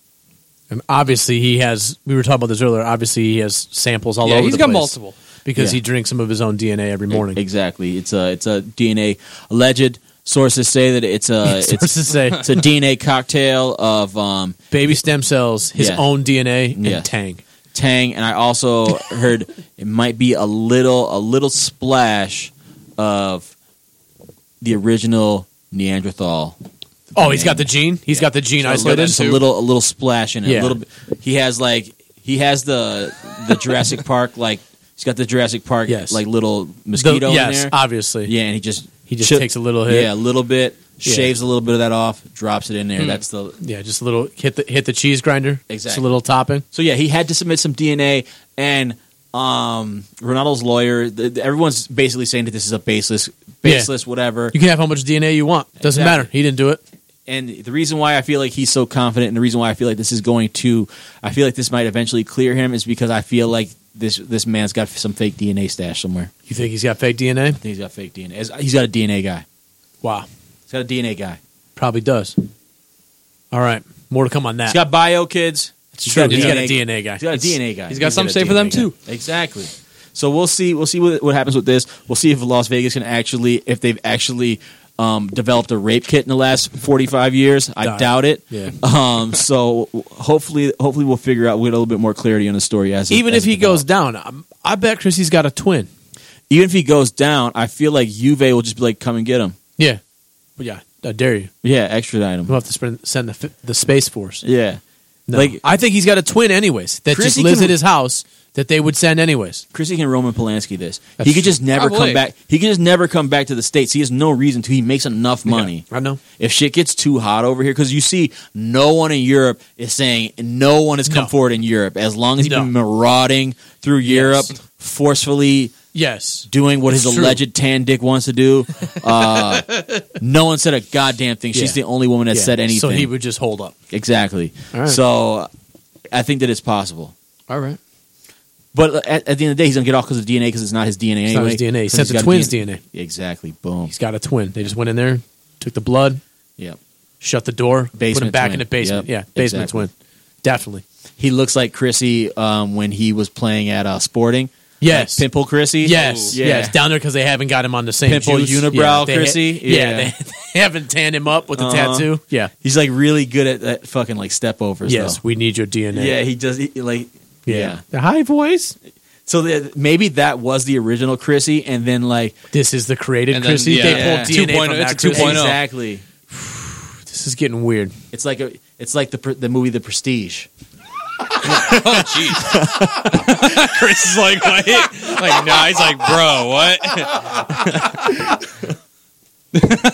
S6: And obviously he has. We were talking about this earlier. Obviously he has samples all
S5: yeah,
S6: over.
S5: he's
S6: the
S5: got
S6: place
S5: multiple.
S6: because
S3: Yeah.
S6: he drinks some of his own DNA every morning.
S3: Exactly. It's a it's a DNA alleged. Sources say that it's a uh, it's,
S6: Sources say
S3: it's a DNA cocktail of um,
S6: baby stem cells, his
S3: Yeah.
S6: own DNA, and
S3: Yeah.
S6: Tang.
S3: Tang, and I also heard it might be a little a little splash of the original Neanderthal.
S6: Oh, he's got the gene. He's got the gene
S5: So it's got
S6: isolated.
S3: Just a little a little splash in it.
S6: Yeah.
S3: A little bit. He has like he has the the Jurassic Park like he's got the Jurassic Park
S6: Yes.
S3: like little
S6: The-
S3: mosquito
S6: yes,
S3: in there.
S6: obviously.
S3: Yeah, and he just
S6: He just
S3: chip-
S6: takes a little hit.
S3: Yeah, a little bit.
S6: Yeah. Hmm.
S3: Shaves a little bit of that off, drops it in there. That's the
S6: Yeah, just a little hit the hit the cheese grinder. Just a
S3: Exactly.
S6: little topping.
S3: So yeah, he had to submit some DNA, and um, Ronaldo's lawyer. The, the- everyone's basically saying that this is a baseless, baseless whatever.
S6: You can have how much DNA you want. Doesn't
S3: Exactly.
S6: matter. He didn't do it.
S3: And the reason why I feel like he's so confident, and the reason why I feel like this is going to, I feel like this might eventually clear him, is because I feel like this this man's got some fake DNA stash somewhere.
S6: You think he's got fake DNA?
S3: I think he's got fake DNA. He's got a DNA guy.
S6: Wow,
S3: He's got a DNA guy.
S6: probably does. All right, more to come on that.
S3: He's got bio kids. It's
S6: He's got- he's got a DNA guy.
S3: He's got a DNA guy.
S5: He's got something saved for them too.
S3: Exactly. So we'll see. We'll see what, what happens with this. We'll see if Las Vegas can actually, if they've actually um, developed a rape kit in the last forty-five years. I
S6: Doubt it.
S3: doubt it.
S6: Yeah.
S3: Um, so hopefully, hopefully we'll figure out. We get a little bit more clarity on the story as it-
S6: Even
S3: as
S6: if
S3: it
S6: he
S3: develops.
S6: goes down, i I bet Chrissy's got a twin.
S3: even if he goes down, I feel like Juve will just be like, "Come and get him."
S6: Yeah, but yeah, I dare you.
S3: Yeah, extradite him.
S6: We'll have to spend, send the fi- the space force.
S3: Yeah.
S6: No.
S3: Like-
S6: I think he's got a twin, anyways. That
S3: Chrissy
S6: just lives
S3: can-
S6: at his house. That they would send anyways.
S3: Chrissy can Roman Polanski this.
S6: That's
S3: he could
S6: true.
S3: just never
S5: Probably.
S3: come back. He could just never come back to the states. He has no reason to. He makes enough money.
S6: I know.
S3: If shit gets too hot over here, because you see, no one in Europe is saying no one has come
S6: No.
S3: forward in Europe. As long as he's
S6: No.
S3: been marauding through Europe, forcefully
S6: Yes.
S3: doing what his
S6: It's true.
S3: alleged tan dick wants to do, uh, no one said a goddamn thing. She's
S6: Yeah.
S3: the only woman that
S6: Yeah.
S3: said anything.
S6: So he would just hold up.
S3: exactly.
S6: All right.
S3: So uh, I think that it's possible.
S6: All right.
S3: But uh, at, at the end of the day, he's gonna get off because of DNA because it's not his DNA
S6: It's not
S3: anyway.
S6: his DNA. He
S3: 'cause
S6: sent
S3: he's
S6: the
S3: got a
S6: twins' DNA.
S3: Exactly. Boom.
S6: He's got a twin. They just went in there, took the blood,
S3: Yep.
S6: shut the door, put him
S3: Basement
S6: back in
S3: twin.
S6: the basement.
S3: Yep,
S6: Yeah, basement
S3: exactly.
S6: twin. Definitely.
S3: He looks like Chrissy um, when he was playing at uh, Sporting.
S6: Yes.
S3: Like Pimple Chrissy.
S6: Yes,
S3: Ooh. Yeah.
S6: yes, down there because they haven't got him on the same
S3: Pimple
S6: juice.
S3: unibrow,
S6: they
S3: Chrissy?
S6: yeah,
S3: Yeah.
S6: they, they haven't tanned him up with the
S3: Uh-huh.
S6: tattoo. Yeah,
S3: He's like really good at that fucking like step overs.
S6: yes,
S3: though.
S6: we need your DNA.
S3: Yeah. He does. He, like. Yeah.
S6: the high voice.
S3: So the, maybe that was the original Chrissy, and then like
S6: this is the created
S3: And then,
S6: Chrissy.
S3: yeah.
S6: They
S3: Yeah.
S6: pulled DNA
S3: 2.0,
S6: from
S3: it's
S6: that
S3: a oh.
S6: Chrissy.
S3: 2.0. Exactly.
S6: This is getting weird.
S3: it's like a, it's like the pr- the movie The Prestige.
S5: oh jeez. Chris is like, what? like, nah. He's like, bro, what?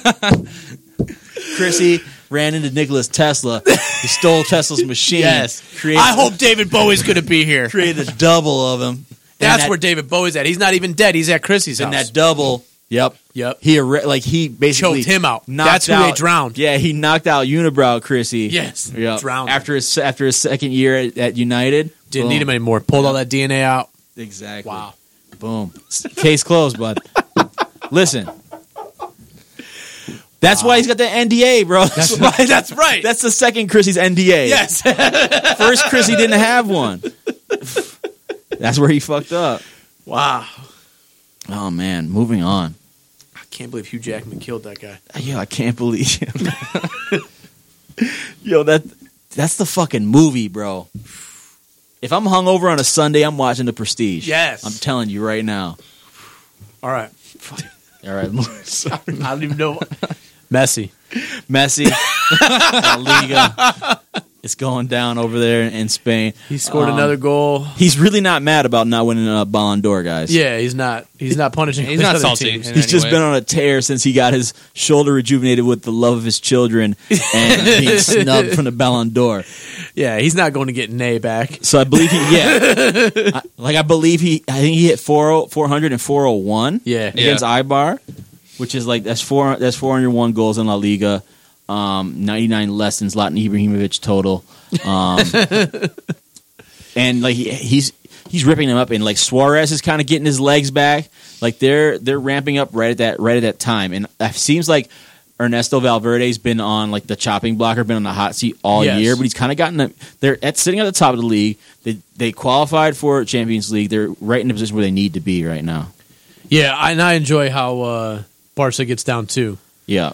S3: Chrissy ran into Nicholas Tesla. He stole Tesla's machine.
S6: Yes.
S3: created-
S6: I hope David Bowie's going to be here.
S3: created a double of him.
S6: That's
S3: that-
S6: where David Bowie's at. He's not even dead. He's at Chrissy's
S3: And
S6: house.
S3: that double. Yep.
S6: Yep.
S3: He arre- like he basically
S6: Choked him out.
S3: knocked
S6: That's who they
S3: out-
S6: drowned.
S3: Yeah, he knocked out Unibrow Chrissy.
S6: Yes,
S3: Yep.
S6: drowned him.
S3: after his after his second year at, at United.
S6: Didn't
S3: boom.
S6: need him anymore. Pulled all that DNA out.
S3: Exactly.
S6: Wow.
S3: Boom. Case closed, bud. Listen. That's why he's got the NDA, bro. That's, why. That's
S6: right.
S3: That's the second Chrissy's NDA.
S6: Yes.
S3: First Chrissy didn't have one. That's where he fucked up.
S6: Wow.
S3: Oh man, moving on.
S6: I can't believe Hugh Jackman killed that guy.
S3: Yo, I can't believe Yo, that that's the fucking movie, bro. If I'm hungover on a Sunday, I'm watching The Prestige.
S6: Yes.
S3: I'm telling you right now.
S6: All right.
S3: All right,
S6: I don't even know. Messi.
S3: Messi, La Liga. It's going down over there in Spain.
S6: He scored
S3: Um,
S6: another goal.
S3: He's really not mad about not winning a Ballon d'Or, guys.
S6: Yeah, he's not. He's not punishing.
S5: He's not
S6: other
S5: salty.
S6: teams.
S5: in
S3: He's
S5: any
S3: just
S5: way.
S3: been on a tear since he got his shoulder rejuvenated with the love of his children and being snubbed from the Ballon d'Or.
S6: Yeah, he's not going to get Nay back.
S3: So I believe he, yeah, I- like I believe he, I think he hit 40 400 and 401
S6: Yeah.
S3: against Ibar, which is like that's four that's 401 goals in La Liga, um, 99 less than Zlatan Ibrahimovic total, um, and like he, he's he's ripping them up, and like Suarez is kind of getting his legs back. Like they're they're ramping up right at that right at that time, and it seems like. Ernesto Valverde's been on like the chopping block or been on the hot seat all
S6: Yes.
S3: year, but he's kind of gotten a, they're at sitting at the top of the league. They they qualified for Champions League. They're right in the position where they need to be right now.
S6: Yeah, I- and I enjoy how uh, Barca gets down too.
S3: Yeah,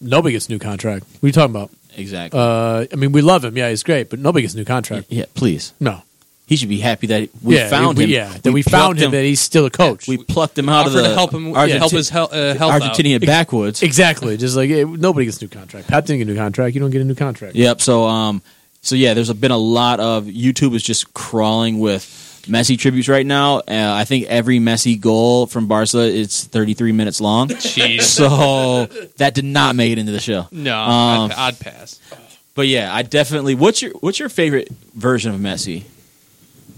S6: Nobody gets new contract. What are you talking about?
S3: exactly.
S6: Uh, I mean, we love him. Yeah, he's great, but nobody gets new contract.
S3: yeah, please.
S6: No.
S3: He should be happy that we
S6: yeah,
S3: found
S6: we,
S3: him.
S6: Yeah, that we, found
S3: plucked
S6: him, that he's still a coach.
S3: we plucked him out of
S5: Offered
S3: the
S5: to help him- yeah,
S3: Argenti-
S5: help his hel- uh, health out.
S3: Argentinian backwoods.
S6: exactly. Just like eh, nobody gets new contract. Pat didn't get new contract. You don't get a new contract.
S3: Yep. So um, so yeah, there's been a lot of YouTube is just crawling with Messi tributes right now. Uh, I think every Messi goal from Barca is 33 minutes long.
S5: Jeez.
S3: so that did not make it into the show.
S5: no,
S3: Um,
S5: I'd, I'd pass.
S3: But yeah, I definitely. What's your what's your favorite version of Messi?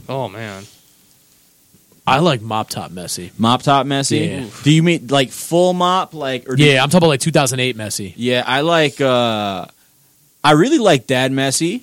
S5: Oh man,
S6: I like mop top Messi.
S3: Mop top Messi?
S6: Yeah.
S3: Do you mean like full mop? Like or do
S6: Yeah, I'm talking about like 2008 Messi.
S3: Yeah, I like. uh I really like Dad Messi.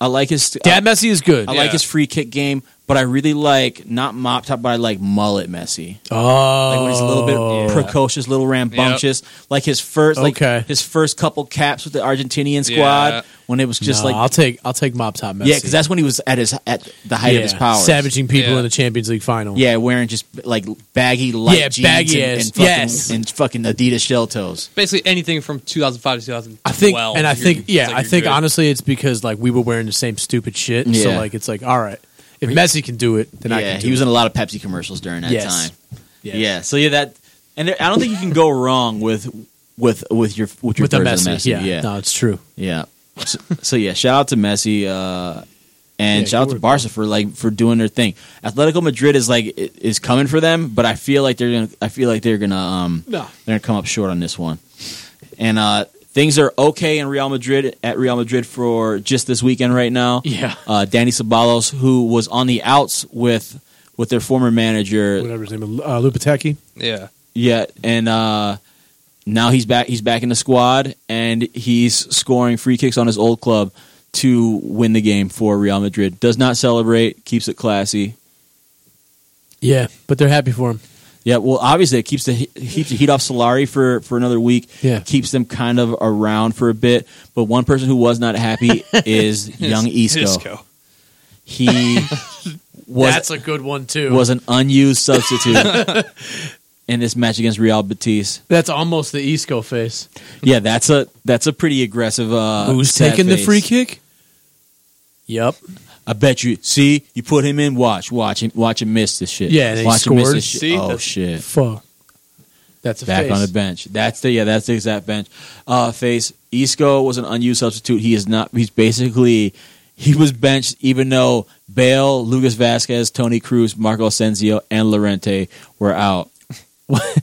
S3: I like his.
S6: Dad Messi is good.
S3: I, I like
S5: Yeah.
S3: his free kick game, but I really like not mop top, but I like mullet Messi.
S6: oh,
S3: Like when he's a little bit precocious, little rambunctious. Like his first, like
S6: Okay.
S3: his first couple caps with the Argentinian squad
S5: Yeah.
S3: when it was just
S6: No,
S3: like
S6: I'll take I'll take mop top Messi.
S3: yeah, because that's when he was at his at the height of his
S6: Yeah,
S3: power.
S6: savaging people
S5: Yeah.
S6: in the Champions League final.
S3: Yeah, wearing just like baggy light
S6: Yeah,
S3: jeans
S6: baggy
S3: and,
S6: ass.
S3: and fucking,
S6: Yes.
S3: and fucking Adidas shell toes.
S5: basically anything from 2005 to 2012.
S6: I think, and I
S5: you're-
S6: think, yeah,
S5: it's like
S6: I
S5: you're
S6: think
S5: good.
S6: honestly, it's because like we were wearing the same stupid shit. So
S3: Yeah.
S6: like, it's like, all right, if Messi can do it, then I
S3: Yeah,
S6: can. Do
S3: he was
S6: it.
S3: in a lot of Pepsi commercials during that
S6: Yes.
S3: time.
S6: Yes.
S3: Yeah, so yeah, that and there, I don't think you can go wrong with with with your with your
S6: with the Messi.
S3: version of Messi.
S6: Yeah,
S3: yeah,
S6: no, it's true.
S3: yeah. So, so, yeah, shout out to Messi uh, and
S6: Yeah,
S3: shout out
S6: good
S3: to
S6: work,
S3: Barca for like for doing their thing. Atletico Madrid is like i- is coming for them, but I feel like they're gonna I feel like they're gonna um
S6: No.
S3: they're gonna come up short on this one. And uh, things are okay in Real Madrid at Real Madrid for just this weekend right now.
S6: Yeah.
S3: uh, Danny Ceballos, who was on the outs with with their former manager,
S6: Whatever his name, is, uh, Lupataki.
S5: yeah,
S3: yeah, and uh, now he's back. He's back in the squad, and he's scoring free kicks on his old club to win the game for Real Madrid. Does not celebrate. Keeps it classy.
S6: Yeah, but they're happy for him.
S3: Yeah, well, obviously it keeps the he- keeps the heat off Solari for for another week.
S6: Yeah.
S3: keeps them kind of around for a bit. But one person who was not happy is young Isco.
S5: Isco.
S3: He was
S6: That's a good one too.
S3: was an unused substitute in this match against Real Betis.
S6: That's almost the Isco face.
S3: Yeah, that's a that's a pretty aggressive. Uh,
S6: Who's
S3: sad
S6: taking the
S3: face.
S6: free kick? Yep.
S3: I bet you. See, you put him in. Watch, watch him, watch him miss this shit.
S6: Yeah, and he
S3: watch him miss
S6: scored.
S3: this shit.
S6: See?
S3: oh
S6: That's-
S3: shit!
S6: Fuck. That's a
S3: Back
S6: face.
S3: on the bench. That's the yeah. That's the exact bench. Uh, face Isco was an unused substitute. He is not. He's basically he was benched, even though Bale, Lucas Vasquez, Tony Cruz, Marco Asensio, and Lorente were out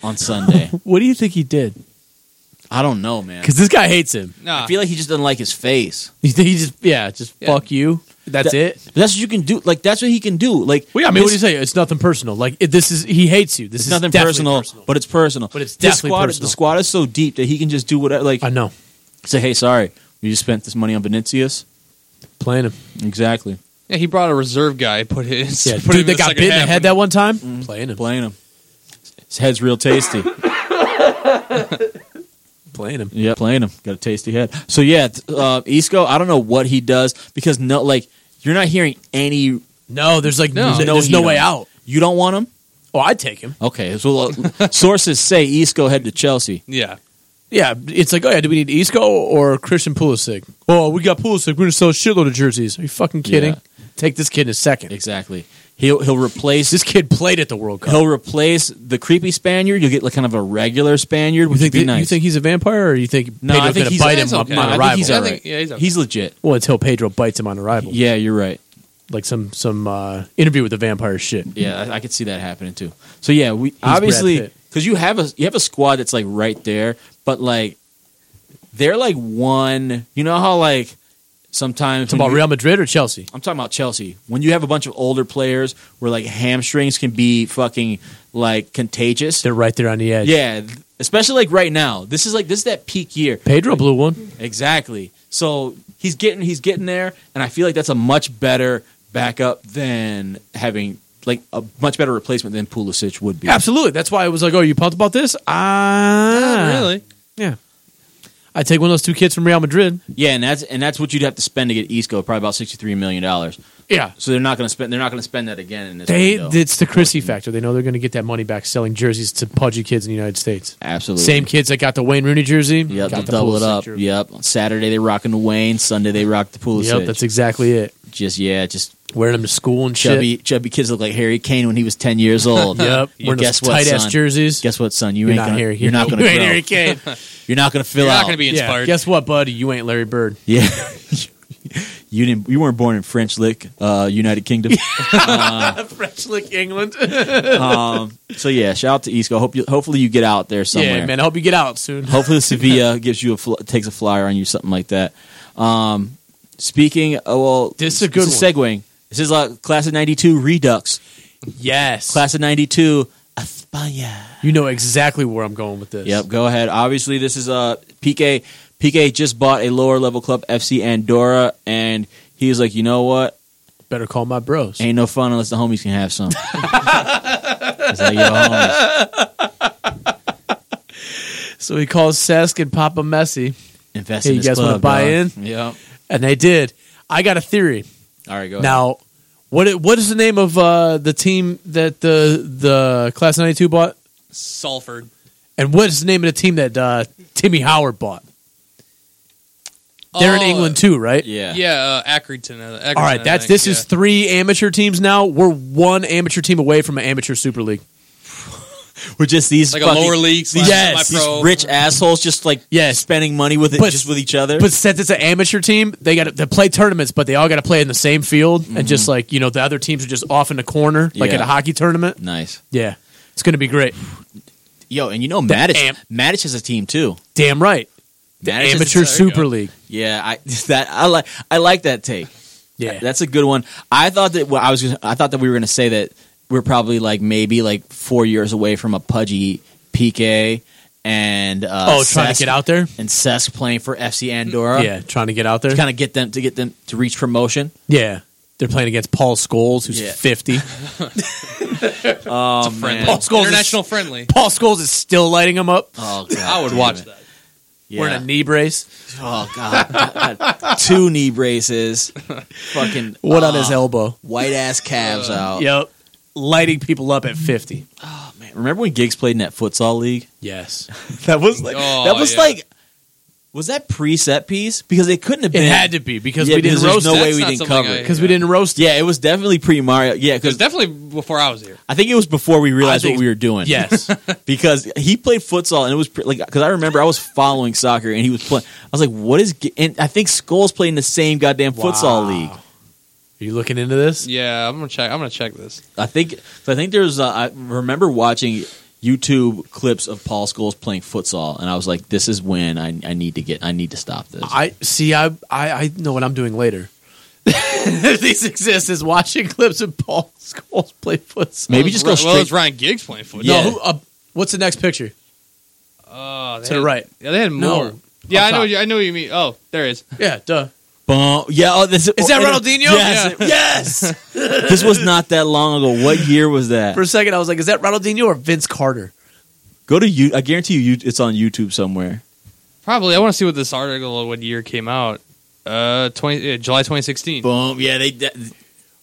S3: on Sunday.
S6: What do you think he did?
S3: I don't know, man.
S6: Because this guy hates him.
S5: Nah.
S3: I feel like he just doesn't like his face.
S6: He, he just yeah, just fuck you. That's
S3: That-
S6: it.
S3: But that's what you can do. Like that's what he can do. Like
S6: Well, yeah, I mean,
S3: this-
S6: what do you say? It's nothing personal. Like it, this is he hates you. This
S3: It's
S6: is
S3: nothing
S6: definitely
S3: personal, but it's personal.
S6: But it's
S3: His
S6: definitely
S3: squad,
S6: personal.
S3: The squad is so deep that he can just do whatever. Like
S6: I know.
S3: say, hey, sorry, you just spent this money on Vinicius.
S6: Playing him.
S3: Exactly,
S5: Yeah, he brought a reserve guy. Put his.
S6: Yeah,
S5: put him
S6: dude,
S5: in
S6: that
S5: the
S6: got
S5: second
S6: bit in the
S5: half
S6: head
S5: and-
S6: that one time. Playing him.
S3: Mm. playing him. His head's real tasty.
S6: Playing him.
S3: yeah, playing him. Got a tasty head. So yeah, th- uh, Isco. I don't know what he does because no, like you're not hearing any.
S6: No, there's like
S5: No.
S6: no, there's,
S3: no,
S6: there's
S3: heat
S6: no
S3: on
S6: way
S3: it.
S6: out.
S3: You don't want him.
S6: Oh, I'd take him.
S3: Okay, so uh, sources say Isco head to Chelsea.
S5: Yeah.
S6: Yeah, it's like, oh yeah, do we need Isco or Christian Pulisic? Oh, we got Pulisic. We're gonna sell a shitload of jerseys. Are you fucking kidding?
S3: Yeah.
S6: Take this kid in a second.
S3: Exactly. He'll he'll replace
S6: This kid played at the World Cup.
S3: He'll replace the creepy Spaniard. You'll get like kind of a regular Spaniard,
S6: You
S3: which would
S6: think
S3: be
S6: that-
S3: nice.
S6: you think he's a vampire, or you think
S3: No, I
S6: Pedro's
S3: think
S6: gonna
S3: he's-
S6: bite him
S5: that's okay.
S6: on
S5: I
S6: on
S5: think
S6: arrival?
S3: he's
S5: I
S3: alright.
S5: think- yeah, he's okay.
S3: he's legit.
S6: Well, until Pedro bites him on arrival,
S3: Yeah, you're right.
S6: like some some uh, interview with the vampire shit.
S3: Yeah, I, I could see that happening too. So yeah, we obviously
S6: Brad Pitt.
S3: because you have a you have a squad that's like right there, but like they're like one. You know how like sometimes
S6: Talking
S3: when
S6: about
S3: you-
S6: Real Madrid or Chelsea?
S3: I'm talking about Chelsea. When you have a bunch of older players where like hamstrings can be fucking like contagious.
S6: They're right there on the edge.
S3: yeah, especially like right now. This is like this is that peak year.
S6: Pedro blew one.
S3: Exactly. So he's getting he's getting there, and I feel like that's a much better backup than having like a much better replacement than Pulisic would be.
S6: Absolutely. That's why I was like, oh, you pumped about this? Ah,
S5: Not really?
S6: Yeah. I take one of those two kids from Real Madrid.
S3: Yeah, and that's and that's what you'd have to spend to get Isco, probably about sixty three million dollars.
S6: Yeah.
S3: So they're not going to spend they're not going to spend that again in this.
S6: They,
S3: window.
S6: it's the Chrissy factor. They know they're going to get that money back selling jerseys to pudgy kids in the United States.
S3: absolutely
S6: Same kids that got the Wayne Rooney jersey.
S3: Yep,
S6: got
S3: they'll
S6: the
S3: double it
S6: Pulisic
S3: up.
S6: jersey.
S3: Yep, on Saturday they rocking the Wayne, Sunday they rock the Pulisic.
S6: Yep, that's exactly it.
S3: just yeah, just
S6: Wearing them to school and shit.
S3: chubby chubby kids look like Harry Kane when he was ten years old.
S6: Yep, wearing
S3: guess
S6: those
S3: what,
S6: tight ass
S3: son?
S6: jerseys.
S3: Guess what, son? You
S6: you're
S3: ain't
S6: not
S3: gonna,
S6: Harry.
S3: You're not going to
S6: You ain't Harry
S3: grow.
S6: Kane.
S3: You're not going to fill
S5: You're
S3: out.
S5: not going to be
S6: Yeah,
S5: inspired.
S6: Guess what, buddy? You ain't Larry Bird.
S3: Yeah. you didn't you weren't born in French Lick, uh, United Kingdom.
S6: French lick England.
S3: um, so yeah, shout out to Isco. Hope you, hopefully you get out there somewhere.
S6: Yeah, man. I hope you get out soon.
S3: Hopefully Sevilla gives you a fl- takes a flyer on you something like that. Um, speaking oh, well
S6: This is a good
S3: this is segueing. This is like class of 92 Redux.
S6: Yes.
S3: Class of 92 España.
S6: You know exactly where I'm going with this.
S3: Yep, go ahead. Obviously, this is uh, PK. PK just bought a lower level club, FC Andorra, and he was like, you know what?
S6: Better call my bros.
S3: Ain't no fun unless the homies can have some. It's like, yo, homies.
S6: so he calls Sesk and Papa Messi,
S3: Invest
S6: Hey,
S3: in
S6: you
S3: this
S6: guys wanna
S3: club,
S6: buy
S3: dog.
S6: in?
S3: Yeah.
S6: and they did. I got a theory.
S3: All right, go ahead.
S6: Now, what i- what is the name of uh, the team that the the class '92 bought,
S5: Salford.
S6: and what is the name of the team that uh, Timmy Howard bought? They're in
S5: Oh,
S6: England too, right?
S3: Yeah.
S5: Yeah, uh, Accrington. uh, Accrington,
S6: All
S5: I
S6: right, that's
S5: think,
S6: this
S5: yeah.
S6: is three amateur teams now. We're one amateur team away from an amateur Super League.
S3: We're just these
S5: like
S3: fucking,
S5: a lower league. Slash
S6: Yes.
S5: my
S3: these
S5: pro.
S3: rich assholes just like
S6: Yes.
S3: spending money with it
S6: But-
S3: just with each other.
S6: But since it's an amateur team, they got to play tournaments, but they all got to play in the same field, and just like you know, the other teams are just off in the corner, like
S3: Mm-hmm.
S6: at
S3: Yeah.
S6: a hockey tournament.
S3: nice.
S6: Yeah, it's going to be great.
S3: Yo, and you know Matic.
S6: amp.
S3: Matic has a team too.
S6: Damn right,
S3: Matic has a
S6: amateur
S5: there you
S6: Super
S5: go.
S6: League.
S3: Yeah, I that I like I like that take.
S6: Yeah,
S3: That's a good one. I thought that well, I was gonna, I thought that we were going to say that we're probably like maybe like 4 years away from a pudgy PK and uh
S6: oh, trying
S3: Cesc-
S6: to get out there.
S3: and Cesc playing for FC Andorra.
S6: Yeah, trying to get out there.
S3: To kind of get them to get them to reach promotion.
S6: yeah, they're playing against Paul Scholes, who's
S3: Yeah.
S6: fifty.
S3: Oh,
S5: friendly.
S6: Paul Scholes is-
S5: International friendly.
S6: Paul Scholes is still lighting him up.
S3: Oh, God.
S5: I would
S3: damn
S5: watch
S3: it.
S5: that.
S3: Yeah.
S6: Wearing a knee brace,
S3: Oh god. God. Two knee braces. Fucking
S6: one
S3: uh,
S6: on his elbow.
S3: white ass calves out.
S6: Yep, lighting people up at fifty.
S3: Man, remember when Gigs played in that futsal league?
S6: Yes,
S3: That was like
S5: Oh,
S3: that was
S5: yeah.
S3: like Was that preset piece? Because it couldn't have
S6: It
S3: been.
S6: had to be because
S3: Yeah,
S6: we didn't
S3: there's
S6: roast
S3: no
S6: it.
S3: way
S5: That's
S3: we
S5: not
S3: didn't
S5: something
S3: cover
S5: I-
S3: it.
S6: because we didn't roast.
S3: Yeah, it was definitely pre Mario. Yeah,
S5: It was
S3: because
S5: definitely before I was here.
S3: I think it was before we realized
S6: I think-
S3: what we were doing.
S6: Yes,
S3: because he played futsal and it was pre- like because I remember I was following soccer and he was playing. I was like, "What is?" Ga-? And I think Skulls played in the same goddamn futsal
S6: Wow.
S3: league.
S6: Are you looking into this?
S5: Yeah, I'm gonna check. I'm gonna check this.
S3: I think. So I think there's. Uh, I remember watching YouTube clips of Paul Skulls playing futsal, and I was like, "This is when I, I need to get. I need to stop this."
S6: I see. I I, I know what I'm doing later. if these exist, is watching clips of Paul Scholes play futsal.
S3: Maybe just go
S5: Well, Well,
S3: straight.
S5: it's Ryan Giggs playing football.
S3: Yeah.
S6: No, who, uh, what's the next picture?
S5: Oh, they
S6: To the
S5: had-
S6: right.
S5: Yeah, they had
S6: No.
S5: more. Yeah,
S6: Up
S5: I know.
S6: top.
S5: you- I know what you mean. Oh, there it is.
S6: Yeah, duh.
S3: Bum. Yeah. Oh, this
S6: Is that
S3: oh,
S6: Ronaldinho?
S3: Yes. Yes. this was not that long ago. What year was that?
S6: For a second, I was like, is that Ronaldinho or Vince Carter?
S3: Go to you. I guarantee you, you, it's on YouTube somewhere.
S5: Probably. I want to see what this article what year came out. Uh, twenty uh, July 2016.
S3: Boom. Yeah. They.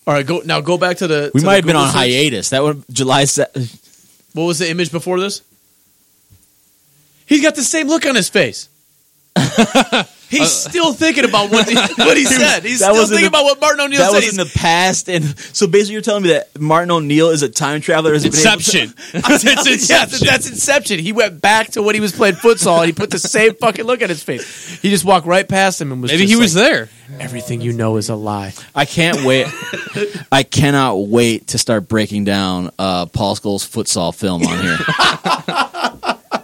S6: All right, go now. Go back to the.
S3: we
S6: to
S3: might
S6: the
S3: have been
S6: Google
S3: on
S6: search.
S3: hiatus. That would July. Se-
S6: What was the image before this? He's got the same look on his face. He's still thinking about what he, what he said. He's
S3: that
S6: still
S3: was in
S6: thinking
S3: the-
S6: about what Martin O'Neill
S3: that
S6: said.
S3: was
S6: He's-
S3: in the past, and so basically, you're telling me that Martin O'Neill is a time traveler. Has been able to-
S5: Inception.
S6: I'm telling you, yeah, that- that's Inception. He went back to when he was playing futsal, and he put the same fucking look on his face. He just walked right past him and was.
S5: Maybe
S6: just
S5: he was
S6: like,
S5: there.
S6: Everything you know is a lie.
S3: I can't wait. I cannot wait to start breaking down uh, Paul Scholes' futsal film on here.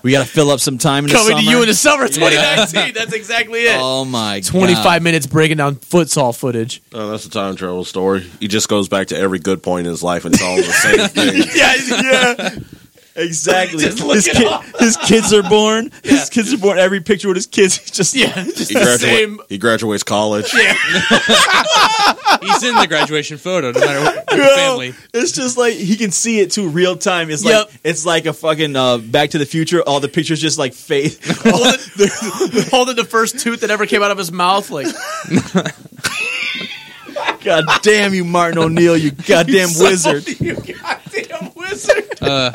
S3: we got to fill up some time in the
S6: Coming to
S3: summer.
S6: you in the summer 2019. That's exactly it.
S3: oh my
S6: 25
S3: god!
S6: minutes breaking down futsal footage.
S9: Oh, that's a time travel story. He just goes back to every good point in his life and it's all the same thing.
S6: Yeah, yeah.
S3: Exactly.
S6: Just look
S3: his,
S6: it up.
S3: his kids are born. His kids are born. Every picture with his kids, he's just yeah.
S9: He, graduate-
S6: same-
S9: he graduates college.
S5: He's in the graduation photo, no matter what. with the family.
S3: It's just like he can see it too real time. It's like
S6: Yep.
S3: it's like a fucking uh, Back to the Future. All the pictures just like fade.
S6: Holding the first tooth that ever came out of his mouth, like
S3: God damn you, Martin O'Neill, you goddamn wizard.
S6: you goddamn wizard.
S5: Uh,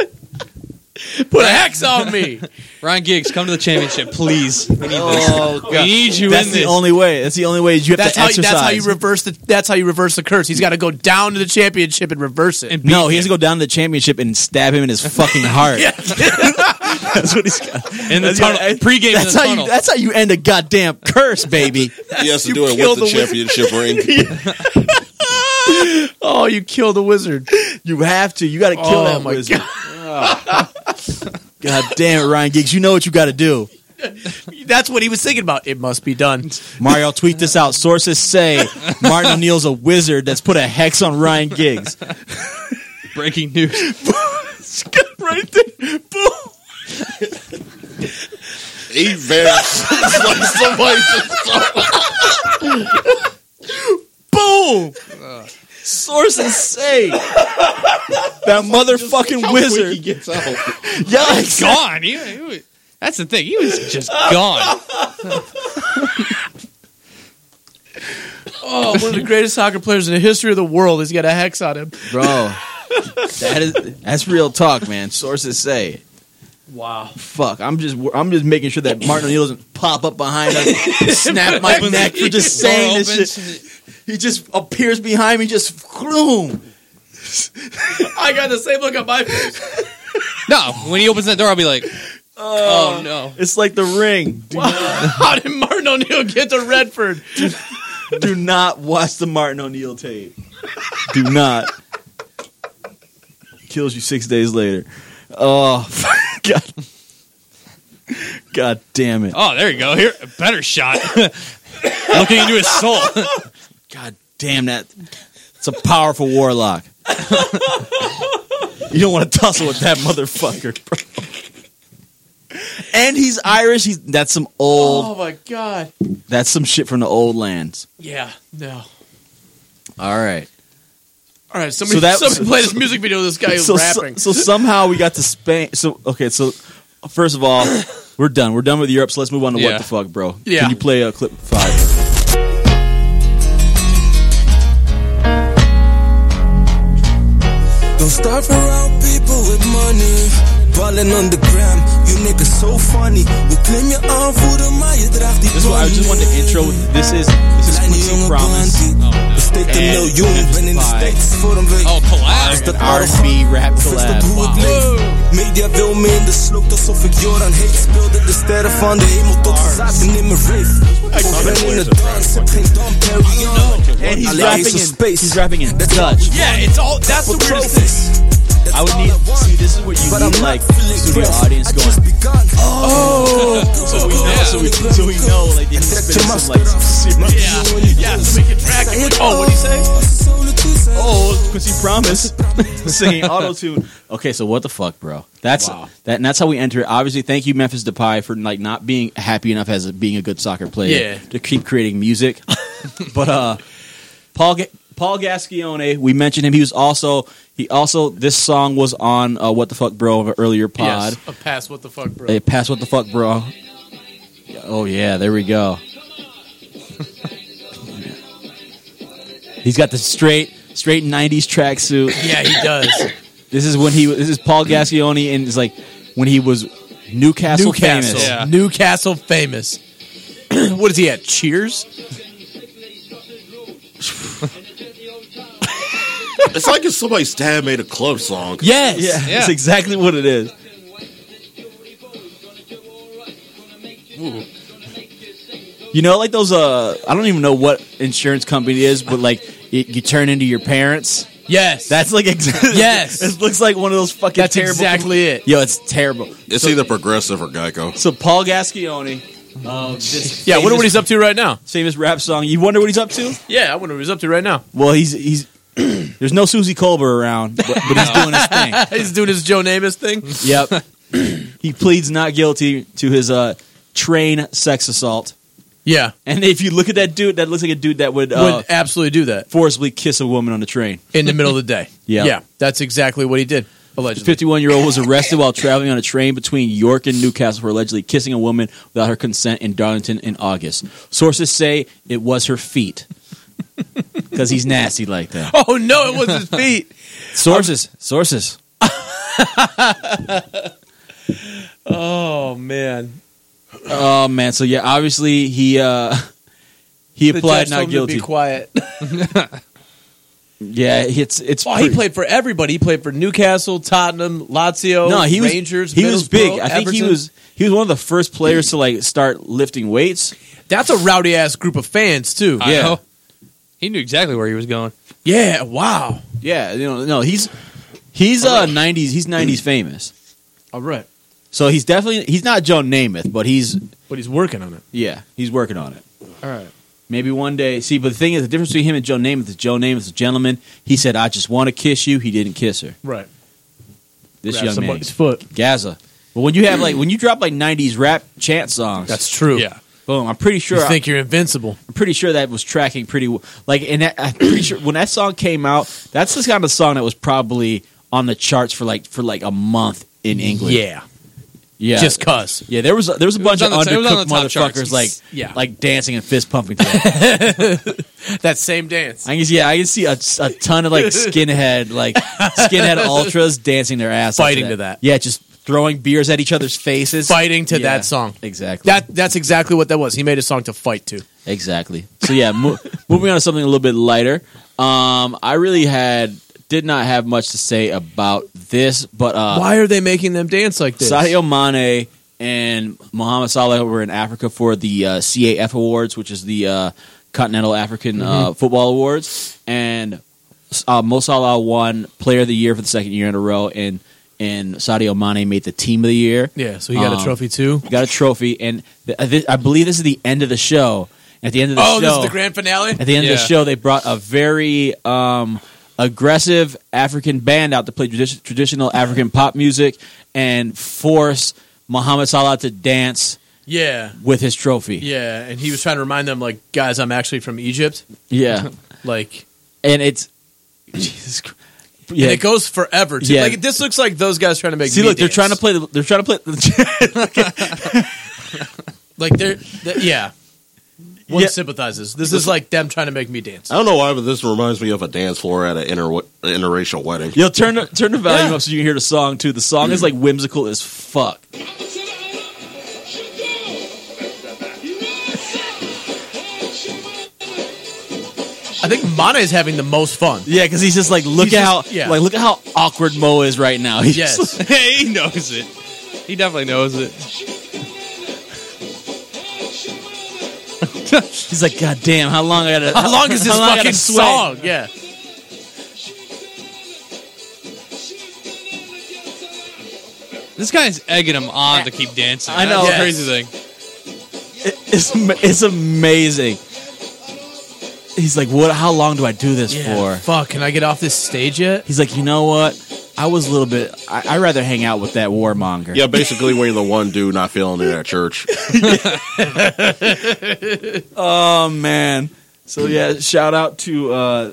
S6: Put a hex on me.
S5: Ryan Giggs, come to the championship, please. We need this. we need you
S3: That's
S5: in
S3: the
S5: this.
S3: only way. That's the only way is you have
S6: That's
S3: to
S6: how,
S3: exercise.
S6: that's how you reverse the that's how you reverse the curse. He's got to go down to the championship and reverse it.
S3: no, he has to go down to the championship and stab him in his fucking heart. That's what he's got.
S5: in the
S3: That's how-
S5: tunnel. Pre-game
S3: That's
S5: in the
S3: how
S5: tunnel.
S3: you. That's how you end a goddamn curse, baby.
S9: He has to
S6: You
S9: do it
S6: kill
S9: with the,
S6: the
S9: championship ring.
S6: Oh, you killed the wizard.
S3: You have to. You got to kill
S6: Oh,
S3: that
S6: my
S3: wizard. God damn it, Ryan Giggs. You know what you got to do.
S6: That's what he was thinking about. It must be done.
S3: Mario, tweet this out. Sources say Martin O'Neill's a wizard that's put a hex on Ryan Giggs.
S5: Breaking news.
S6: right there. Boom.
S9: He vanished. It's like somebody just
S6: Boom.
S3: Sources say that motherfucking wizard.
S9: gets out.
S3: Yikes.
S5: gone. He- he was- that's the thing. He was just gone.
S6: Oh, one of the greatest soccer players in the history of the world. He's got a hex on him.
S3: Bro, that is that's real talk, man. Sources say. Wow. Fuck, I'm just I'm just making sure that Martin O'Neill doesn't pop up behind us, snap my neck for just saying this
S5: Opens.
S3: shit. He just appears behind me, just boom.
S6: I got the same look on my face.
S5: No, when he opens that door, I'll be like, oh no.
S3: It's like the ring. Do,
S6: How did Martin O'Neill get to Redford?
S3: do not watch the Martin O'Neill tape. Do not. Kills you six days later. Oh God. God damn it.
S5: Oh, there you go. Here, better shot. Looking into his soul.
S3: God damn that! It's a powerful warlock. you don't want to tussle with that motherfucker, bro. And he's Irish. He's that's some old.
S6: Oh my god.
S3: That's some shit from the old lands.
S6: Yeah. No.
S3: All right.
S6: All right. Somebody,
S3: So that-
S6: somebody
S3: so-
S6: play this music video. of This guy who's
S3: So,
S6: rapping.
S3: so somehow we got to Spain. So okay. So first of all, we're done. We're done with Europe. So let's move on to
S5: Yeah.
S3: what the fuck, bro.
S6: Yeah.
S3: Can you play uh, clip five?
S11: Don't stop around people with money. Balling on the gram, you niggas so funny. We claim your arm voor de maar je draagt die
S12: This is what I just wanted to intro. with. This is this is Quincy Promise. Oh,
S11: Een
S12: And
S11: miljoen, ben in de States voor een week. Oh, collab. Is dat
S3: R&B rap
S11: collab. Hoe het leeft. Media wil me in de slok, alsof ik Joran heet. Speelde de sterren van de hemel tot ze zaten in mijn rave. Ik ben in de dans, heb geen Dom Perignon.
S3: And he's
S11: Alleen
S3: rapping
S11: Ace of
S3: in- he's rapping in Dutch.
S11: Yeah, it's all. That's the weirdest thing.
S3: I would need. See, this is what you need, like studio audience going. Oh, so we know, so we, so we know, like he's spinning some like some serious.
S12: yeah, yeah. So we can track it. With, oh, what do you say? Oh, Quincy Promise singing auto tune.
S3: Okay, so what the fuck, bro? That's that. And that's how we enter. it. Obviously, thank you, Memphis Depay, for like not being happy enough as a, being a good soccer player
S6: Yeah.
S3: to keep creating music. but uh, Paul Ga- Paul Gascione, we mentioned him. He was also he also this song was on uh, what the fuck, bro, of an earlier pod.
S6: Yes. A pass. What the fuck, bro?
S3: Hey, pass what the fuck, bro. Oh yeah, there we go. He's got the straight straight '90s tracksuit.
S6: Yeah, he does.
S3: This is when he. This is Paul Gascione, and it's like when he was Newcastle,
S6: Newcastle,
S3: famous.
S6: Newcastle famous. what is he at? Cheers.
S13: It's like if somebody's dad made a club song.
S6: Yes.
S3: Yeah, that's exactly what it is. You know, like those. Uh, I don't even know what insurance company it is, but like it, you turn into your parents.
S6: Yes,
S3: that's like exactly.
S6: Yes.
S3: it looks like one of those fucking.
S6: That's
S3: terrible
S6: exactly it.
S3: Yo, it's terrible.
S9: It's either Progressive or Geico.
S3: So Paul Gascione. Uh, this
S6: Yeah, I wonder what
S3: famous-
S6: he's up to right now.
S3: Famous rap song. You wonder what he's up to?
S6: Yeah, I wonder what he's up to right now.
S3: Well, he's he's there's no Susie Colbert around, but, but he's doing his thing.
S6: he's doing his Joe Namath thing.
S3: Yep, he pleads not guilty to his uh, train sex assault.
S6: Yeah,
S3: and if you look at that dude, that looks like a dude that would uh,
S6: Would absolutely do that
S3: forcibly kiss a woman on the train.
S6: in the middle of the day.
S3: Yeah.
S6: yeah, that's exactly what he did. Allegedly,
S3: 51 year old was arrested while traveling on a train between York and Newcastle for allegedly kissing a woman without her consent in Darlington in August. Sources say it was her feet because he's nasty like that.
S6: Oh no, it was his feet.
S3: Sources, sources.
S6: oh man,
S3: Oh man, so yeah, obviously he uh he
S6: The
S3: applied
S6: judge
S3: not
S6: told him to
S3: guilty.
S6: be quiet.
S3: Yeah, it's it's.
S6: Oh, he
S3: pretty-
S6: played for everybody. He played for Newcastle, Tottenham, Lazio.
S3: no, he was
S6: Rangers.
S3: he was
S6: Middlesbrough,
S3: big. I think he
S6: Everton.
S3: was he was one of the first players to like start lifting weights.
S6: That's a rowdy ass group of fans too.
S3: I Yeah. know.
S6: he knew exactly where he was going. Yeah. Wow.
S3: Yeah, you know, no, he's he's uh nineties. He's nineties famous.
S6: All Oh, right.
S3: So he's definitely he's not Joe Namath, but he's
S6: But he's working on it.
S3: yeah he's working on it.
S6: All right.
S3: Maybe one day. See, but the thing is, the difference between him and Joe Namath is Joe Namath is a gentleman. He said, "I just want to kiss you." He didn't kiss her.
S6: Right.
S3: This
S6: Grab
S3: young
S6: somebody's
S3: man,
S6: foot.
S3: Gaza. But when you have like when you drop like '90s rap chant songs,
S6: That's true. Yeah.
S3: Boom! I'm pretty sure.
S6: You think you're invincible?
S3: I'm pretty sure that was tracking pretty well. Like, and that, I'm pretty sure when that song came out, that's the kind of song that was probably on the charts for like for like a month in England.
S6: Yeah.
S3: yeah,
S6: Just cause.
S3: Yeah, there was there was a
S6: It
S3: bunch
S6: was
S3: of
S6: on the- it was on
S3: undercooked
S6: the top charts.
S3: motherfuckers like
S6: Yeah.
S3: like dancing and fist pumping. to it.
S6: That same dance.
S3: I can yeah, I can see a, a ton of like skinhead like skinhead ultras dancing their ass off
S6: Fighting to that.
S3: Yeah, just throwing beers at each other's faces,
S6: Fighting to
S3: Yeah,
S6: that song.
S3: Exactly.
S6: That that's exactly what that was. He made a song to fight to.
S3: Uh, Exactly. So yeah, mo- moving on to something a little bit lighter. Um, I really had did not have much to say about this, but uh,
S6: Why are they making them dance like this?
S3: Sadio Mane and Mohamed Salah were in Africa for the uh, CAF Awards, which is the uh, Continental African
S6: Mm-hmm.
S3: uh, Football Awards, and uh, Mo Salah won Player of the Year for the second year in a row, and and Sadio Mane made the Team of the Year.
S6: Yeah, so he got
S3: Um,
S6: a trophy too.
S3: Got a trophy, and th- uh, th- I believe this is the end of the show. At the end of the
S6: Oh,
S3: show,
S6: this is the grand finale.
S3: at the end of the show, they brought a very um, aggressive African band out to play tradi- traditional African pop music and force Muhammad Salah to dance
S6: Yeah,
S3: with his trophy.
S6: yeah, and he was trying to remind them, like, guys, I'm actually from Egypt.
S3: Yeah,
S6: Like,
S3: and it's Jesus. Christ.
S6: yeah. and it goes forever. Too.
S3: Yeah.
S6: Like, this looks like those guys trying to make.
S3: See,
S6: me
S3: look, they're
S6: dance.
S3: trying to play. The, they're trying to play.
S6: like they're, they yeah. one
S3: Yeah. Oh.
S6: sympathizes. This is like them trying to make me dance.
S14: I don't know why, but this reminds me of a dance floor at an inter- interracial wedding.
S3: Yo, turn the- turn the volume up so you can hear the song too. The song is like whimsical as fuck.
S6: I think Mana is having the most fun.
S3: Yeah, because he's just like, look
S6: He's
S3: at
S6: just-
S3: how
S6: yeah.
S3: like look at how awkward Mo is right now. He's
S6: Yes.
S3: just-
S5: he knows it. He definitely knows it.
S3: he's like, God damn, how long I gotta
S6: How long is this
S3: how I gotta
S6: fucking
S3: sweat?"
S6: song? Yeah.
S5: This guy's egging him on to keep dancing.
S3: I
S5: That's
S3: know.
S5: the
S3: Yes.
S5: crazy thing.
S3: It- it's am- it's amazing. He's like, what? How long do I do this
S6: Yeah,
S3: for?
S6: Fuck, can I get off this stage yet?
S3: He's like, you know what? I was a little bit. I, I'd rather hang out with that warmonger.
S14: Yeah, basically when you're the one dude not feeling it at church.
S3: oh man. So yeah, shout out to uh,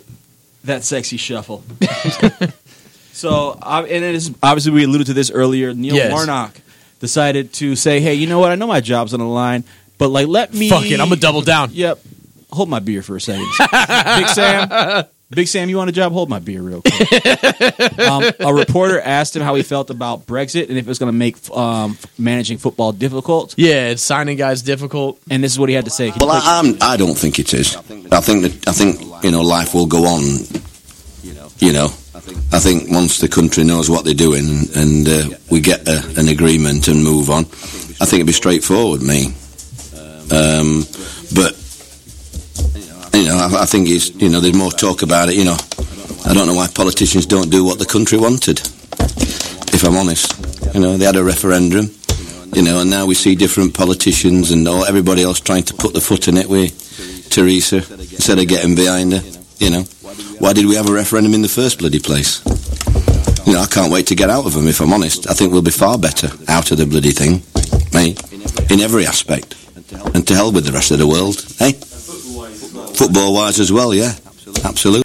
S3: that sexy shuffle. so uh, and it is obviously we alluded to this earlier. Neil
S6: Yes.
S3: Warnock decided to say, "Hey, you know what? I know my job's on the line, but like, let me
S6: Fuck it, I'm gonna double down.
S3: Yep. Hold my beer for a second, Big Sam. Big Sam, you want a job? Hold my beer real quick. um, a reporter asked him how he felt about Brexit and if it was going to make um, managing football difficult.
S6: Yeah, it's signing guys difficult.
S3: And this is what he had to say.
S15: Well, I, I'm, I don't think it is. I think that I think you know life will go on. You know, I think once the country knows what they're doing and uh, we get a, an agreement and move on, I think it'd be straightforward. Me, um, but you know, I, I think it's you know there's more talk about it. You know, I don't know why politicians don't do what the country wanted. If I'm honest, you know, they had a referendum you know, and now we see different politicians and all everybody else trying to put the foot in it with Theresa instead of getting behind her. You know, why did we have a referendum in the first bloody place? You know, I can't wait to get out of them. If I'm honest, I think we'll be far better out of the bloody thing, me, in every aspect, and to hell with the rest of the world, hey? Football wise as well, yeah, absolutely.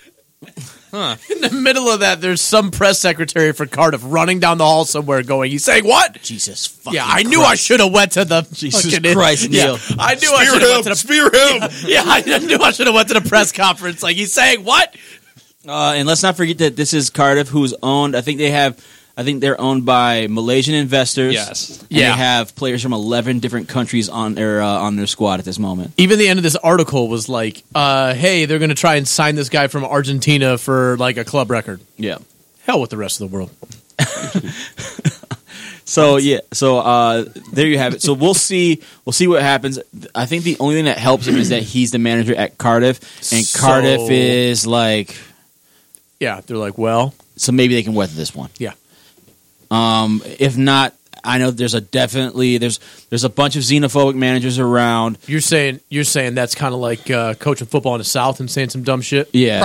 S6: Huh. In the middle of that, there's some press secretary for Cardiff running down the hall somewhere going, he's saying, what?
S3: Jesus fucking
S6: Yeah, I knew I should have went to the
S3: Jesus
S6: fucking-
S3: Christ, Neil.
S6: Yeah, I knew I
S3: Spear
S6: should have
S3: him,
S6: went to the
S14: spear him.
S6: Yeah, I knew I should have went to the press conference. Like he's saying, what?
S3: Uh, and let's not forget that this is Cardiff, who's owned. I think they have. I think they're owned by Malaysian investors.
S6: Yes.
S3: And
S6: Yeah.
S3: They have players from eleven different countries on their uh, on their squad at this moment.
S6: Even the end of this article was like, uh, hey, they're going to try and sign this guy from Argentina for like a club record.
S3: Yeah.
S6: Hell with the rest of the world.
S3: So yeah. So uh, there you have it. So we'll see. We'll see what happens. I think the only thing that helps him is that he's the manager at Cardiff, and
S6: So-
S3: Cardiff is like.
S6: Yeah, they're like, well.
S3: So maybe they can weather this one.
S6: Yeah.
S3: Um, if not, I know there's a definitely there's there's a bunch of xenophobic managers around.
S6: You're saying you're saying that's kind of like uh, coaching football in the South and saying some dumb shit.
S3: Yeah,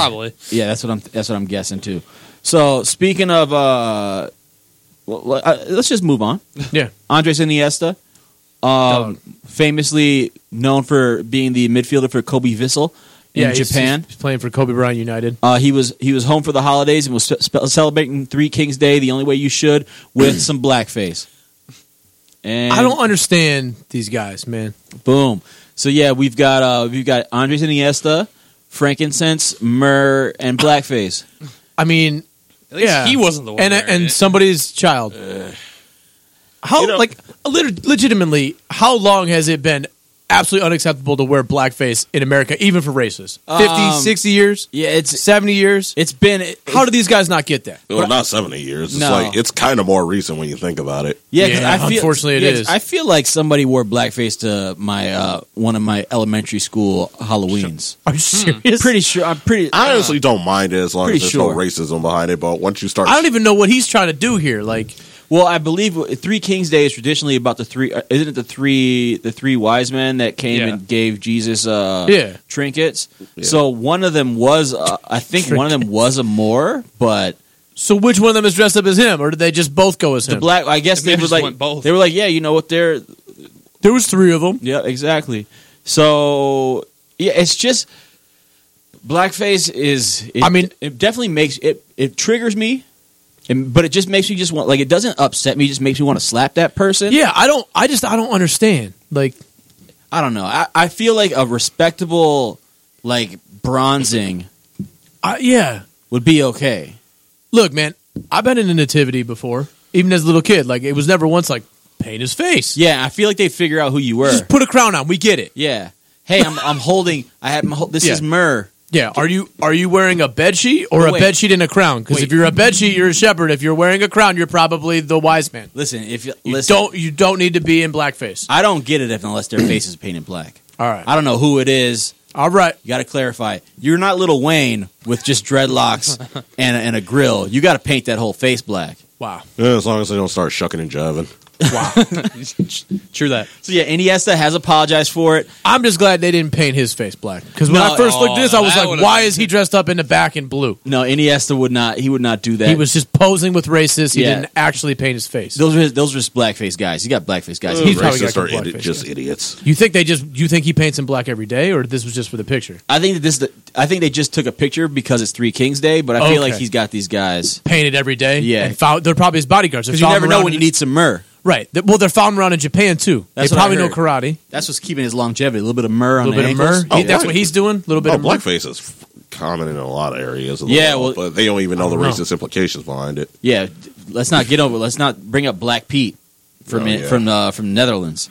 S3: Yeah, that's what I'm. That's what I'm guessing too. So speaking of, uh, well, le- uh, let's just move on.
S6: Yeah.
S3: Andres Iniesta, um, famously known for being the midfielder for Kobe Vissel in
S6: yeah, he's-
S3: Japan.
S6: he's playing for Kobe Bryant United.
S3: Uh, he was he was home for the holidays and was spe- spe- celebrating Three Kings Day the only way you should with some blackface. And
S6: I don't understand these guys, man.
S3: Boom. So yeah, we've got uh, we've got Andres Iniesta, frankincense, myrrh, and blackface.
S6: I mean,
S5: At least
S6: yeah,
S5: he wasn't the one
S6: and
S5: wearing
S6: and
S5: it. Uh,
S6: somebody's child. how like lit- legitimately? How long has it been absolutely unacceptable to wear blackface in America, even for racists? 50,
S3: Um,
S6: 60 years?
S3: Yeah, it's
S6: seventy years.
S3: It's been.
S6: how do these guys not get that?
S14: Well, not 70 years. It's
S3: No.
S14: like it's kind of more recent when you think about it.
S3: Yeah, 'cause I feel,
S6: unfortunately it
S3: yeah, 'cause
S6: is.
S3: I feel like somebody wore blackface to my uh, one of my elementary school Halloweens.
S6: Are you serious?
S3: Pretty sure. I'm pretty.
S14: I honestly don't mind it as long
S3: Pretty
S14: as there's
S3: sure.
S14: no racism behind it. But once you start,
S6: I don't even know what he's trying to do here. Like,
S3: Well, I believe Three Kings Day is traditionally about the three. uh, Isn't it the three the three wise men that came
S6: Yeah.
S3: and gave Jesus uh,
S6: Yeah.
S3: trinkets? So one of them was, uh, I think, one of them was a Moor, but
S6: so which one of them is dressed up as him, or did they just both go as
S3: the
S6: him?
S3: black. I guess
S6: They
S3: they were
S6: just
S3: like
S6: went both.
S3: they were like, yeah, you know what? They're
S6: there was three of them.
S3: Yeah, exactly. So yeah, it's just blackface is. It,
S6: I mean-
S3: it definitely makes it. It triggers me, and, but it just makes me just want like it doesn't upset me. It just makes me want to slap that person.
S6: Yeah, I don't. I just I don't understand. Like,
S3: I don't know. I, I feel like a respectable like bronzing.
S6: Uh, yeah,
S3: would be okay.
S6: Look, man, I've been in a nativity before, even as a little kid. Like it was never once like paint his face.
S3: Yeah, I feel like they figure out who you were.
S6: Just put a crown on. We get it.
S3: Yeah. Hey, I'm I'm holding. I had my ho- this
S6: Yeah.
S3: is myrrh.
S6: Yeah, are you are you wearing a bed sheet or
S3: Oh,
S6: a
S3: wait.
S6: bed sheet and a crown? Because if you're a bed sheet, you're a shepherd. If you're wearing a crown, you're probably the wise man.
S3: Listen, if you,
S6: You
S3: listen,
S6: don't you don't need to be in blackface.
S3: I don't get it if unless their face is painted black.
S6: All right,
S3: I don't know who it is.
S6: All right,
S3: you got to clarify. You're not Little Wayne with just dreadlocks and and a grill. You got to paint that whole face black.
S6: Wow.
S13: Yeah, as long as they don't start shucking and jiving.
S6: True that.
S3: So yeah, Iniesta has apologized for it.
S6: I'm just glad they didn't paint his face black because when
S3: No,
S6: I first looked at this, I was
S3: that
S6: like,
S3: would've-
S6: why is he dressed up in the back in blue?
S3: No, Iniesta would not. He would not do that.
S6: He was just posing with racists. He
S3: Yeah.
S6: didn't actually paint his face.
S3: Those were those were just blackface guys. You got blackface guys.
S6: Uh, He's probably got
S13: Racists
S6: some
S13: are
S6: blackface,
S13: idi- just idiots.
S6: You think they just you think he paints in black every day, or this was just for the picture?
S3: I think that this. I think they just took a picture because it's Three Kings Day. But I feel
S6: Okay.
S3: like he's got these guys.
S6: Painted every day.
S3: Yeah.
S6: and found, they're probably his bodyguards. They
S3: Because you
S6: found
S3: never
S6: him
S3: know
S6: around
S3: when you
S6: in-
S3: need some myrrh.
S6: Right. They- Well, they're found around in Japan too.
S3: That's
S6: they
S3: what I
S6: probably know
S3: heard. Oh,
S6: karate.
S3: That's what's keeping his longevity. A little bit of myrrh on
S6: Little
S3: the
S6: bit of
S3: ankles.
S6: myrrh? He- that's what he's doing. A little bit
S13: Oh,
S6: of myrrh?
S13: blackface is f- common in a lot of areas. Of the
S3: Yeah,
S13: world,
S3: well-
S13: but they don't even know the
S3: I don't know.
S13: racist implications behind it.
S3: Yeah, d- let's not get over. Let's not bring up Black Pete from
S13: Oh,
S3: it-
S13: yeah.
S3: from uh, from Netherlands.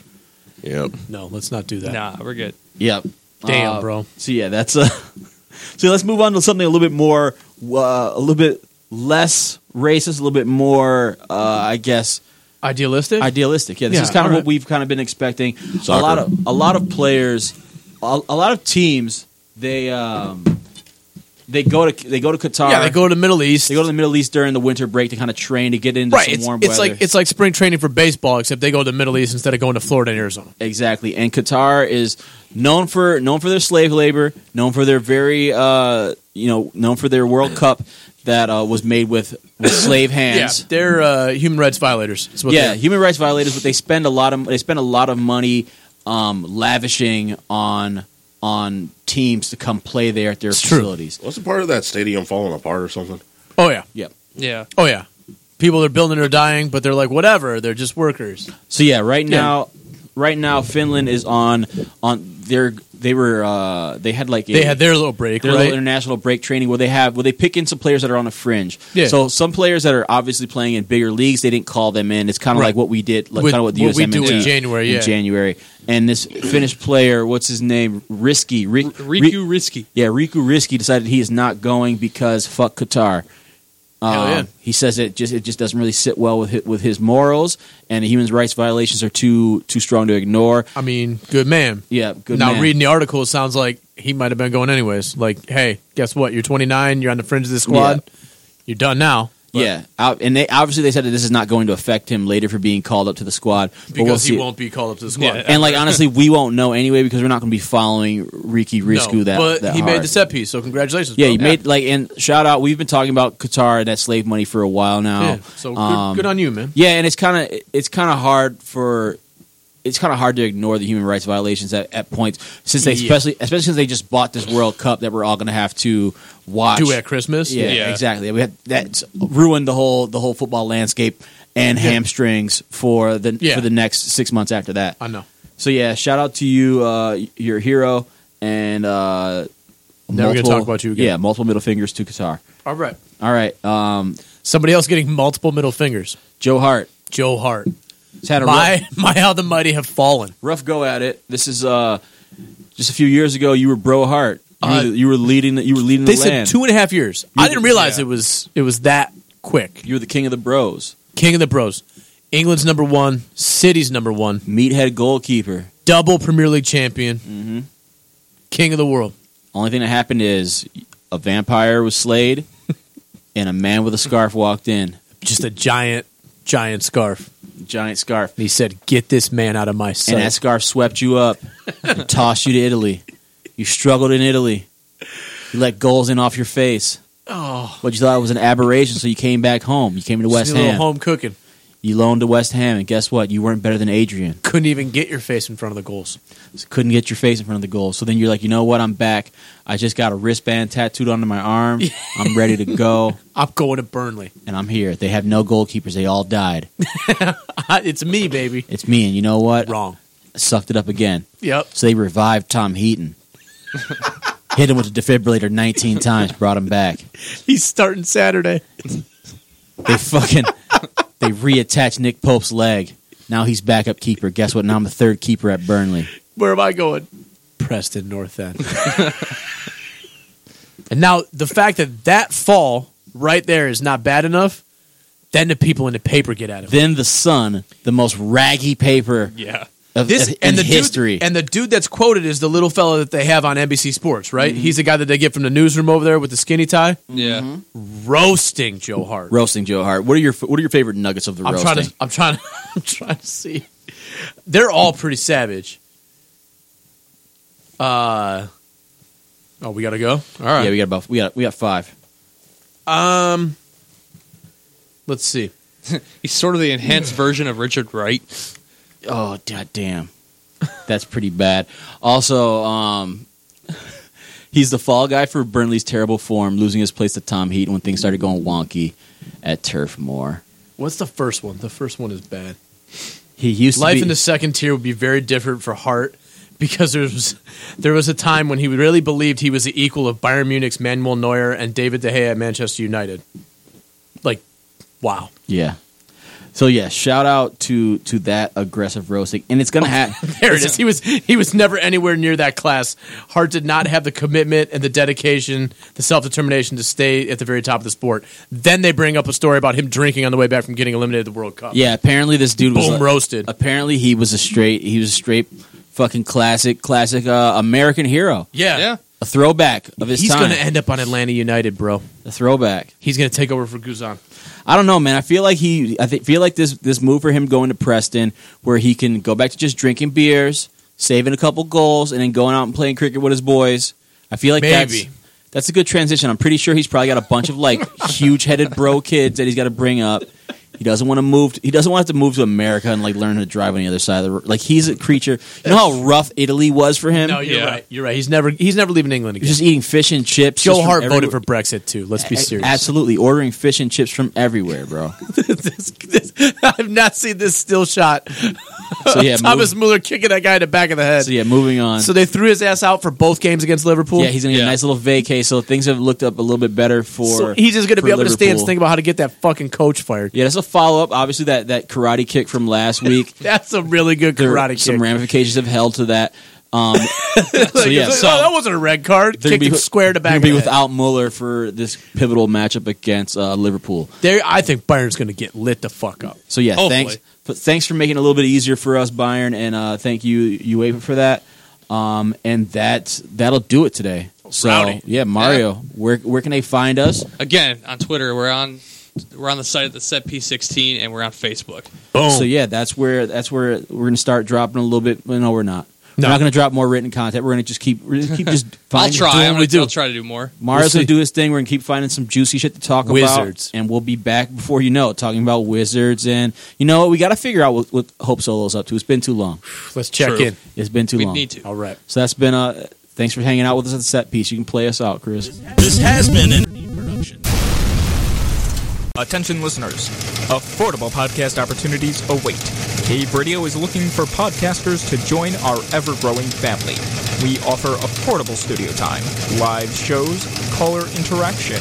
S13: Yep.
S6: No, let's not do that.
S5: Nah, we're good.
S3: Yep.
S6: Damn,
S3: Uh,
S6: bro.
S3: So yeah, that's uh So let's move on to something a little bit more, uh, a little bit less racist, a little bit more, uh, I guess,
S6: idealistic.
S3: Idealistic. Yeah, this
S6: Yeah,
S3: is kind of
S6: all
S3: what
S6: right.
S3: we've kind of been expecting.
S6: Soccer.
S3: A lot of a lot of players, a, a lot of teams. They um, they go to they go to Qatar.
S6: Yeah, they go to the Middle East.
S3: They go to the Middle East during the winter break to kind of train to get into
S6: Right.
S3: some
S6: It's,
S3: warm
S6: it's
S3: weather.
S6: like it's like spring training for baseball, except they go to the Middle East instead of going to Florida and Arizona.
S3: Exactly. And Qatar is known for known for their slave labor, known for their very uh, you know known for their World Cup that uh, was made with, with slave hands.
S6: Yeah, they're uh, human rights violators. Is what
S3: yeah,
S6: they are.
S3: human rights violators, but they spend a lot of they spend a lot of money um, lavishing on on teams to come play there at their facilities.
S13: What's the part of that stadium falling apart or something?
S6: Oh yeah.
S3: Yep.
S5: Yeah.
S6: Oh yeah. People are building are dying, but they're like whatever. They're just workers.
S3: So yeah, right
S6: Yeah.
S3: now, right now Finland is on on their they were uh, they had like a,
S6: They had their little break,
S3: their
S6: right?
S3: little international break training where they have where they pick in some players that are on the fringe.
S6: Yeah.
S3: So some players that are obviously playing in bigger leagues, they didn't call them in. It's kind of
S6: Right.
S3: like what we did, like
S6: With-
S3: kind of what the
S6: what we
S3: USMNT
S6: do in January, yeah.
S3: January. And this Finnish player, what's his name? Risky Ri-
S5: Riku Risky.
S3: yeah, Riku Risky decided he is not going because fuck Qatar. Um,
S5: Hell yeah.
S3: He says it just it just doesn't really sit well with his, with his morals, and human rights violations are too too strong to ignore.
S6: I mean, good man.
S3: Yeah, good.
S6: now
S3: man.
S6: reading the article, it sounds like he might have been going anyways. Like, hey, guess what? You're 29. You're on the fringe of the squad. You're done now.
S3: yeah, out, and they obviously they said that this is not going to affect him later for being called up to the squad but we'll
S6: Because
S3: see
S6: he
S3: it.
S6: won't be called up to the squad.
S3: And like honestly, we won't know anyway because we're not going to be following Ricky Risku
S6: No,
S3: that.
S6: But
S3: that
S6: he
S3: hard.
S6: made the set piece, so congratulations.
S3: Yeah,
S6: bro.
S3: he made like and shout out. We've been talking about Qatar and that slave money for a while now. Um,
S6: Yeah, so good- good on you, man.
S3: Yeah, and it's kind of it's kind of hard for it's kind of hard to ignore the human rights violations at, at points since they
S6: Yeah.
S3: especially especially since they just bought this World Cup that we're all going to have to watch
S6: Do at Christmas?
S3: Yeah,
S6: Yeah.
S3: exactly. We had that ruined the whole the whole football landscape and
S6: Yeah.
S3: hamstrings for the
S6: Yeah.
S3: for the next six months after that.
S6: I know.
S3: So yeah, shout out to you, uh, your hero, and uh,
S6: Never gonna
S3: multiple-
S6: talk about you again.
S3: Yeah, multiple middle fingers to Qatar.
S6: All right.
S3: All right, um,
S6: Somebody else getting multiple middle fingers.
S3: Joe Hart.
S6: Joe Hart.
S3: He's had a
S6: my
S3: rough,
S6: my how the mighty have fallen.
S3: rough go at it. This is uh, just a few years ago. You were Bro Hart. You,
S6: Uh,
S3: were, you were leading. The, you were leading
S6: They
S3: the
S6: said
S3: land.
S6: two and a half years.
S3: You-
S6: I didn't realize
S3: yeah.
S6: it was it was that quick.
S3: You were the king of the Bros.
S6: King of the Bros. England's number one. City's number one.
S3: Meathead goalkeeper.
S6: Double Premier League champion.
S3: Mm-hmm.
S6: King of the world.
S3: Only thing that happened is a vampire was slayed, and a man with a scarf walked in.
S6: Just a giant, giant scarf.
S3: Giant scarf.
S6: And he said, "Get this man out of my sight."
S3: And that scarf swept you up and tossed you to Italy. You struggled in Italy. You let goals in off your face.
S6: oh,
S3: What you thought was an aberration, so you came back home. You came to
S6: just
S3: West
S6: need a little
S3: Ham.
S6: home cooking.
S3: You loaned to West Ham, and guess what? You weren't better than Adrian.
S6: Couldn't even get your face in front of the goals.
S3: So couldn't get your face in front of the goal. So then you're like, you know what? I'm back. I just got a wristband tattooed onto my arm. I'm ready to go,
S6: I'm going to Burnley.
S3: and I'm here. They have no goalkeepers. They all died.
S6: it's me, baby.
S3: It's me, and you know what?
S6: Wrong.
S3: sucked it up again.
S6: Yep.
S3: So they revived Tom Heaton. Hit him with a defibrillator 19 times, brought him back.
S6: He's starting Saturday.
S3: They fucking they reattached Nick Pope's leg. Now he's backup keeper. Guess what? Now I'm the third keeper at Burnley.
S6: Where am I going? Preston North End. and now the fact that that fall right there is not bad enough, then the people in the paper get at it.
S3: Then the Sun, the most raggy paper.
S6: Yeah.
S3: Of,
S6: This
S3: of- in
S6: and the
S3: history.
S6: dude, and the dude that's quoted is the little fella that they have on NBC Sports, right? He's the guy that they get from the newsroom over there with the skinny tie,
S5: Yeah.
S6: roasting Joe Hart.
S3: roasting Joe Hart. What are your What are your favorite nuggets of the
S6: I'm
S3: roasting?
S6: trying to. I'm trying. I'm trying to see. They're all pretty savage. Uh, oh, we gotta go. All right.
S3: Yeah, we got about we got we got five.
S6: Um, let's see.
S5: He's sort of the enhanced version of Richard Wright.
S3: Oh god damn, that's pretty bad. Also, um, he's the fall guy for Burnley's terrible form, losing his place to Tom Heaton when things started going wonky at Turf Moor.
S6: What's the first one? The first one is bad.
S3: He used
S6: Life
S3: to be,
S6: in the second tier would be very different for Hart because there was there was a time when he really believed he was the equal of Bayern Munich's Manuel Neuer and David De Gea at Manchester United. Like, wow.
S3: yeah. So yeah, shout out to to that aggressive roasting, and it's gonna have
S6: There it is. He was he was never anywhere near that class. Hart did not have the commitment and the dedication, the self determination to stay at the very top of the sport. Then they bring up a story about him drinking on the way back from getting eliminated at the World Cup.
S3: Yeah, apparently this dude was
S6: Boom,
S3: a-
S6: roasted.
S3: Apparently he was a straight. He was a straight, fucking classic, classic uh, American hero.
S6: Yeah. Yeah.
S3: a throwback of his
S6: He's
S3: time.
S6: gonna end up on Atlanta United, bro.
S3: a throwback.
S6: He's gonna take over for Guzan.
S3: I don't know, man. I feel like he. I thi- feel like this this move for him going to Preston, where he can go back to just drinking beers, saving a couple goals, and then going out and playing cricket with his boys. I feel like that's
S6: Maybe.
S3: that's a good transition. I'm pretty sure he's probably got a bunch of like huge headed bro kids that he's got to bring up. He doesn't want to move. He doesn't want to move to America and like learn how to drive on the other side of the road. Like he's a creature. You know how rough Italy was for him.
S6: No, you're right. You're right. He's never he's never leaving England again.
S3: He's just eating fish and chips.
S6: Joe
S3: just from
S6: Hart voted for
S3: everywhere.
S6: Brexit too. Let's be
S3: A-
S6: serious.
S3: Absolutely, ordering fish and chips from everywhere, bro.
S6: I've not seen this still shot.
S3: So, yeah,
S6: Thomas Mueller kicking that guy in the back of the head.
S3: So yeah, moving on.
S6: So they threw his ass out for both games against Liverpool.
S3: Yeah, he's gonna get a nice little vacay. So things have looked up a little bit better for.
S6: So he's just gonna
S3: for
S6: be up in the stands
S3: Liverpool.
S6: thinking about how to get that fucking coach fired.
S3: Yeah, that's a follow up. Obviously, that that karate kick from last week.
S6: That's a really good
S3: there
S6: karate kick.
S3: Some ramifications have held to that. Um, so
S6: Like,
S3: yeah,
S6: it's like,
S3: so
S6: "Oh, that wasn't a red card.
S3: they're gonna
S6: Kicked him square to
S3: they're gonna
S6: back.
S3: Be
S6: of the head.
S3: without Muller for this pivotal matchup against uh, Liverpool.
S6: There, I think Byron's gonna get lit the fuck up.
S3: So yeah,
S6: Hopefully.
S3: thanks. But thanks for making it a little bit easier for us, Bayern, and uh, thank you UEFA for that. Um, and that that'll do it today. So
S5: Rowdy.
S3: yeah, Mario, where where can they find us?
S5: Again, on Twitter, we're on we're on the site of the set P16 and we're on Facebook.
S3: So yeah, that's where that's where we're gonna start dropping a little bit. Well, no, we're not.
S5: No.
S3: We're not gonna drop more written content. We're gonna just keep we're gonna keep just.
S5: I'll
S3: finding-
S5: try.
S3: doing
S5: I'm
S3: what
S5: gonna,
S3: we do.
S5: I'll try to do more.
S3: Mars
S5: We'll
S3: gonna do his thing. We're gonna keep finding some juicy shit to talk about.
S5: Wizards.
S3: and we'll be back before you know it, talking about wizards. And you know what? We got to figure out what, what Hope Solo's up to. It's been too long.
S6: Let's check True. in.
S3: It's been too
S6: We
S3: long.
S6: need to. All right.
S3: So that's been uh Thanks for hanging out with us at the set piece. You can play us out, Chris.
S1: This has been an production. Attention listeners, affordable podcast opportunities await. Cave Radio is looking for podcasters to join our ever growing family. We offer affordable studio time, live shows, caller interaction,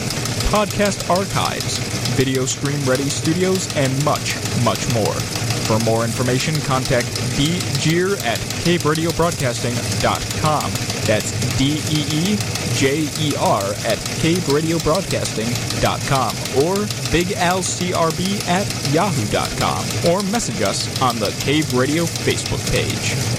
S1: podcast archives, video stream ready studios, and much, much more. For more information, contact djeer at caveradiobroadcasting.com. That's D E E J E R at caveradiobroadcasting.com or bigalcrb at yahoo.com or message us on the Cave Radio Facebook page.